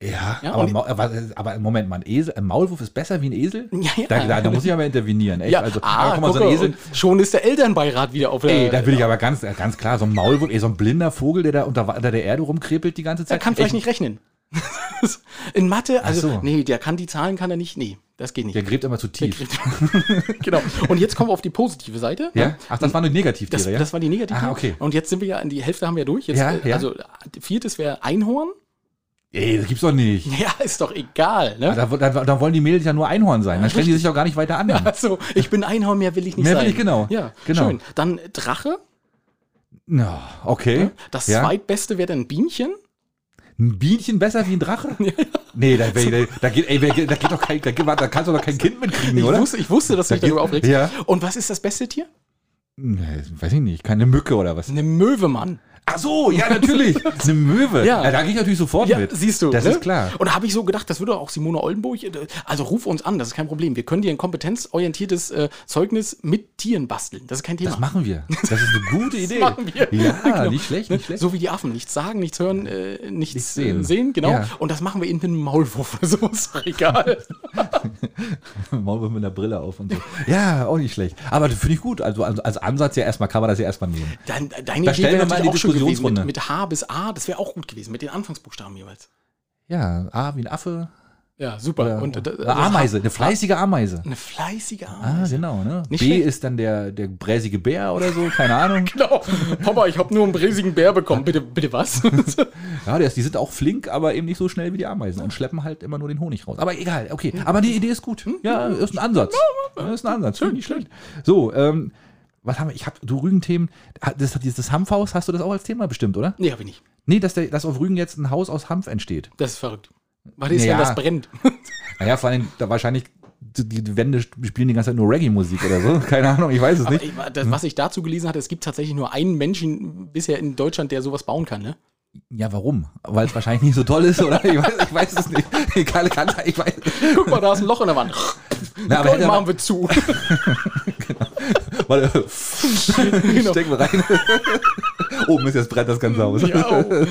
Speaker 1: Ja,
Speaker 3: Ja,
Speaker 1: aber,
Speaker 3: und-
Speaker 1: Mau- aber, aber Moment mal, ein, Esel, ein Maulwurf ist besser wie ein Esel?
Speaker 3: Ja, ah, ja.
Speaker 1: Da, da, da muss ich aber intervenieren. Echt? also, aber guck mal, so ein
Speaker 3: gucke,
Speaker 1: Esel,
Speaker 3: und schon ist der Elternbeirat wieder auf der.
Speaker 1: Ey, da würde ich aber ganz, ganz klar, so ein Maulwurf, ey, so ein blinder Vogel, der da unter, unter der Erde rumkrepelt die ganze
Speaker 3: der
Speaker 1: Zeit.
Speaker 3: kann vielleicht
Speaker 1: Ey,
Speaker 3: nicht rechnen. <laughs> In Mathe, also
Speaker 1: so.
Speaker 3: nee, der kann die Zahlen, kann er nicht. Nee, das geht nicht.
Speaker 1: Der gräbt immer zu tief.
Speaker 3: <laughs> genau. Und jetzt kommen wir auf die positive Seite.
Speaker 1: Ja? Ach, das waren nur Negativtiere,
Speaker 3: ne? Das,
Speaker 1: ja?
Speaker 3: das war die negative.
Speaker 1: Ah, okay.
Speaker 3: Und jetzt sind wir ja in die Hälfte haben wir ja durch. Jetzt,
Speaker 1: Ja,
Speaker 3: äh,
Speaker 1: ja.
Speaker 3: Also viertes wäre Einhorn.
Speaker 1: ey, das gibt's doch nicht.
Speaker 3: <laughs> Ja, ist doch egal. Ne?
Speaker 1: Da, da, da wollen die Mädels ja nur Einhorn sein. Dann stellen die sich auch gar nicht weiter an.
Speaker 3: Also, ich bin Einhorn, mehr will ich nicht
Speaker 1: Mehr will
Speaker 3: sein.
Speaker 1: ich, genau.
Speaker 3: Ja,
Speaker 1: Genau.
Speaker 3: schön. Dann Drache. ne?
Speaker 1: Na, okay.
Speaker 3: Das
Speaker 1: ja.
Speaker 3: zweitbeste wäre dann Bienchen.
Speaker 1: Ein Bienchen besser wie ein
Speaker 3: <laughs>
Speaker 1: Drache? nee, da, da, da, geht, ey, wer- da geht doch kein, da, geht- da kannst du doch kein Kind mitkriegen,
Speaker 3: Ich
Speaker 1: oder?
Speaker 3: wusste, ich wusste, dass du dich
Speaker 1: Da geht-
Speaker 3: darüber aufregst.
Speaker 1: ja.
Speaker 3: Und was ist das beste Tier?
Speaker 1: Nee, weiß ich nicht, keine Mücke oder was?
Speaker 3: Eine Möwe, Mann.
Speaker 1: Ach so, ja,
Speaker 3: <laughs>
Speaker 1: natürlich. Eine Möwe.
Speaker 3: Ja.
Speaker 1: da gehe ich natürlich sofort
Speaker 3: Ja,
Speaker 1: mit.
Speaker 3: siehst du.
Speaker 1: Das
Speaker 3: ne?
Speaker 1: ist klar.
Speaker 3: Und da habe ich so gedacht, das würde auch Simone Oldenburg. äh, Also ruf uns an, das ist kein Problem. Wir können dir ein kompetenzorientiertes äh, Zeugnis mit Tieren basteln. Das ist kein Thema.
Speaker 1: Das machen wir. Das ist eine
Speaker 3: <laughs>
Speaker 1: gute Idee.
Speaker 3: machen wir. Genau.
Speaker 1: Ja, nicht schlecht, nicht schlecht. <laughs>
Speaker 3: So wie die Affen, nichts sagen, nichts hören, äh, nichts
Speaker 1: Nichts
Speaker 3: sehen.
Speaker 1: sehen.
Speaker 3: sehen, genau.
Speaker 1: Ja.
Speaker 3: Und das machen wir in den Maulwurf. <laughs> So ist doch egal.
Speaker 1: Maulwurf mit einer Brille auf und so. Ja, auch nicht schlecht. Aber das finde ich gut. Also als, als Ansatz ja erstmal kann man das ja erstmal nehmen.
Speaker 3: Dein, äh, deine
Speaker 1: Da
Speaker 3: Idee
Speaker 1: stellen
Speaker 3: wäre
Speaker 1: wir mal
Speaker 3: natürlich
Speaker 1: die
Speaker 3: auch schön gewesen
Speaker 1: Diskussionsrunde.
Speaker 3: mit, mit H bis A, das wäre auch gut gewesen, mit den Anfangsbuchstaben jeweils.
Speaker 1: Ja, A wie ein Affe.
Speaker 3: Ja, super. Und, äh,
Speaker 1: eine
Speaker 3: also
Speaker 1: Ameise, eine fleißige Ameise.
Speaker 3: Eine fleißige
Speaker 1: Ah,
Speaker 3: Ameise.
Speaker 1: genau, ne?
Speaker 3: Nicht
Speaker 1: B
Speaker 3: schlecht.
Speaker 1: ist dann der, der bräsige Bär oder so, keine Ahnung.
Speaker 3: Genau. Papa, ich habe nur einen bräsigen Bär bekommen. Bitte, bitte was?
Speaker 1: Ja, der ist, die sind auch flink, aber eben nicht so schnell wie die Ameisen und schleppen halt immer nur den Honig raus. Aber egal, okay. Aber die Idee ist gut. Hm? Ja, ist ein Ansatz. Ja, ist ein Ansatz. Schön, nicht schlecht. So, ähm, was haben wir? Ich habe du Rügen-Themen. Das, das, das Hanfhaus, hast du das auch als Thema bestimmt, oder?
Speaker 3: <laughs> nee, habe ich nicht.
Speaker 1: Nee, dass, der, dass auf Rügen jetzt ein Haus aus Hanf entsteht.
Speaker 3: Das ist verrückt. Was ist,
Speaker 1: Naja.
Speaker 3: wenn das brennt?
Speaker 1: Naja, vor allem, da wahrscheinlich die die Wände spielen die ganze Zeit nur Reggae-Musik oder so. <laughs> Keine Ahnung, ich weiß es <laughs>
Speaker 3: Aber
Speaker 1: nicht.
Speaker 3: ich, das, was ich dazu gelesen hatte, es gibt tatsächlich nur einen Menschen bisher in Deutschland, der sowas bauen kann, ne?
Speaker 1: Ja, warum? Weil es wahrscheinlich nicht so toll ist, oder? Ich weiß, ich weiß es nicht. <laughs> Egal, kann, ich weiß.
Speaker 3: Guck mal, da ist ein Loch in der Wand.
Speaker 1: Na, aber
Speaker 3: Komm,
Speaker 1: hätte
Speaker 3: machen
Speaker 1: man, <laughs>
Speaker 3: wir zu.
Speaker 1: warte,
Speaker 3: Genau.
Speaker 1: stecken wir rein. <laughs> oh, Mist, jetzt brennt das ganze Haus.
Speaker 3: Ja, oh.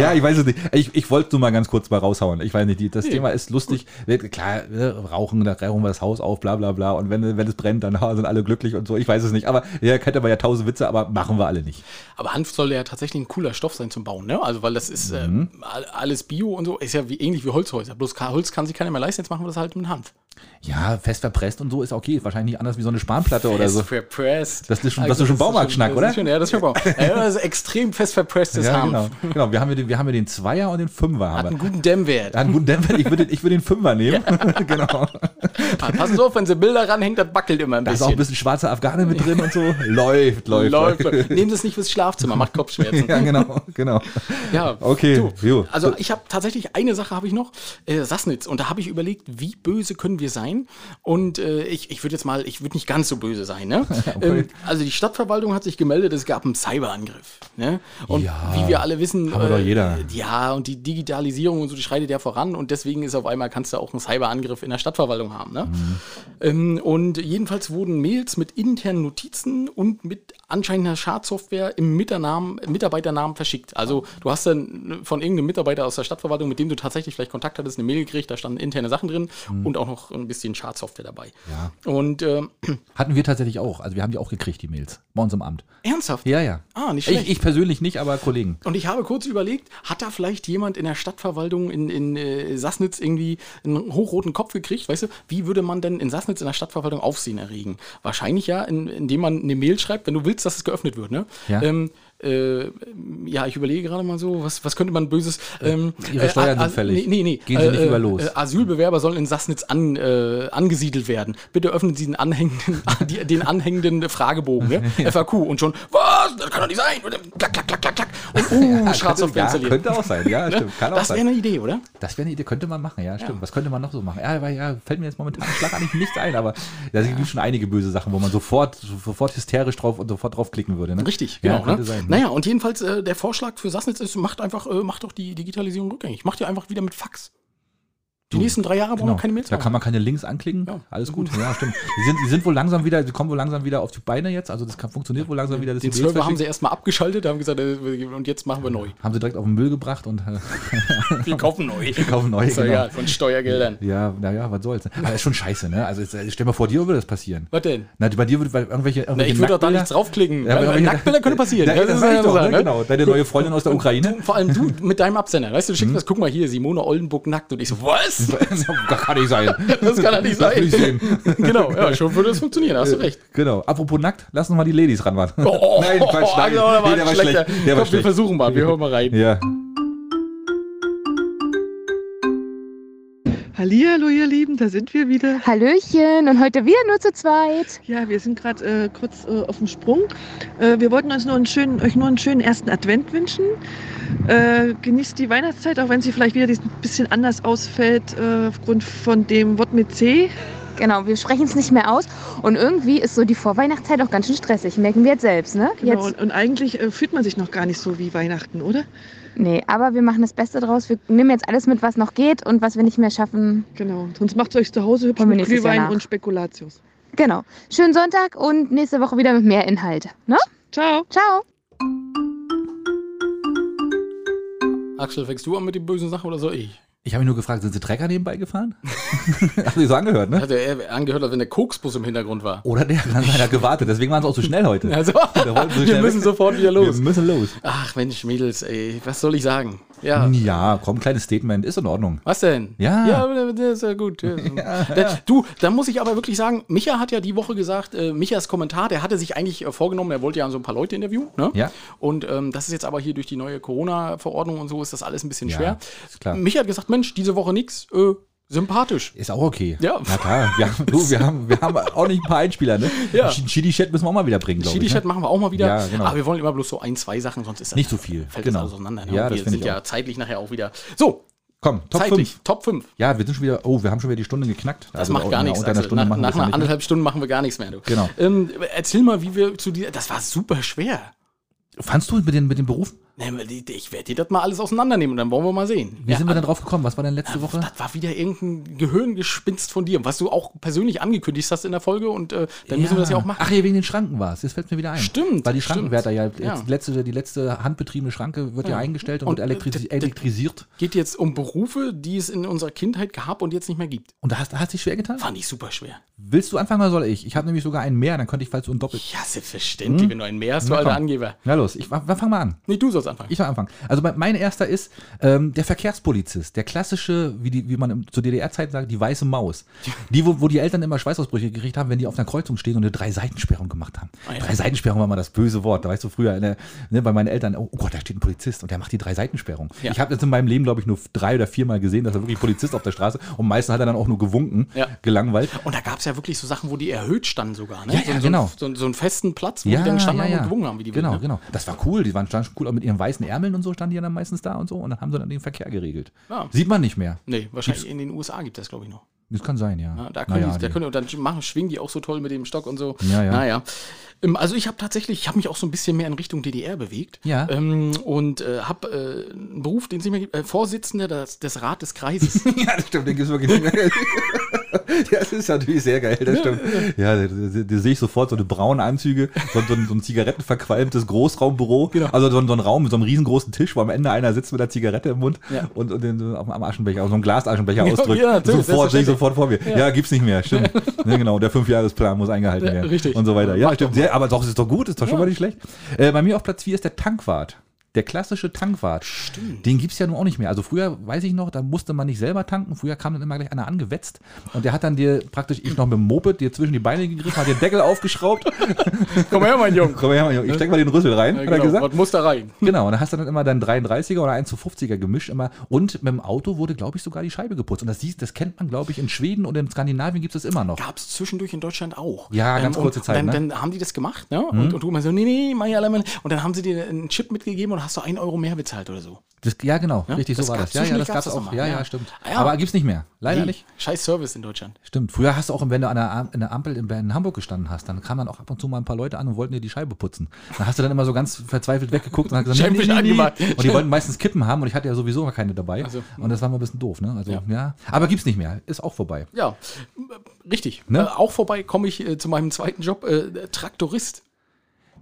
Speaker 1: Ja, ich weiß es nicht. Ich, ich wollte es nur mal ganz kurz mal raushauen. Ich weiß nicht, die, das Thema ist lustig. Klar, ne, rauchen, da rauchen wir das Haus auf, bla bla bla. Und wenn, wenn es brennt, dann ha, sind alle glücklich und so. Ich weiß es nicht. Aber ja, kennt aber ja tausend Witze, aber machen wir alle nicht.
Speaker 3: Aber Hanf soll ja tatsächlich ein cooler Stoff sein zum Bauen, ne? Also, weil das ist ähm, all- alles Bio und so, ist ja wie, ähnlich wie Holzhäuser. Bloß Ka- Holz kann sich keiner mehr leisten, jetzt machen wir das halt mit Hanf.
Speaker 1: Ja, fest verpresst und so ist okay. Wahrscheinlich nicht anders wie so eine Spanplatte oder so.
Speaker 3: Fest verpresst.
Speaker 1: Also,
Speaker 3: Also,
Speaker 1: Das ist schon- das ist schon Baumarktschnack,
Speaker 3: das
Speaker 1: oder?
Speaker 3: Ist schon, ja, das ist
Speaker 1: <laughs>
Speaker 3: schon Baumarkt. ja, das ist extrem fest verpresstes
Speaker 1: Ja,
Speaker 3: Hanf.
Speaker 1: genau. genau. Wir haben ja den, wir haben ja den Zweier und den Fünfer.
Speaker 3: Hat
Speaker 1: Haben
Speaker 3: einen
Speaker 1: wir.
Speaker 3: guten Dämmwert.
Speaker 1: Ja, einen guten Dämpfer. Ich würde den, ich würde den Fünfer nehmen. <laughs> genau.
Speaker 3: Ah, Passen Sie auf, wenn Sie Bilder ranhängt, das wackelt immer ein
Speaker 1: Da ist auch ein
Speaker 3: bisschen.
Speaker 1: bisschen schwarzer Afghane mit drin
Speaker 3: <laughs>
Speaker 1: und so. Läuft, läuft, läuft.
Speaker 3: Läuft. Nehmen Sie es nicht fürs Schlafzimmer, macht Kopfschmerzen.
Speaker 1: <laughs> Ja, genau, genau.
Speaker 3: Ja,
Speaker 1: Okay,
Speaker 3: Du,
Speaker 1: jo.
Speaker 3: also ich habe tatsächlich eine Sache habe ich noch, äh, Sassnitz. Und da habe ich überlegt, wie böse können wir sein? Und äh, ich, ich würde jetzt mal, ich würde nicht ganz so böse
Speaker 1: <laughs>
Speaker 3: sein. Ne? ähm, also die Stadtverwaltung hat sich gemeldet, es gab einen Cyberangriff. Ne? Und
Speaker 1: Ja,
Speaker 3: wie wir alle wissen,
Speaker 1: haben wir doch jeder.
Speaker 3: äh, ja, und die Digitalisierung und so, die schreitet ja voran. Und deswegen ist auf einmal, kannst du auch einen Cyberangriff in der Stadtverwaltung haben. Ne? Ähm, und jedenfalls wurden Mails mit internen Notizen und mit anscheinender Schadsoftware im Mitternamen, Mitarbeiternamen verschickt. Also du hast dann von irgendeinem Mitarbeiter aus der Stadtverwaltung, mit dem du tatsächlich vielleicht Kontakt hattest, eine Mail gekriegt, da standen interne Sachen drin
Speaker 1: Mhm.
Speaker 3: und auch noch ein bisschen Schadsoftware dabei. Und ähm, <clears throat>
Speaker 1: Hatten wir tatsächlich auch. Also wir haben die auch gekriegt, die Mails. Bei uns im Amt.
Speaker 3: ernsthaft.
Speaker 1: Ja, ja.
Speaker 3: Ah, nicht schlecht.
Speaker 1: Ich, ich persönlich nicht, aber Kollegen.
Speaker 3: Und ich habe kurz überlegt, hat da vielleicht jemand in der Stadtverwaltung in, in äh, Sassnitz irgendwie einen hochroten Kopf gekriegt? Weißt du, wie würde man denn in Sassnitz in der Stadtverwaltung Aufsehen erregen? Wahrscheinlich ja, in, indem man eine Mail schreibt, wenn du willst, dass es geöffnet wird. Ne?
Speaker 1: Ja.
Speaker 3: Ähm, äh, ja, ich überlege gerade mal so, was, was könnte man Böses. Ähm,
Speaker 1: Äh, Ihre Steuern sind
Speaker 3: a- a-
Speaker 1: fällig.
Speaker 3: Nee, nee, nee.
Speaker 1: Gehen Sie nicht über los.
Speaker 3: Äh, Asylbewerber sollen in Sassnitz an, äh, angesiedelt werden. Bitte öffnen Sie den anhängenden, <laughs> die, den anhängenden Fragebogen,
Speaker 1: <laughs>
Speaker 3: ne? FAQ. Und schon, was? Das kann doch nicht sein. Klack, klack, klack, klack, klack.
Speaker 1: <laughs>
Speaker 3: Und uh, Schadsoftware
Speaker 1: ja,
Speaker 3: installiert.
Speaker 1: könnte auch sein.
Speaker 3: <laughs>
Speaker 1: Ja, stimmt. Kann auch
Speaker 3: Ne? Das wäre
Speaker 1: sein.
Speaker 3: eine Idee, oder?
Speaker 1: Das wäre eine Idee, könnte man machen. Ja, stimmt. Was könnte man noch so machen? Ja, aber, ja fällt mir jetzt momentan schlagartig nichts ein, aber da gibt es schon einige böse Sachen, wo man sofort, sofort hysterisch drauf und sofort draufklicken würde. Ne?
Speaker 3: Richtig,
Speaker 1: ja,
Speaker 3: genau.
Speaker 1: Könnte
Speaker 3: ne?
Speaker 1: sein. ne?
Speaker 3: Naja, und jedenfalls äh, der Vorschlag für Sassnitz ist, macht einfach, äh, macht doch die Digitalisierung rückgängig. Macht ihr einfach wieder mit Fax. Die nächsten drei Jahre brauchen wir keine Mails
Speaker 1: Genau. Da kann man keine Links anklicken.
Speaker 3: Ja. Mhm.
Speaker 1: Alles gut. Ja, stimmt. Die sind, die sind wohl langsam wieder, die kommen wohl langsam wieder auf die Beine jetzt. Also das kann, funktioniert wohl langsam wieder. dass
Speaker 3: Den
Speaker 1: die Mails
Speaker 3: Server haben sie
Speaker 1: verschicken.
Speaker 3: erstmal abgeschaltet, haben gesagt, äh, und jetzt machen wir
Speaker 1: <laughs>
Speaker 3: neu.
Speaker 1: haben sie direkt auf den Müll gebracht und äh,
Speaker 3: Wir kaufen neu.
Speaker 1: kaufen neue.
Speaker 3: Ist doch egal, von Steuergeldern.
Speaker 1: Ja, naja, was soll's. Aber ist schon scheiße, ne? Also jetzt, äh, stell mal vor, dir würde das passieren.
Speaker 3: Was denn?
Speaker 1: Na, bei dir würde bei irgendwelche,
Speaker 3: Na,
Speaker 1: irgendwelche
Speaker 3: ich würde doch da
Speaker 1: Nacktbilder-
Speaker 3: nichts draufklicken.
Speaker 1: Ja, aber
Speaker 3: Weil
Speaker 1: irgendwelche-
Speaker 3: Nacktbilder können passieren.
Speaker 1: Ja, das
Speaker 3: ist
Speaker 1: sag ich
Speaker 3: eine
Speaker 1: doch,
Speaker 3: Sache,
Speaker 1: ne?
Speaker 3: ne?
Speaker 1: Genau. Deine neue Freundin aus der Ukraine.
Speaker 3: <laughs>
Speaker 1: Mhm.
Speaker 3: Vor allem du mit deinem Absender. Weißt du, du schickst das, guck mal hier, Simone Oldenburg nackt. Und ich so,
Speaker 1: <laughs>
Speaker 3: was?
Speaker 1: das kann nicht sein.
Speaker 3: Das kann doch nicht
Speaker 1: Lass
Speaker 3: sein.
Speaker 1: mich sehen.
Speaker 3: <laughs> genau, ja, schon würde das funktionieren, hast du recht.
Speaker 1: Genau. Apropos nackt, lass uns mal die Ladies ran. Mann.
Speaker 3: Oh,
Speaker 1: nein,
Speaker 3: <laughs>
Speaker 1: Quatsch, nein.
Speaker 3: also, da war
Speaker 1: Nee,
Speaker 3: ein schlechter.
Speaker 1: Der war
Speaker 3: Komm, wir
Speaker 1: schlecht.
Speaker 3: versuchen mal, wir hören mal rein.
Speaker 1: Ja.
Speaker 6: Hallihallo, ihr Lieben, da sind wir wieder.
Speaker 7: Hallöchen und heute wieder nur zu zweit.
Speaker 6: Ja, wir sind gerade äh, kurz äh, auf dem Sprung. Äh, wir wollten uns nur einen schönen, euch nur einen schönen ersten Advent wünschen. Äh, genießt die Weihnachtszeit, auch wenn sie vielleicht wieder ein bisschen anders ausfällt äh, aufgrund von dem Wort mit C.
Speaker 7: Genau, wir sprechen es nicht mehr aus und irgendwie ist so die Vorweihnachtszeit auch ganz schön stressig, merken wir jetzt selbst, ne?
Speaker 6: Genau.
Speaker 7: Jetzt,
Speaker 6: Und, und eigentlich äh, fühlt man sich noch gar nicht so wie Weihnachten, oder?
Speaker 7: nee, aber wir machen das Beste draus. Wir nehmen jetzt alles mit, was noch geht und was wir nicht mehr schaffen.
Speaker 6: Genau. Sonst macht euch zu Hause hübsch
Speaker 7: Kommen wir
Speaker 6: mit
Speaker 7: nächstes Jahr
Speaker 6: Glühwein
Speaker 7: nach.
Speaker 6: und Spekulatius.
Speaker 7: Genau. Schönen Sonntag und nächste Woche wieder mit mehr Inhalt, ne?
Speaker 6: Ciao.
Speaker 7: Ciao.
Speaker 3: Axel, fängst du an mit den bösen Sachen oder soll ich?
Speaker 1: Ich habe mich nur gefragt, sind sie Trecker nebenbei
Speaker 3: <laughs>
Speaker 1: gefahren? Hast du so angehört, ne?
Speaker 3: Hat er angehört, als wenn der Koksbus im Hintergrund war.
Speaker 1: Oder der hat leider gewartet, deswegen waren sie auch so schnell heute.
Speaker 3: Also,
Speaker 1: Oh. Da wollten sie
Speaker 3: wir
Speaker 1: schnell
Speaker 3: müssen
Speaker 1: weg.
Speaker 3: sofort wieder los.
Speaker 1: Wir müssen los.
Speaker 3: Ach Mensch, Mädels, ey, was soll ich sagen? Ja.
Speaker 1: Ja, komm, kleines Statement, ist in Ordnung.
Speaker 3: Was denn?
Speaker 1: Ja.
Speaker 3: Ja, das ist ja
Speaker 1: <laughs>
Speaker 3: gut. Ja. Da- Du, da muss ich aber wirklich sagen, Micha hat ja die Woche gesagt, äh, Michas Kommentar, der hatte sich eigentlich äh, vorgenommen, er wollte ja so ein paar Leute interviewen. Ne?
Speaker 1: Ja.
Speaker 3: Und ähm, das ist jetzt aber hier durch die neue Corona-Verordnung und so ist das alles ein bisschen
Speaker 1: Ja,
Speaker 3: schwer.
Speaker 1: ist klar.
Speaker 3: Micha hat gesagt, Mensch, diese Woche nix, äh, sympathisch.
Speaker 1: Ist auch okay.
Speaker 3: Ja.
Speaker 1: Na klar, wir haben, du, wir haben, wir haben auch nicht ein paar Einspieler, ne?
Speaker 3: Ja.
Speaker 1: Chili-Chat müssen wir auch mal wieder bringen, glaube ich.
Speaker 3: Chili-Chat
Speaker 1: ne?
Speaker 3: machen wir auch mal wieder.
Speaker 1: Ja, genau.
Speaker 3: Aber wir wollen immer bloß so ein, zwei Sachen, sonst ist das
Speaker 1: Nicht so viel,
Speaker 3: Fällt
Speaker 1: genau.
Speaker 3: das alles auseinander. ne?
Speaker 1: Ja,
Speaker 3: Und
Speaker 1: das
Speaker 3: wir
Speaker 1: finde
Speaker 3: sind
Speaker 1: ich
Speaker 3: ja
Speaker 1: auch.
Speaker 3: zeitlich nachher auch wieder. So,
Speaker 1: Komm, Top
Speaker 3: zeitlich,
Speaker 1: 5.
Speaker 3: Top 5.
Speaker 1: Ja, wir sind schon wieder, oh, wir haben schon wieder die Stunde geknackt.
Speaker 3: Das macht gar nichts.
Speaker 1: Unter Also einer
Speaker 3: Axel.
Speaker 1: Stunde
Speaker 3: nach
Speaker 1: machen wir
Speaker 3: nach
Speaker 1: das ja
Speaker 3: einer
Speaker 1: nicht, ne?
Speaker 3: anderthalb Stunden machen wir gar nichts mehr. Du.
Speaker 1: Genau.
Speaker 3: Ähm, erzähl mal, wie wir zu dieser. Das war super schwer.
Speaker 1: Fandst du mit den, mit den Berufen?
Speaker 3: Nee, die- Ich werde dir das mal alles auseinandernehmen und dann wollen wir mal sehen.
Speaker 1: Wie sind wir denn drauf gekommen? Was war denn letzte Woche?
Speaker 3: Das war wieder irgendein Gehirngespinst von dir, was du auch persönlich angekündigt hast in der Folge und äh, dann müssen wir das ja auch machen.
Speaker 1: Ach ja, wegen den Schranken war es. Jetzt fällt mir wieder ein.
Speaker 3: Stimmt,
Speaker 1: Weil die
Speaker 3: stimmt.
Speaker 1: Schrankenwärter ja, jetzt
Speaker 3: Ja.
Speaker 1: Die, letzte, die letzte handbetriebene Schranke wird ja, eingestellt und,
Speaker 3: Und,
Speaker 1: wird elektris
Speaker 3: äh, d- d-
Speaker 1: elektrisiert.
Speaker 3: Geht jetzt um Berufe, die es in unserer Kindheit gab und jetzt nicht mehr gibt.
Speaker 1: Und da hast, hast du dich schwer getan?
Speaker 3: Fand ich super schwer.
Speaker 1: Willst du anfangen oder soll ich? Ich habe nämlich sogar einen mehr, dann könnte ich falls und doppelt.
Speaker 3: Ja, selbstverständlich, wenn du einen mehr hast, du
Speaker 1: Hm? Na
Speaker 3: alter
Speaker 1: komm.
Speaker 3: Angeber.
Speaker 1: Na los, ich wa- wa- fang mal an.
Speaker 3: Nee, du sollst anfangen.
Speaker 1: Ich soll anfangen. Also mein- mein erster ist ähm, der Verkehrspolizist, der klassische, wie, die, wie man im, zu DDR-Zeiten sagt, die weiße Maus. Die, wo, wo die Eltern immer Schweißausbrüche gekriegt haben, wenn die auf einer Kreuzung stehen und eine Drei-Seitensperrung gemacht haben.
Speaker 3: Ah, ja.
Speaker 1: Drei-Seitensperrung war mal das böse Wort. Da weißt du früher in der, ne, bei meinen Eltern, oh, oh Gott, da steht ein Polizist und der macht die Drei-Seitensperrung.
Speaker 3: Ja.
Speaker 1: Ich habe das in meinem Leben, glaube ich, nur drei oder viermal gesehen, dass da wirklich ein Polizist auf der Straße und meistens hat er dann auch nur gewunken,
Speaker 3: Ja. Oh,
Speaker 1: gelangweilt.
Speaker 3: Und da gab es ja wirklich so Sachen, wo die erhöht standen sogar. Ne?
Speaker 1: Ja, ja,
Speaker 3: so, so,
Speaker 1: genau.
Speaker 3: So, so einen festen Platz, wo die dann standen und gewungen haben, wie die
Speaker 1: Genau,
Speaker 3: Wilden, ne?
Speaker 1: genau. Das war cool. Die waren standen schon cool, auch mit ihren weißen Ärmeln und so standen die ja dann meistens da und so und dann haben sie dann den Verkehr geregelt.
Speaker 3: Ja.
Speaker 1: Sieht man nicht mehr.
Speaker 3: Nee, wahrscheinlich in den USA gibt das, glaube ich, noch.
Speaker 1: Das kann sein, ja.
Speaker 3: Ja, da
Speaker 1: Naja,
Speaker 3: können die, da
Speaker 1: Ah, die-
Speaker 3: können, und dann machen, schwingen die auch so toll mit dem Stock und so.
Speaker 1: Ja, ja.
Speaker 3: Naja. Ähm, Also ich habe tatsächlich, ich habe mich auch so ein bisschen mehr in Richtung DDR bewegt.
Speaker 1: Ja.
Speaker 3: Ähm, und äh, habe äh, einen Beruf, den sie mir gibt, äh, Vorsitzender des, des Rat des Kreises.
Speaker 1: <laughs> ja, das stimmt, den gibt's wirklich. <laughs> das ist natürlich sehr geil, das stimmt. Ja, da, da, da sehe ich sofort so eine braune Anzüge, so, so, ein- so ein zigarettenverqualmtes Großraumbüro.
Speaker 3: Genau.
Speaker 1: Also so, ein- so ein Raum mit so einem riesengroßen Tisch, wo am Ende einer sitzt mit einer Zigarette im Mund
Speaker 3: Ja.
Speaker 1: und, und den, so am am Aschenbecher, also so ein Glasaschenbecher ausdrückt.
Speaker 3: ja, natürlich,
Speaker 1: sofort, sehe ich
Speaker 3: selbstverständlich.
Speaker 1: sofort vor mir. Ja, gibt's nicht mehr, stimmt. <laughs> ne, genau, der Fünfjahresplan muss eingehalten
Speaker 3: Ja,
Speaker 1: werden.
Speaker 3: richtig.
Speaker 1: Und so weiter. Ja,
Speaker 3: Mach
Speaker 1: stimmt. Sehr, aber doch, ist doch gut, ist doch schon mal nicht schlecht. Äh, bei mir auf Platz 4 ist der Tankwart. Der klassische Tankwart. Stimmt. Den gibt's ja nun auch nicht mehr. Also früher, weiß ich noch, da musste man nicht selber tanken. Früher kam dann immer gleich einer angewetzt und der hat dann dir praktisch, ich noch mit dem Moped, dir zwischen die Beine gegriffen, hat den Deckel
Speaker 3: <laughs>
Speaker 1: aufgeschraubt.
Speaker 3: Komm her, mein Junge.
Speaker 1: Komm her, mein Junge, ich steck mal den Rüssel rein,
Speaker 3: Ja,
Speaker 1: hat er
Speaker 3: genau,
Speaker 1: gesagt.
Speaker 3: was muss da rein?
Speaker 1: <laughs> Genau, und dann hast du dann immer deinen 33er oder 1 zu 50er Gemisch immer. Und mit dem Auto wurde, glaube ich, sogar die Scheibe geputzt. Und das, siehst, das kennt man, glaube ich, in Schweden und in Skandinavien gibt's das immer noch.
Speaker 3: Gab es zwischendurch in Deutschland auch. Ähm,
Speaker 1: Ja, ganz
Speaker 3: und
Speaker 1: kurze Zeit,
Speaker 3: Dann,
Speaker 1: ne? Mhm.
Speaker 3: dann haben die das gemacht, ne? Und, und du immer so, nee, nee, mach ich allein mal. Und dann haben sie dir einen Chip mitgegeben und hast du einen Euro mehr bezahlt oder so.
Speaker 1: Das, ja, genau,
Speaker 3: Ja,
Speaker 1: richtig, so
Speaker 3: das
Speaker 1: war
Speaker 3: gab's
Speaker 1: das. Ja, ja,
Speaker 3: zwischendurch
Speaker 1: das
Speaker 3: gab's
Speaker 1: gab's
Speaker 3: das
Speaker 1: auch.
Speaker 3: nochmal.
Speaker 1: Ja,
Speaker 3: Ja.
Speaker 1: ja, stimmt.
Speaker 3: Ah, ja.
Speaker 1: Aber gibt's nicht mehr. Leider
Speaker 3: Nee,
Speaker 1: nicht.
Speaker 3: Scheiß Service in Deutschland.
Speaker 1: Stimmt. Früher hast du auch, wenn du an der, Am- in der Ampel in, in Hamburg gestanden hast, dann kamen dann auch ab und zu mal ein paar Leute an und wollten dir die Scheibe putzen. Dann hast du dann immer so ganz verzweifelt weggeguckt und hast gesagt,
Speaker 3: Scheinbar angemacht.
Speaker 1: Und die wollten meistens Kippen haben und ich hatte ja sowieso mal keine dabei.
Speaker 3: Ach so.
Speaker 1: Und das war mal ein bisschen doof, ne? Also,
Speaker 3: hm. Ja.
Speaker 1: ja. Aber gibt's nicht mehr. Ist auch vorbei.
Speaker 3: Ja, richtig.
Speaker 1: Ne?
Speaker 3: Äh, auch vorbei komme ich äh, zu meinem zweiten Job, äh, Traktorist.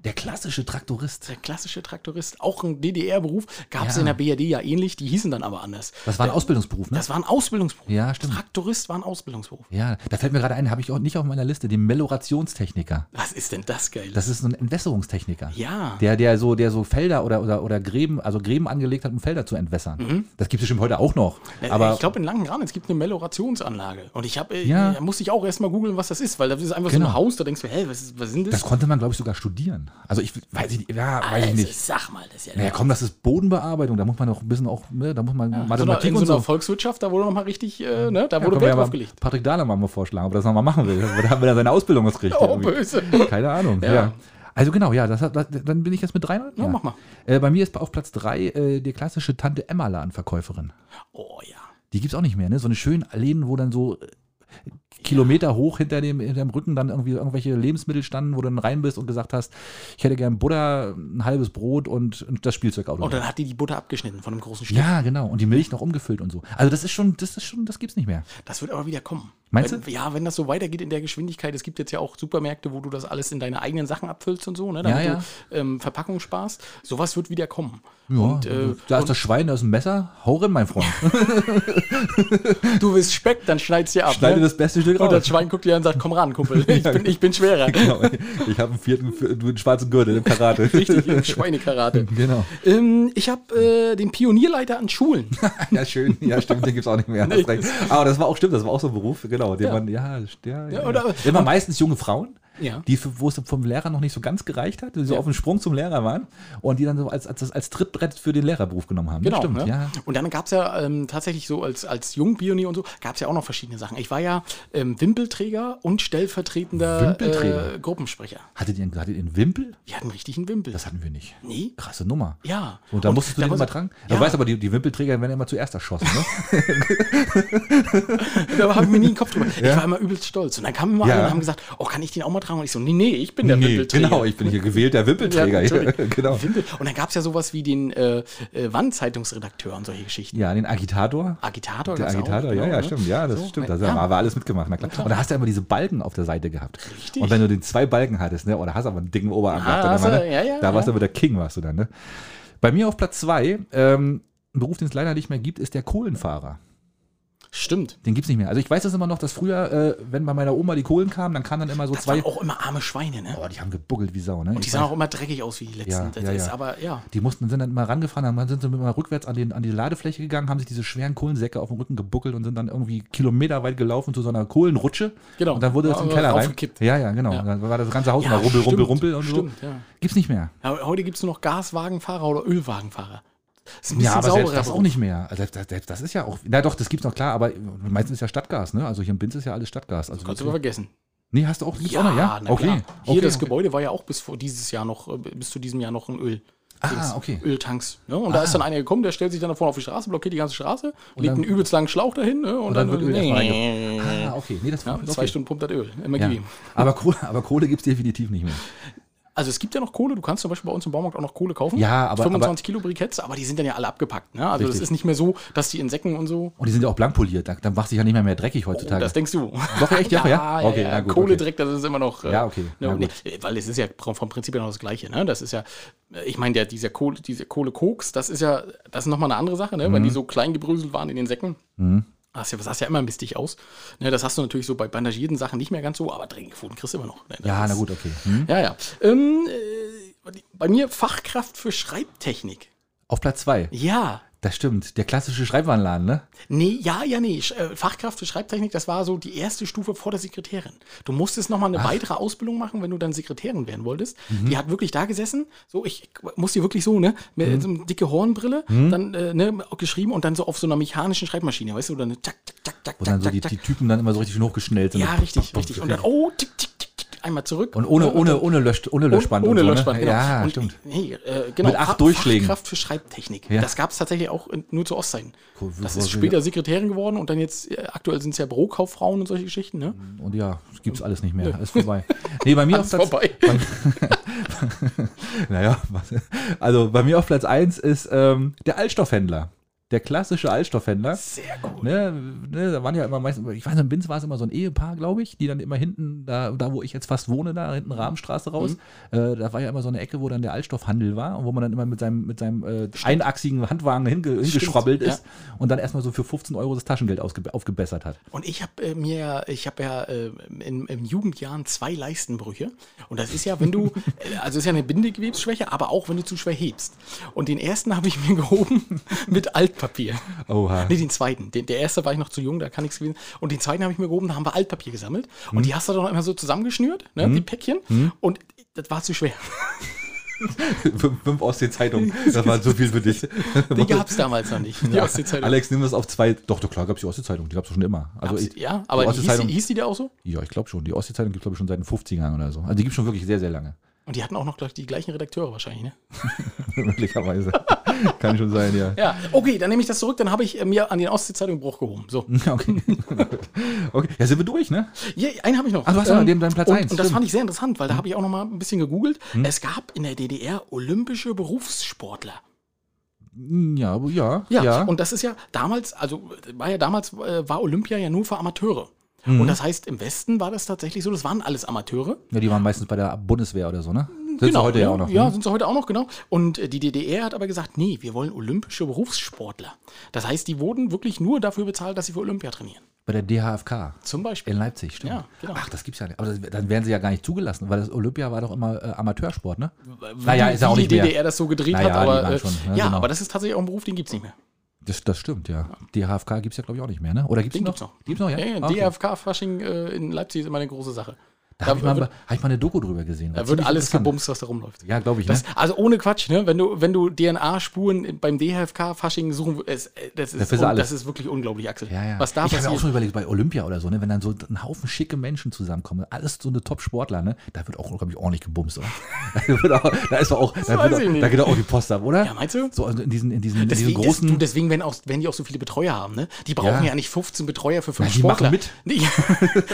Speaker 1: Der klassische Traktorist.
Speaker 3: Der klassische Traktorist, auch ein DDR-Beruf, gab es
Speaker 1: Ja.
Speaker 3: in der BRD ja ähnlich, die hießen dann aber anders.
Speaker 1: Das war ein Ausbildungsberuf, ne?
Speaker 3: Äh, Das war ein Ausbildungsberuf.
Speaker 1: Ja, stimmt.
Speaker 3: Traktorist war ein Ausbildungsberuf.
Speaker 1: Ja, da fällt mir gerade ein, habe ich auch nicht auf meiner Liste, den Melorationstechniker.
Speaker 3: Was ist denn das geil?
Speaker 1: Das ist so ein Entwässerungstechniker.
Speaker 3: ja.
Speaker 1: Der, der so, der so Felder oder, oder, oder Gräben, also Gräben angelegt hat, um Felder zu entwässern. Das gibt es bestimmt heute auch noch.
Speaker 3: Äh,
Speaker 1: Aber
Speaker 3: Mhm. ich glaube, in Langenranz gibt eine Melorationsanlage. Und ich habe, äh,
Speaker 1: Ja.
Speaker 3: da musste ich auch erstmal googeln, was das ist, weil das ist einfach so
Speaker 1: Genau.
Speaker 3: ein Haus, da denkst du, hä, was, ist, was sind das?
Speaker 1: das konnte man, glaube ich, sogar studieren. Also ich weiß ich nicht, ja, weiß ich
Speaker 3: Also,
Speaker 1: nicht.
Speaker 3: Sag mal, das ist ja.
Speaker 1: Naja, komm, das ist Bodenbearbeitung, da muss man auch ein bisschen auch, ne, da muss man
Speaker 3: in so einer,
Speaker 1: Mathematik
Speaker 3: in so
Speaker 1: und
Speaker 3: einer
Speaker 1: so.
Speaker 3: Volkswirtschaft, da wurde nochmal richtig, äh, ne, da
Speaker 1: Ja, können
Speaker 3: wurde
Speaker 1: wir
Speaker 3: Wert
Speaker 1: ja mal
Speaker 3: draufgelegt.
Speaker 1: Patrick Dahlemann mal vorschlagen, ob er das nochmal machen will. Da haben wir da seine Ausbildung was kriegt.
Speaker 3: Oh,
Speaker 1: irgendwie.
Speaker 3: böse. <laughs>
Speaker 1: Keine Ahnung.
Speaker 3: Ja.
Speaker 1: Ja. Also genau, ja, das, hat- das, dann bin ich jetzt mit drei. Ja,
Speaker 3: mach mal.
Speaker 1: Äh, bei mir ist auf Platz drei äh, die klassische Tante Emma Ladenverkäuferin.
Speaker 3: Oh ja.
Speaker 1: Die gibt's auch nicht mehr, ne? So eine schönen Läden, wo dann so äh, Kilometer hoch hinter dem, hinter dem Rücken dann irgendwie irgendwelche Lebensmittel standen, wo du dann rein bist und gesagt hast, ich hätte gern Butter, ein halbes Brot und, und das Spielzeugauto.
Speaker 3: Und dann hat die die Butter abgeschnitten von einem großen Stück.
Speaker 1: ja, genau. Und die Milch noch umgefüllt und so. Also das ist schon, das ist schon, das gibt's nicht mehr.
Speaker 3: Das wird aber wieder kommen.
Speaker 1: Meinst
Speaker 3: wenn,
Speaker 1: du?
Speaker 3: Ja, wenn das so weitergeht in der Geschwindigkeit. Es gibt jetzt ja auch Supermärkte, wo du das alles in deine eigenen Sachen abfüllst und so, ne,
Speaker 1: Ja,
Speaker 3: damit
Speaker 1: ja.
Speaker 3: du ähm, Verpackung sparst. Sowas wird wieder kommen.
Speaker 1: Ja, also
Speaker 3: und äh,
Speaker 1: da ist
Speaker 3: und
Speaker 1: das Schwein, da ist ein Messer. Hau rein, mein
Speaker 3: <laughs>
Speaker 1: Freund. <laughs>
Speaker 3: du willst Speck, dann schneidest du dir ab.
Speaker 1: Schneide
Speaker 3: ne?
Speaker 1: das beste Stück
Speaker 3: und das
Speaker 1: raus.
Speaker 3: Schwein guckt dir an und sagt, komm
Speaker 1: <laughs>
Speaker 3: ran, Kumpel, ich bin, ich bin schwerer.
Speaker 1: Genau. Ich habe einen vierten, du einen schwarzen Gürtel im Karate.
Speaker 3: Richtig, im Schweinekarate.
Speaker 1: <laughs> Genau.
Speaker 3: Ähm, ich habe äh, den Pionierleiter
Speaker 1: <laughs>
Speaker 3: an Schulen.
Speaker 1: Ja, schön. Ja, stimmt, den gibt's auch nicht mehr. Hast recht. Aber das war auch, stimmt, das war auch so ein Beruf, genau, den man, ja, ja, ja, ja.
Speaker 3: oder-
Speaker 1: Immer meistens junge Frauen,
Speaker 3: Ja.
Speaker 1: die, für- wo es vom Lehrer noch nicht so ganz gereicht hat, die so auf dem Sprung zum Lehrer waren und die dann so als, als, als Trittbrett für den Lehrerberuf genommen haben.
Speaker 3: Genau.
Speaker 1: stimmt,
Speaker 3: ne?
Speaker 1: ja.
Speaker 3: Und dann gab es ja ähm, tatsächlich so als, als Jungpionier und so, gab es ja auch noch verschiedene Sachen. Ich war ja ähm, Wimpelträger und stellvertretender
Speaker 1: Wimpelträger?
Speaker 3: Äh, Gruppensprecher.
Speaker 1: Hattet ihr, einen- hattet ihr einen Wimpel?
Speaker 3: Wir hatten richtig einen Wimpel.
Speaker 1: Das hatten wir nicht.
Speaker 3: nee?
Speaker 1: Krasse Nummer.
Speaker 3: Ja.
Speaker 1: Und da musstest du
Speaker 3: da
Speaker 1: den
Speaker 3: war so-
Speaker 1: immer tragen?
Speaker 3: Ja.
Speaker 1: Du weißt aber, die, die Wimpelträger werden immer zuerst erschossen,
Speaker 3: <laughs>
Speaker 1: ne?
Speaker 3: Da habe ich mir nie den Kopf
Speaker 1: <laughs>
Speaker 3: drüber. Ich war immer übelst stolz. Und dann kamen immer
Speaker 1: Ja.
Speaker 3: alle und haben gesagt, oh, kann ich den auch mal tragen? Und ich so, nee, nee, ich bin der Wimpelträger.
Speaker 1: genau, ich bin hier gewählter Wimpelträger.
Speaker 3: <laughs> Ja,
Speaker 1: Ja, <laughs>
Speaker 3: natürlich.
Speaker 1: genau.
Speaker 3: Wimpel. Und dann gab es ja sowas wie den äh, äh, Wandzeitungsredakteur und solche Geschichten.
Speaker 1: Ja, den Agitator.
Speaker 3: Agitator
Speaker 1: Der
Speaker 3: gab's ja
Speaker 1: Agitator,
Speaker 3: auch,
Speaker 1: ja,
Speaker 3: genau,
Speaker 1: ja,
Speaker 3: ne?
Speaker 1: stimmt, ja, das
Speaker 3: So,
Speaker 1: stimmt.
Speaker 3: na
Speaker 1: Das
Speaker 3: ja.
Speaker 1: haben wir alles mitgemacht, na klar. Und da hast du ja immer diese Balken auf der Seite gehabt.
Speaker 3: Richtig.
Speaker 1: Und wenn du den zwei Balken hattest, ne, oder hast aber einen dicken Oberarm
Speaker 3: Ah,
Speaker 1: gehabt,
Speaker 3: hast
Speaker 1: dann,
Speaker 3: du-
Speaker 1: ne?
Speaker 3: ja, ja,
Speaker 1: da warst du
Speaker 3: ja.
Speaker 1: aber der King, warst du dann, ne? Bei mir auf Platz zwei, ähm, ein Beruf, den es leider nicht mehr gibt, ist der Kohlenfahrer.
Speaker 3: Stimmt.
Speaker 1: Den gibt's nicht mehr. Also ich weiß das immer noch, dass früher, äh, wenn bei meiner Oma die Kohlen kamen, dann kamen dann immer so
Speaker 3: Das
Speaker 1: zwei.
Speaker 3: waren auch immer arme Schweine, ne?
Speaker 1: Boah, die haben gebuggelt wie Sau, ne?
Speaker 3: Und die
Speaker 1: Ich
Speaker 3: sahen
Speaker 1: weiß-
Speaker 3: auch immer dreckig aus wie die letzten.
Speaker 1: Ja,
Speaker 3: das
Speaker 1: ja,
Speaker 3: ist
Speaker 1: ja.
Speaker 3: aber, ja.
Speaker 1: die mussten, sind dann immer rangefahren, dann sind sie immer rückwärts an, den, an die Ladefläche gegangen, haben sich diese schweren Kohlensäcke auf dem Rücken gebuckelt und sind dann irgendwie kilometerweit gelaufen zu so einer Kohlenrutsche.
Speaker 3: Genau.
Speaker 1: Und dann wurde das
Speaker 3: War
Speaker 1: im
Speaker 3: aber
Speaker 1: Keller rein.
Speaker 3: aufgekippt.
Speaker 1: Ja, ja, genau.
Speaker 3: Ja.
Speaker 1: Dann war das ganze Haus
Speaker 3: Ja,
Speaker 1: mal rumpel, rumpel,
Speaker 3: stimmt,
Speaker 1: rumpel und
Speaker 3: stimmt,
Speaker 1: so.
Speaker 3: ja.
Speaker 1: Gibt's nicht mehr.
Speaker 3: Ja, heute gibt es nur noch Gaswagenfahrer oder Ölwagenfahrer. Das ist ein
Speaker 1: Ja, aber selbst
Speaker 3: sauberer
Speaker 1: das auch nicht mehr. Also selbst, selbst das ist ja auch. Na doch, das gibt's noch klar, aber meistens ist ja Stadtgas, ne? Also hier in Binz ist ja alles Stadtgas. Also
Speaker 3: Kannst du aber vergessen.
Speaker 1: nee, hast du auch, gibt's auch noch, ja?
Speaker 3: na klar. Hier das Gebäude war ja auch bis vor dieses Jahr noch, äh, bis zu diesem Jahr noch ein Öl.
Speaker 1: Ah, okay. Ah.
Speaker 3: Öltanks. Ne? Und da ist dann einer gekommen, der stellt sich dann da vorne auf die Straße, blockiert die ganze Straße, legt
Speaker 1: dann-
Speaker 3: einen übelst langen Schlauch dahin ne? und,
Speaker 1: Und
Speaker 3: dann,
Speaker 1: dann wird Öl erstmal
Speaker 3: nee.
Speaker 1: Ah, okay. Nee, das
Speaker 3: ja,
Speaker 1: war
Speaker 3: in
Speaker 1: okay.
Speaker 3: zwei Stunden pumpt das Öl.
Speaker 1: Ja.
Speaker 3: MRG.
Speaker 1: Aber Kohle, aber Kohle gibt's definitiv nicht mehr.
Speaker 3: Also es gibt ja noch Kohle, du kannst zum Beispiel bei uns im Baumarkt auch noch Kohle kaufen.
Speaker 1: Ja, aber-
Speaker 3: 25 Kilo Briketts, aber die sind dann ja alle abgepackt. Ne? Also das
Speaker 1: Richtig.
Speaker 3: ist nicht mehr so, dass die in Säcken und so.
Speaker 1: Und Oh, die sind ja auch blank poliert. Da- Dann macht sich ja nicht mehr mehr dreckig
Speaker 3: Oh,
Speaker 1: heutzutage.
Speaker 3: das denkst du.
Speaker 1: Doch, echt? Ja, ja?
Speaker 3: <laughs> ja,
Speaker 1: Okay,
Speaker 3: ja.
Speaker 1: na gut,
Speaker 3: Kohle
Speaker 1: okay.
Speaker 3: direkt, das ist immer noch. äh,
Speaker 1: Ja, okay,
Speaker 3: Ne,
Speaker 1: na
Speaker 3: nee,
Speaker 1: gut.
Speaker 3: weil es ist ja vom vom Prinzip her noch das Gleiche. Ne? Das ist ja, äh, ich meine, der, dieser Kohle, diese Kohle-Koks, das ist ja, das ist nochmal eine andere Sache, ne? weil
Speaker 1: Mhm.
Speaker 3: die so klein gebröselt waren in den Säcken. Das sah ja immer mistig aus. Ne, das hast du natürlich so bei bandagierten Sachen nicht mehr ganz so, aber Trinkquoten kriegst du immer noch. Ne, das
Speaker 1: ja, na
Speaker 3: ist-
Speaker 1: gut, okay. Hm?
Speaker 3: Ja, ja. Ähm, äh, bei mir Fachkraft für Schreibtechnik.
Speaker 1: Auf Platz zwei.
Speaker 3: Ja.
Speaker 1: Das stimmt. Der klassische Schreibwarenladen, ne?
Speaker 3: Nee, ja, ja, nee. Sch äh, Fachkraft für Schreibtechnik, das war so die erste Stufe vor der Sekretärin. Du musstest nochmal eine weitere Ausbildung machen, wenn du dann Sekretärin werden wolltest.
Speaker 1: Mhm.
Speaker 3: Die hat wirklich da gesessen, so, ich muss die wirklich so, ne, mit
Speaker 1: Mhm.
Speaker 3: so einer dicke Hornbrille, dann, äh, ne, geschrieben und dann so auf so einer mechanischen Schreibmaschine, weißt du, oder eine tak, tak, tak, tak,
Speaker 1: Wo
Speaker 3: tak,
Speaker 1: dann so die,
Speaker 3: tak.
Speaker 1: die Typen dann immer so richtig hochgeschnellt sind.
Speaker 3: Ja, richtig, richtig. Und dann, oh, tick, tick, tick, tick. einmal zurück.
Speaker 1: Und ohne, ohne, ohne, Lösch, ohne Löschband.
Speaker 3: Ohne
Speaker 1: und so, ne?
Speaker 3: Löschband, genau.
Speaker 1: Ja,
Speaker 3: und,
Speaker 1: stimmt.
Speaker 3: Nee, äh, genau.
Speaker 1: Mit acht
Speaker 3: Fach-
Speaker 1: Durchschlägen.
Speaker 3: Fachkraft für Schreibtechnik.
Speaker 1: Ja.
Speaker 3: Das gab es tatsächlich auch in, nur zu Ostzeiten.
Speaker 1: Cool,
Speaker 3: Das
Speaker 1: cool,
Speaker 3: ist
Speaker 1: cool.
Speaker 3: später Sekretärin geworden und dann jetzt, äh, aktuell sind es ja Bürokauffrauen und solche Geschichten. Ne?
Speaker 1: Und ja, es gibt's alles nicht mehr. Ist vorbei. Nee, bei
Speaker 3: <laughs>
Speaker 1: mir auf
Speaker 3: Alles
Speaker 1: Platz,
Speaker 3: vorbei.
Speaker 1: <laughs> naja, was, also bei mir auf Platz 1 ist ähm, der Altstoffhändler. Der klassische Altstoffhändler.
Speaker 3: Sehr gut.
Speaker 1: Ne, ne, da waren ja immer meistens, ich weiß nicht, in Binz war es immer so ein Ehepaar, glaube ich, die dann immer hinten, da, da wo ich jetzt fast wohne, da hinten Rahmenstraße raus, äh, da war ja immer so eine Ecke, wo dann der Altstoffhandel war und wo man dann immer mit seinem, mit seinem äh, einachsigen Handwagen hinge, hingeschrobbelt
Speaker 3: ja.
Speaker 1: ist und dann erstmal so für 15 Euro das Taschengeld ausge, aufgebessert <laughs> hat.
Speaker 3: Und ich habe äh, mir, ja- ich habe ja äh, in, im Jugendjahren zwei Leistenbrüche. Und das ist ja,
Speaker 1: <laughs>
Speaker 3: wenn du, äh, also ist ja eine Bindegewebsschwäche, aber auch wenn du zu schwer hebst. Und den ersten habe ich mir <laughs> gehoben mit Altpapier.
Speaker 1: Oha.
Speaker 3: Nee, den zweiten. Den, der erste war ich noch zu jung, da kann nichts gewesen. Und den zweiten habe ich mir gehoben, da haben wir Altpapier gesammelt.
Speaker 1: Hm.
Speaker 3: Und die hast du dann immer so zusammengeschnürt, ne, die Päckchen. Und das war zu
Speaker 1: <laughs>
Speaker 3: schwer.
Speaker 1: Fünf, fünf Ostsee-Zeitungen, das war zu viel für <laughs> dich.
Speaker 3: Die gab es damals noch nicht. Die
Speaker 1: Ja,
Speaker 3: Ostsee-Zeitung.
Speaker 1: Alex, nimm das auf zwei. Doch, doch klar gab es die Ostsee-Zeitung, die gab es schon immer. Also,
Speaker 3: Abs-
Speaker 1: ich,
Speaker 3: ja, aber
Speaker 1: die
Speaker 3: die hieß, die,
Speaker 1: Ostsee-Zeitung-
Speaker 3: hieß die da auch so?
Speaker 1: ja, ich glaube schon. Die Ostsee-Zeitung gibt es, glaube ich, schon seit den 50ern oder so. Also die gibt schon wirklich sehr, sehr lange. <laughs>
Speaker 3: Und die hatten auch noch gleich die gleichen Redakteure wahrscheinlich, ne?
Speaker 1: <laughs> Möglicherweise. Kann schon sein, ja.
Speaker 3: Ja, okay, dann nehme ich das zurück. Dann habe ich äh, mir an den Ostsee-Zeitung Bruch gehoben.
Speaker 1: <laughs>
Speaker 3: So, <laughs>
Speaker 1: Okay. okay. Ja, sind wir durch, ne?
Speaker 3: ja, einen habe ich noch. Ähm,
Speaker 1: Ah, du hast ja noch den- deinen Platz
Speaker 3: und,
Speaker 1: eins,
Speaker 3: Und das
Speaker 1: stimmt. Mhm.
Speaker 3: fand ich sehr interessant, weil da habe ich auch noch mal ein bisschen gegoogelt. Es gab in der DDR olympische Berufssportler.
Speaker 1: Ja, aber ja.
Speaker 3: Ja, und das ist ja damals, also war ja damals, äh, war Olympia ja nur für Amateure.
Speaker 1: Mhm.
Speaker 3: Und das heißt, im Westen war das tatsächlich so, das waren alles Amateure.
Speaker 1: ja, die waren meistens bei der Bundeswehr oder so, ne? Sind sie heute ja auch noch.
Speaker 3: Genau. Ja,
Speaker 1: ne?
Speaker 3: sind sie heute auch noch, genau. Und äh, die DDR hat aber gesagt, nee, wir wollen olympische Berufssportler. Das heißt, die wurden wirklich nur dafür bezahlt, dass sie für Olympia trainieren.
Speaker 1: Bei der DHFK.
Speaker 3: Zum Beispiel.
Speaker 1: In Leipzig, stimmt.
Speaker 3: Ja, genau.
Speaker 1: Ach, das gibt's ja nicht. Aber das, dann wären sie ja gar nicht zugelassen, weil das Olympia war doch immer äh, Amateursport, ne? Naja,
Speaker 3: wie,
Speaker 1: ist ja auch
Speaker 3: wie
Speaker 1: nicht
Speaker 3: die
Speaker 1: mehr.
Speaker 3: DDR das so gedreht
Speaker 1: Naja,
Speaker 3: hat,
Speaker 1: die
Speaker 3: aber
Speaker 1: waren
Speaker 3: äh,
Speaker 1: schon,
Speaker 3: ja,
Speaker 1: ja, genau.
Speaker 3: aber das ist tatsächlich auch ein Beruf, den gibt's nicht mehr.
Speaker 1: Das, das stimmt, ja. DHFK gibt's ja, glaube ich, auch nicht mehr, ne? Oder gibt's
Speaker 3: Den
Speaker 1: noch?
Speaker 3: gibt's noch.
Speaker 1: Gibt's noch, ja?
Speaker 3: Ja, ja,
Speaker 1: Okay.
Speaker 3: DFK Fasching äh, in Leipzig ist immer eine große Sache.
Speaker 1: Da habe ich, mal-
Speaker 3: wird,
Speaker 1: hab ich mal eine Doku drüber gesehen. War
Speaker 3: da wird
Speaker 1: ziemlich
Speaker 3: alles
Speaker 1: interessant.
Speaker 3: gebumst, was da rumläuft.
Speaker 1: Ja, glaube ich, ne?
Speaker 3: Das, also ohne Quatsch, ne? Wenn du, wenn du DNA-Spuren beim DHFK-Fasching suchen würdest, das ist,
Speaker 1: Das ist alles.
Speaker 3: das ist wirklich unglaublich, Axel.
Speaker 1: Ja, ja.
Speaker 3: Was da
Speaker 1: ich habe ja auch
Speaker 3: passiert.
Speaker 1: schon überlegt, bei Olympia oder so, ne, wenn dann so ein Haufen schicke Menschen zusammenkommen, alles so eine Top-Sportler, ne, da wird auch, glaube ich, ordentlich gebumst, oder? <laughs> da, wird auch, da ist doch auch, da,
Speaker 3: weiß ich
Speaker 1: wird auch
Speaker 3: nicht.
Speaker 1: da geht doch auch die Post ab, oder?
Speaker 3: Ja, meinst du?
Speaker 1: So also in diesen, in diesen, in diesen
Speaker 3: Deswegen, das, du,
Speaker 1: großen.
Speaker 3: deswegen werden, auch, werden die auch so viele Betreuer haben, ne? Die brauchen ja,
Speaker 1: Ja.
Speaker 3: nicht 15 Betreuer für fünf
Speaker 1: die
Speaker 3: Sportler.
Speaker 1: machen
Speaker 3: <laughs>
Speaker 1: mit.
Speaker 3: Nee,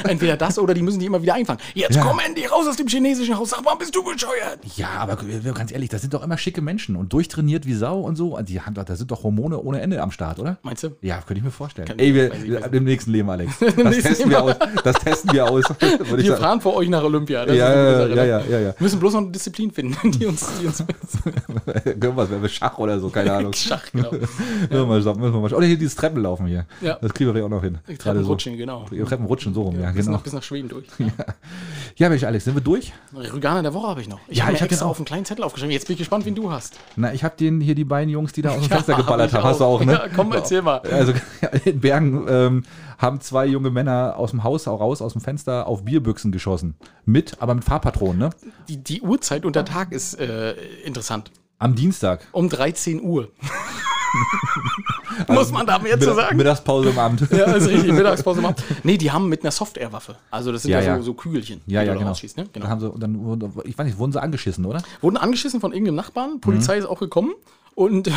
Speaker 3: Entweder das oder die müssen die immer wieder einfangen. Jetzt
Speaker 1: Ja.
Speaker 3: kommen die raus aus dem chinesischen Haus, sag mal, bist du bescheuert?
Speaker 1: ja, aber ganz ehrlich, das sind doch immer schicke Menschen und durchtrainiert wie Sau und so. Also Die haben doch, da sind doch Hormone ohne Ende am Start, oder?
Speaker 3: Meinst du?
Speaker 1: Ja, könnte ich mir vorstellen.
Speaker 3: Kann-
Speaker 1: Ey,
Speaker 3: weiß ich
Speaker 1: wir,
Speaker 3: nicht.
Speaker 1: im nächsten Leben, Alex.
Speaker 3: <laughs>
Speaker 1: Das testen wir aus. Das testen wir aus. <laughs> würde ich
Speaker 3: Wir
Speaker 1: sagen.
Speaker 3: fahren vor euch nach Olympia. das ist eine gute
Speaker 1: Ja,
Speaker 3: Sache,
Speaker 1: ja,
Speaker 3: ne?
Speaker 1: ja, ja, ja.
Speaker 3: Wir müssen bloß noch eine Disziplin finden, die uns,
Speaker 1: <laughs>
Speaker 3: die uns
Speaker 1: Gönnen wir es, wenn wir Schach oder so,
Speaker 3: <laughs>
Speaker 1: keine Ahnung.
Speaker 3: Schach, genau.
Speaker 1: Müssen wir mal, schauen, müssen wir mal schauen. Oder hier dieses Treppenlaufen hier.
Speaker 3: Ja.
Speaker 1: Das kriegen wir vielleicht auch noch hin. Gerade so.
Speaker 3: Treppenrutschen, genau.
Speaker 1: Ja, Treppenrutschen, so rum, ja,
Speaker 3: Bis,
Speaker 1: genau.
Speaker 3: nach, bis nach Schweden durch.
Speaker 1: Ja, Mensch, Alex, sind wir durch?
Speaker 3: Rüganer der Woche habe ich noch. Ich
Speaker 1: Ja,
Speaker 3: habe mir
Speaker 1: ich hab
Speaker 3: extra
Speaker 1: den auch.
Speaker 3: auf einen kleinen Zettel aufgeschrieben. Jetzt bin ich gespannt, wen du hast. Ah,
Speaker 1: Na, ich habe den hier die beiden Jungs, die da aus
Speaker 3: <laughs>
Speaker 1: dem Fenster
Speaker 3: hab
Speaker 1: geballert
Speaker 3: ich
Speaker 1: haben. Hast du
Speaker 3: auch.
Speaker 1: auch, ne?
Speaker 3: <laughs> Ja, komm, erzähl mal.
Speaker 1: Also <laughs> in Bergen ähm, haben zwei junge Männer aus dem Haus auch raus, aus dem Fenster auf Bierbüchsen geschossen. Mit, aber mit Fahrpatronen, ne?
Speaker 3: Die, die Uhrzeit und der Tag ist äh, interessant.
Speaker 1: Am Dienstag.
Speaker 3: Um 13 Uhr.
Speaker 1: <laughs>
Speaker 3: Muss man da mehr zu
Speaker 1: Mittag-
Speaker 3: sagen?
Speaker 1: Mittagspause im Abend.
Speaker 3: <laughs> Ja, ist richtig. Mittagspause machen. Nee, die haben mit einer Softair-Waffe. Also das sind ja,
Speaker 1: Ja,
Speaker 3: so,
Speaker 1: ja.
Speaker 3: so Kügelchen,
Speaker 1: Ja,
Speaker 3: die
Speaker 1: ja,
Speaker 3: du da
Speaker 1: genau.
Speaker 3: rausschießt, ne?
Speaker 1: Dann
Speaker 3: genau.
Speaker 1: haben sie, und dann, wurden- ich weiß nicht, wurden sie angeschissen, oder?
Speaker 3: Wurden angeschissen von irgendeinem Nachbarn.
Speaker 1: Mhm.
Speaker 3: Polizei ist auch gekommen und <laughs> äh,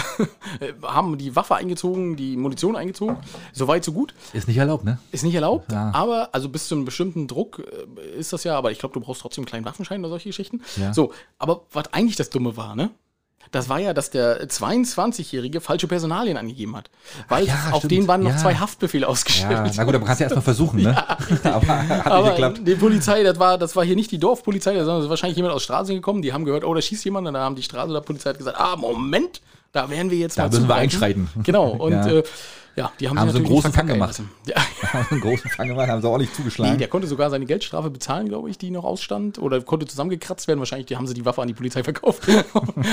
Speaker 3: haben die Waffe eingezogen, die Munition eingezogen. Soweit, so gut.
Speaker 1: Ist nicht erlaubt,
Speaker 3: <laughs>
Speaker 1: ne?
Speaker 3: Ist nicht erlaubt,
Speaker 1: Ja.
Speaker 3: aber also bis zu einem bestimmten Druck äh, ist das ja, aber ich glaube, du brauchst trotzdem einen kleinen Waffenschein oder solche Geschichten.
Speaker 1: Ja.
Speaker 3: So, aber was eigentlich das Dumme war, ne? Das war ja, dass der 22-Jährige falsche Personalien angegeben hat. Weil
Speaker 1: ja,
Speaker 3: auf
Speaker 1: stimmt.
Speaker 3: den waren noch
Speaker 1: Ja.
Speaker 3: zwei Haftbefehle ausgestellt.
Speaker 1: Ja, na gut, aber kannst du ja erstmal versuchen, ne? <laughs> aber hat nicht
Speaker 3: Aber
Speaker 1: geklappt.
Speaker 3: die Polizei, das war, das war hier nicht die Dorfpolizei, sondern es ist wahrscheinlich jemand aus Straße gekommen. Die haben gehört, oh, da schießt jemand. Und dann haben die Straße oder Polizei hat gesagt, ah, Moment, da werden wir jetzt
Speaker 1: Da
Speaker 3: mal
Speaker 1: müssen wir <laughs>
Speaker 3: zugreifen.
Speaker 1: einschreiten.
Speaker 3: Genau, und ja,
Speaker 1: Ja.
Speaker 3: äh, ja die haben,
Speaker 1: Haben sie
Speaker 3: sich
Speaker 1: einen
Speaker 3: natürlich
Speaker 1: großen
Speaker 3: nicht
Speaker 1: Fang
Speaker 3: verkacken
Speaker 1: gemacht.
Speaker 3: lassen.
Speaker 1: <laughs>
Speaker 3: Ja.
Speaker 1: Genau, einen großen Fang gemacht, haben sie auch nicht
Speaker 3: Nee,
Speaker 1: zugeschlagen.
Speaker 3: der konnte sogar seine Geldstrafe bezahlen, glaube ich, die noch ausstand. Oder konnte zusammengekratzt werden. Wahrscheinlich die haben sie die Waffe an die Polizei <laughs> verkauft.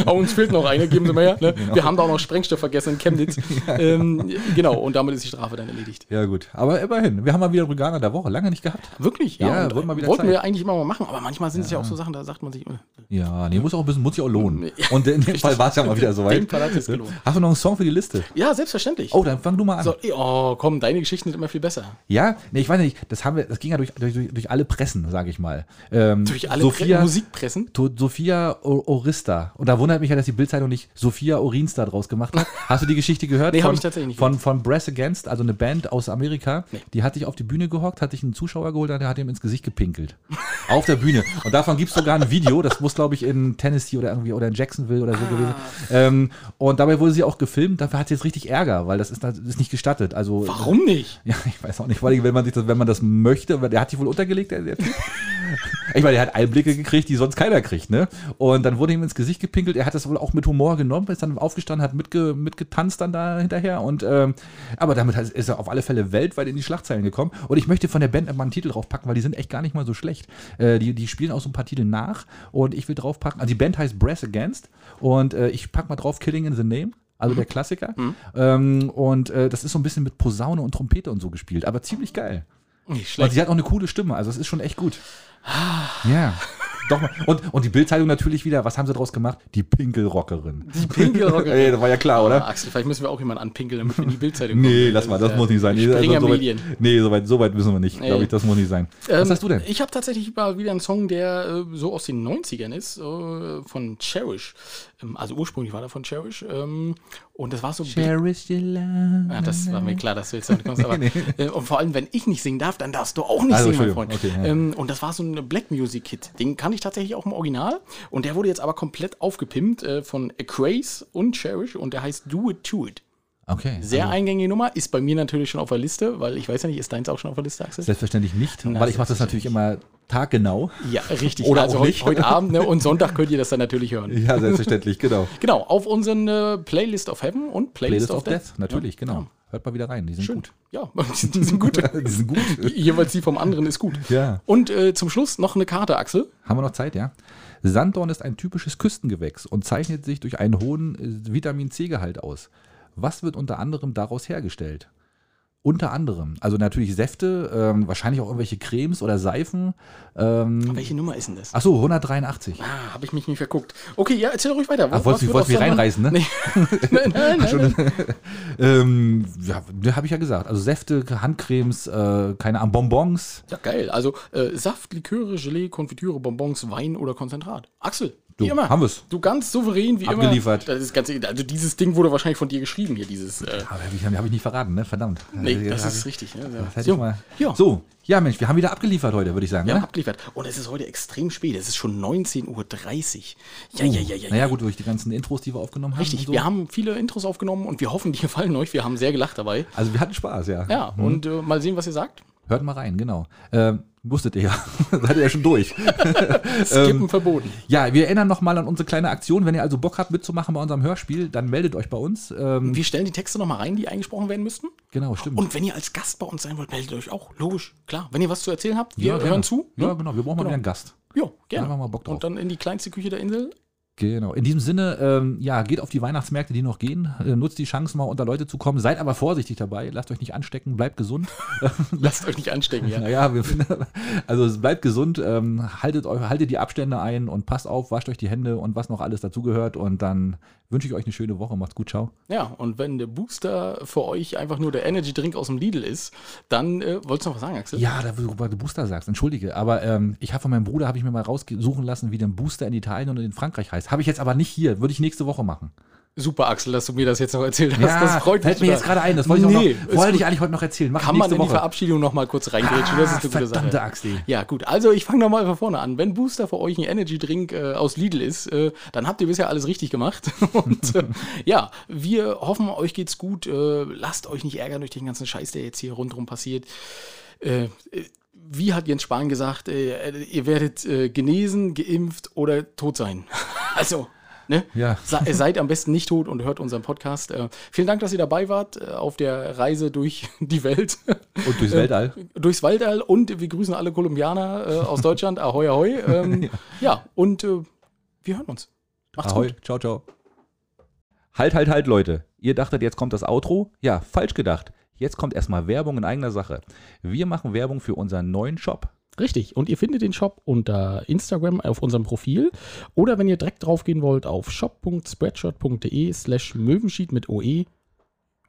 Speaker 3: Aber uns fehlt noch eine, geben sie mal her.
Speaker 1: <laughs>
Speaker 3: Ne?
Speaker 1: Genau.
Speaker 3: Wir haben da auch noch Sprengstoff vergessen in Chemnitz. ähm, genau, und damit ist die Strafe dann erledigt.
Speaker 1: ja, gut. Aber immerhin, wir haben mal wieder Rüganer der Woche. Lange nicht gehabt.
Speaker 3: Wirklich,
Speaker 1: Ja,
Speaker 3: und äh,
Speaker 1: wurde mal wieder
Speaker 3: wollten
Speaker 1: Zeit.
Speaker 3: wir eigentlich immer mal machen, aber manchmal sind es ja auch so Sachen, da sagt man sich, äh,
Speaker 1: Ja, nee, muss auch ein bisschen, muss sich auch lohnen.
Speaker 3: Ja. <laughs>
Speaker 1: Und in dem Fall war es ja mal wieder soweit.
Speaker 3: dem Fall hat es gelohnt.
Speaker 1: Hast du noch einen Song für die Liste?
Speaker 3: ja, selbstverständlich.
Speaker 1: Oh, dann fang du mal mal an.
Speaker 3: So, oh, komm, deine Geschichten sind immer viel besser.
Speaker 1: Ja, nee, ich weiß nicht, das haben wir, das ging ja durch, durch, durch alle Pressen, sage ich mal. Ähm,
Speaker 3: Durch alle
Speaker 1: Sophia,
Speaker 3: Pre Musikpressen.
Speaker 1: To, Sophia O- Orista. Und da wundert mich ja, dass die Bildzeitung nicht Sophia Orinsta draus gemacht
Speaker 3: <laughs>
Speaker 1: hat. Hast du die Geschichte gehört?
Speaker 3: Nee, hab
Speaker 1: Von-
Speaker 3: ich tatsächlich nicht
Speaker 1: Von, von Breath Against, also eine Band aus Amerika, die hat sich auf die Bühne gehockt, hat sich einen Zuschauer geholt und der hat ihm ins Gesicht gepinkelt. auf der Bühne. Und davon gibt es sogar ein Video, das muss, glaube ich, in Tennessee oder irgendwie oder in Jacksonville
Speaker 3: Ah.
Speaker 1: oder so gewesen. Ähm, und dabei wurde sie auch gefilmt, dafür hat sie jetzt richtig Ärger, weil das ist, das ist nicht gestattet. Also,
Speaker 3: Warum nicht?
Speaker 1: ja, ich weiß auch nicht, vor allem, wenn man sich das, wenn man das möchte, weil der hat sich wohl untergelegt, der, der Typ. Ich meine, der hat Einblicke gekriegt, die sonst keiner kriegt, ne? Und dann wurde ihm ins Gesicht gepinkelt, er hat das wohl auch mit Humor genommen, ist dann aufgestanden, hat mitge, mitgetanzt dann da hinterher und ähm, aber damit hat- ist er auf alle Fälle weltweit in die Schlagzeilen gekommen. Und ich möchte von der Band mal einen Titel draufpacken, weil die sind echt gar nicht mal so schlecht. Äh, die, die spielen auch so ein paar Titel nach und ich will draufpacken. Also die Band heißt Brass Against und äh, ich pack mal drauf Killing in the Name. Also der Klassiker. Ähm, und äh, das ist so ein bisschen mit Posaune und Trompete und so gespielt, aber ziemlich geil.
Speaker 3: Nicht
Speaker 1: Und
Speaker 3: schlecht.
Speaker 1: sie hat auch eine coole Stimme, also es ist schon echt gut. Ja. Doch mal. Und, und die Bildzeitung natürlich wieder, was haben sie daraus gemacht? Die Pinkelrockerin. Die <laughs>
Speaker 3: Pinkelrockerin.
Speaker 1: Ey, das war ja klar,
Speaker 3: Ah,
Speaker 1: oder?
Speaker 3: Axel, vielleicht müssen wir auch jemanden anpinkeln, damit wir in die Bildzeitung
Speaker 1: Nee, lass mal, das muss nicht sein. Nee, also
Speaker 3: Springer
Speaker 1: so weit-
Speaker 3: Medien.
Speaker 1: Nee, so weit, so weit müssen wir nicht, glaube ich, das muss nicht sein. was
Speaker 3: Ähm,
Speaker 1: hast du denn?
Speaker 3: Ich habe tatsächlich mal wieder einen Song, der äh, so aus den 90ern ist, äh, von Cherish. Ähm, also ursprünglich war der von Cherish. Ähm, und das war so.
Speaker 1: Cherish your love.
Speaker 3: Ja, Ah, das war mir klar, dass du jetzt damit
Speaker 1: <laughs>
Speaker 3: kommst. Aber, äh, und vor allem, wenn ich nicht singen darf, dann darfst du auch nicht
Speaker 1: Also,
Speaker 3: singen, mein Freund.
Speaker 1: Entschuldigung. Okay, ja.
Speaker 3: ähm, und das war so ein Black Music Hit. Den kann ich tatsächlich auch im Original. Und der wurde jetzt aber komplett aufgepimpt äh, von Acraze und Cherish. Und der heißt Do It To It.
Speaker 1: Okay.
Speaker 3: Sehr
Speaker 1: also,
Speaker 3: eingängige Nummer. Ist bei mir natürlich schon auf der Liste, weil ich weiß ja nicht, ist deins auch schon auf der Liste, Axel?
Speaker 1: Selbstverständlich nicht, weil ich mache das natürlich immer taggenau.
Speaker 3: Ja, richtig.
Speaker 1: Oder
Speaker 3: also
Speaker 1: auch
Speaker 3: heu-
Speaker 1: nicht.
Speaker 3: heute Abend ne,
Speaker 1: <laughs>
Speaker 3: und Sonntag könnt ihr das dann natürlich hören.
Speaker 1: Ja, selbstverständlich, genau.
Speaker 3: Genau, auf unseren äh, Playlist of Heaven und Playlist,
Speaker 1: Playlist of Death, natürlich,
Speaker 3: Ja,
Speaker 1: genau.
Speaker 3: ja.
Speaker 1: Hört mal wieder rein, die sind
Speaker 3: Schön.
Speaker 1: gut.
Speaker 3: Ja, <laughs> die sind gut.
Speaker 1: <laughs> die sind
Speaker 3: <laughs>
Speaker 1: gut.
Speaker 3: Jeweils die vom anderen ist gut.
Speaker 1: Ja.
Speaker 3: Und äh, zum Schluss noch eine Karte, Axel.
Speaker 1: Haben wir noch Zeit, ja? Sanddorn ist ein typisches Küstengewächs und zeichnet sich durch einen hohen äh, Vitamin C-Gehalt aus. Was wird unter anderem daraus hergestellt? Unter anderem, also natürlich Säfte, ähm, wahrscheinlich auch irgendwelche Cremes oder Seifen. Ähm,
Speaker 3: Welche Nummer ist denn das?
Speaker 1: Achso, 183.
Speaker 3: Ah, habe ich mich nicht verguckt. Okay, ja, erzähl ruhig weiter.
Speaker 1: Ach, Ah, wolltest du
Speaker 3: was wird
Speaker 1: wolltest mich
Speaker 3: aus
Speaker 1: reinreißen,
Speaker 3: der-
Speaker 1: ne?
Speaker 3: Nee.
Speaker 1: <laughs>
Speaker 3: <laughs> nein, nein, nein.
Speaker 1: ähm, ja, habe ich ja gesagt. Also Säfte, Handcremes, äh, keine Ahnung, Bonbons.
Speaker 3: Ja, geil. Also äh, Saft, Liköre, Gelee, Konfitüre, Bonbons, Wein oder Konzentrat. Axel,
Speaker 1: Du,
Speaker 3: wie immer.
Speaker 1: haben wir's.
Speaker 3: Du ganz souverän wie
Speaker 1: Abgeliefert.
Speaker 3: immer. Das ist ganz, also dieses Ding wurde wahrscheinlich von dir geschrieben hier, dieses. Äh,
Speaker 1: Aber habe ich, hab ich nicht verraten, ne? Verdammt.
Speaker 3: nee, das
Speaker 1: hab
Speaker 3: ist
Speaker 1: ich-
Speaker 3: richtig. Ja,
Speaker 1: das hätte
Speaker 3: so,
Speaker 1: ich mal.
Speaker 3: ja.
Speaker 1: So, ja Mensch, wir haben wieder abgeliefert heute, würde ich sagen.
Speaker 3: Wir haben
Speaker 1: ne?
Speaker 3: abgeliefert. Und es ist heute extrem spät. Es ist schon 19.30 Uhr.
Speaker 1: Oh,
Speaker 3: Ja, ja, ja, ja.
Speaker 1: Naja, gut, durch die ganzen Intros, die wir aufgenommen haben.
Speaker 3: Richtig,
Speaker 1: und Ähm, so.
Speaker 3: wir haben viele Intros aufgenommen und wir hoffen, die <laughs> gefallen euch. Wir haben sehr gelacht dabei.
Speaker 1: Also wir hatten Spaß, ja.
Speaker 3: Ja,
Speaker 1: Hm.
Speaker 3: und äh, mal sehen, was ihr sagt.
Speaker 1: Hört mal rein, genau. Ähm, wusstet ihr <laughs> ja. Seid ihr ja schon durch. Ähm,
Speaker 3: Skippen verboten.
Speaker 1: ja, wir erinnern nochmal an unsere kleine Aktion. Wenn ihr also Bock habt mitzumachen bei unserem Hörspiel, dann meldet euch bei uns. Ähm,
Speaker 3: Wir stellen die Texte nochmal rein, die eingesprochen werden müssten.
Speaker 1: genau, stimmt.
Speaker 3: Und wenn ihr als Gast bei uns sein wollt, meldet euch auch. Logisch, klar. Wenn ihr was zu erzählen habt, wir
Speaker 1: ja, gerne.
Speaker 3: hören zu.
Speaker 1: Ja, genau. Wir brauchen mal wieder einen Gast.
Speaker 3: Ja, gerne.
Speaker 1: Einfach mal Bock drauf.
Speaker 3: Und dann in die kleinste Küche
Speaker 1: <laughs>
Speaker 3: der Insel.
Speaker 1: Genau. In diesem Sinne, ähm, ja, geht auf die Weihnachtsmärkte, die noch gehen. Äh, nutzt die Chance, mal unter Leute zu kommen. Seid aber vorsichtig dabei. Lasst euch nicht anstecken. Bleibt
Speaker 3: <laughs>
Speaker 1: gesund. <laughs>
Speaker 3: Lasst euch nicht anstecken, ja.
Speaker 1: Naja, wir, also es bleibt gesund, ähm, haltet, eu- haltet die Abstände ein und passt auf, wascht euch die Hände und was noch alles dazugehört. Und dann wünsche ich euch eine schöne Woche. Macht's gut, ciao.
Speaker 3: Ja, und wenn der Booster für euch einfach nur der Energy Drink aus dem Lidl ist, dann äh, wolltest du noch was sagen, Axel?
Speaker 1: Ja, da wo du Booster sagst, entschuldige, aber ähm, ich habe von meinem Bruder, habe ich mir mal raussuchen lassen, wie der Booster in Italien und in Frankreich heißt. Habe ich jetzt aber nicht hier, würde ich nächste Woche machen.
Speaker 3: Super, Axel, dass du mir das jetzt noch erzählt hast. das freut mich.
Speaker 1: fällt mir jetzt
Speaker 3: total.
Speaker 1: gerade ein, das wollte
Speaker 3: nee,
Speaker 1: ich, auch noch,
Speaker 3: ist
Speaker 1: wollte
Speaker 3: gut.
Speaker 1: ich eigentlich heute noch erzählen. Mach
Speaker 3: Kann
Speaker 1: ich
Speaker 3: man
Speaker 1: nächste
Speaker 3: in die
Speaker 1: Woche.
Speaker 3: Verabschiedung nochmal kurz reingrätschen? das ist eine gute
Speaker 1: verdammte
Speaker 3: Sache.
Speaker 1: Axel.
Speaker 3: Ja, gut. Also, ich fange nochmal von vorne an. Wenn Booster für euch ein Energy Drink äh, aus Lidl ist, äh, dann habt ihr bisher alles richtig gemacht. <laughs>
Speaker 1: <laughs>
Speaker 3: Und äh, ja, wir hoffen, euch geht's gut. Äh, lasst euch nicht ärgern durch den ganzen Scheiß, der jetzt hier rundherum passiert. Äh, äh, wie hat Jens Spahn gesagt, äh, äh, ihr werdet äh, genesen, geimpft oder tot sein? <laughs> also. Ne?
Speaker 1: Ja.
Speaker 3: Se- äh, Seid am besten nicht tot und hört unseren Podcast. Äh, vielen Dank, dass ihr dabei wart äh, auf der Reise durch <laughs> die Welt.
Speaker 1: Und durchs Weltall.
Speaker 3: durchs Waldall und wir grüßen alle Kolumbianer äh, aus Deutschland. Ahoi, ahoi. Ähm, <laughs> ja. und äh, wir hören uns. Macht's
Speaker 1: Ahoi,
Speaker 3: gut.
Speaker 1: ciao, ciao. Halt, halt, halt, Leute. Ihr dachtet, jetzt kommt das Outro? Ja, falsch gedacht. Jetzt kommt erstmal Werbung in eigener Sache. Wir machen Werbung für unseren neuen Shop.
Speaker 3: Richtig. Und ihr findet den Shop unter Instagram auf unserem Profil oder wenn ihr direkt draufgehen wollt auf shop.spreadshirt.de slash Möwenschied mit OE E.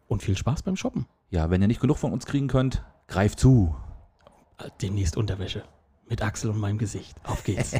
Speaker 3: und viel Spaß beim Shoppen.
Speaker 1: Ja, wenn ihr nicht genug von uns kriegen könnt, greift zu.
Speaker 3: Demnächst Unterwäsche. Mit Axel und meinem Gesicht. Auf geht's.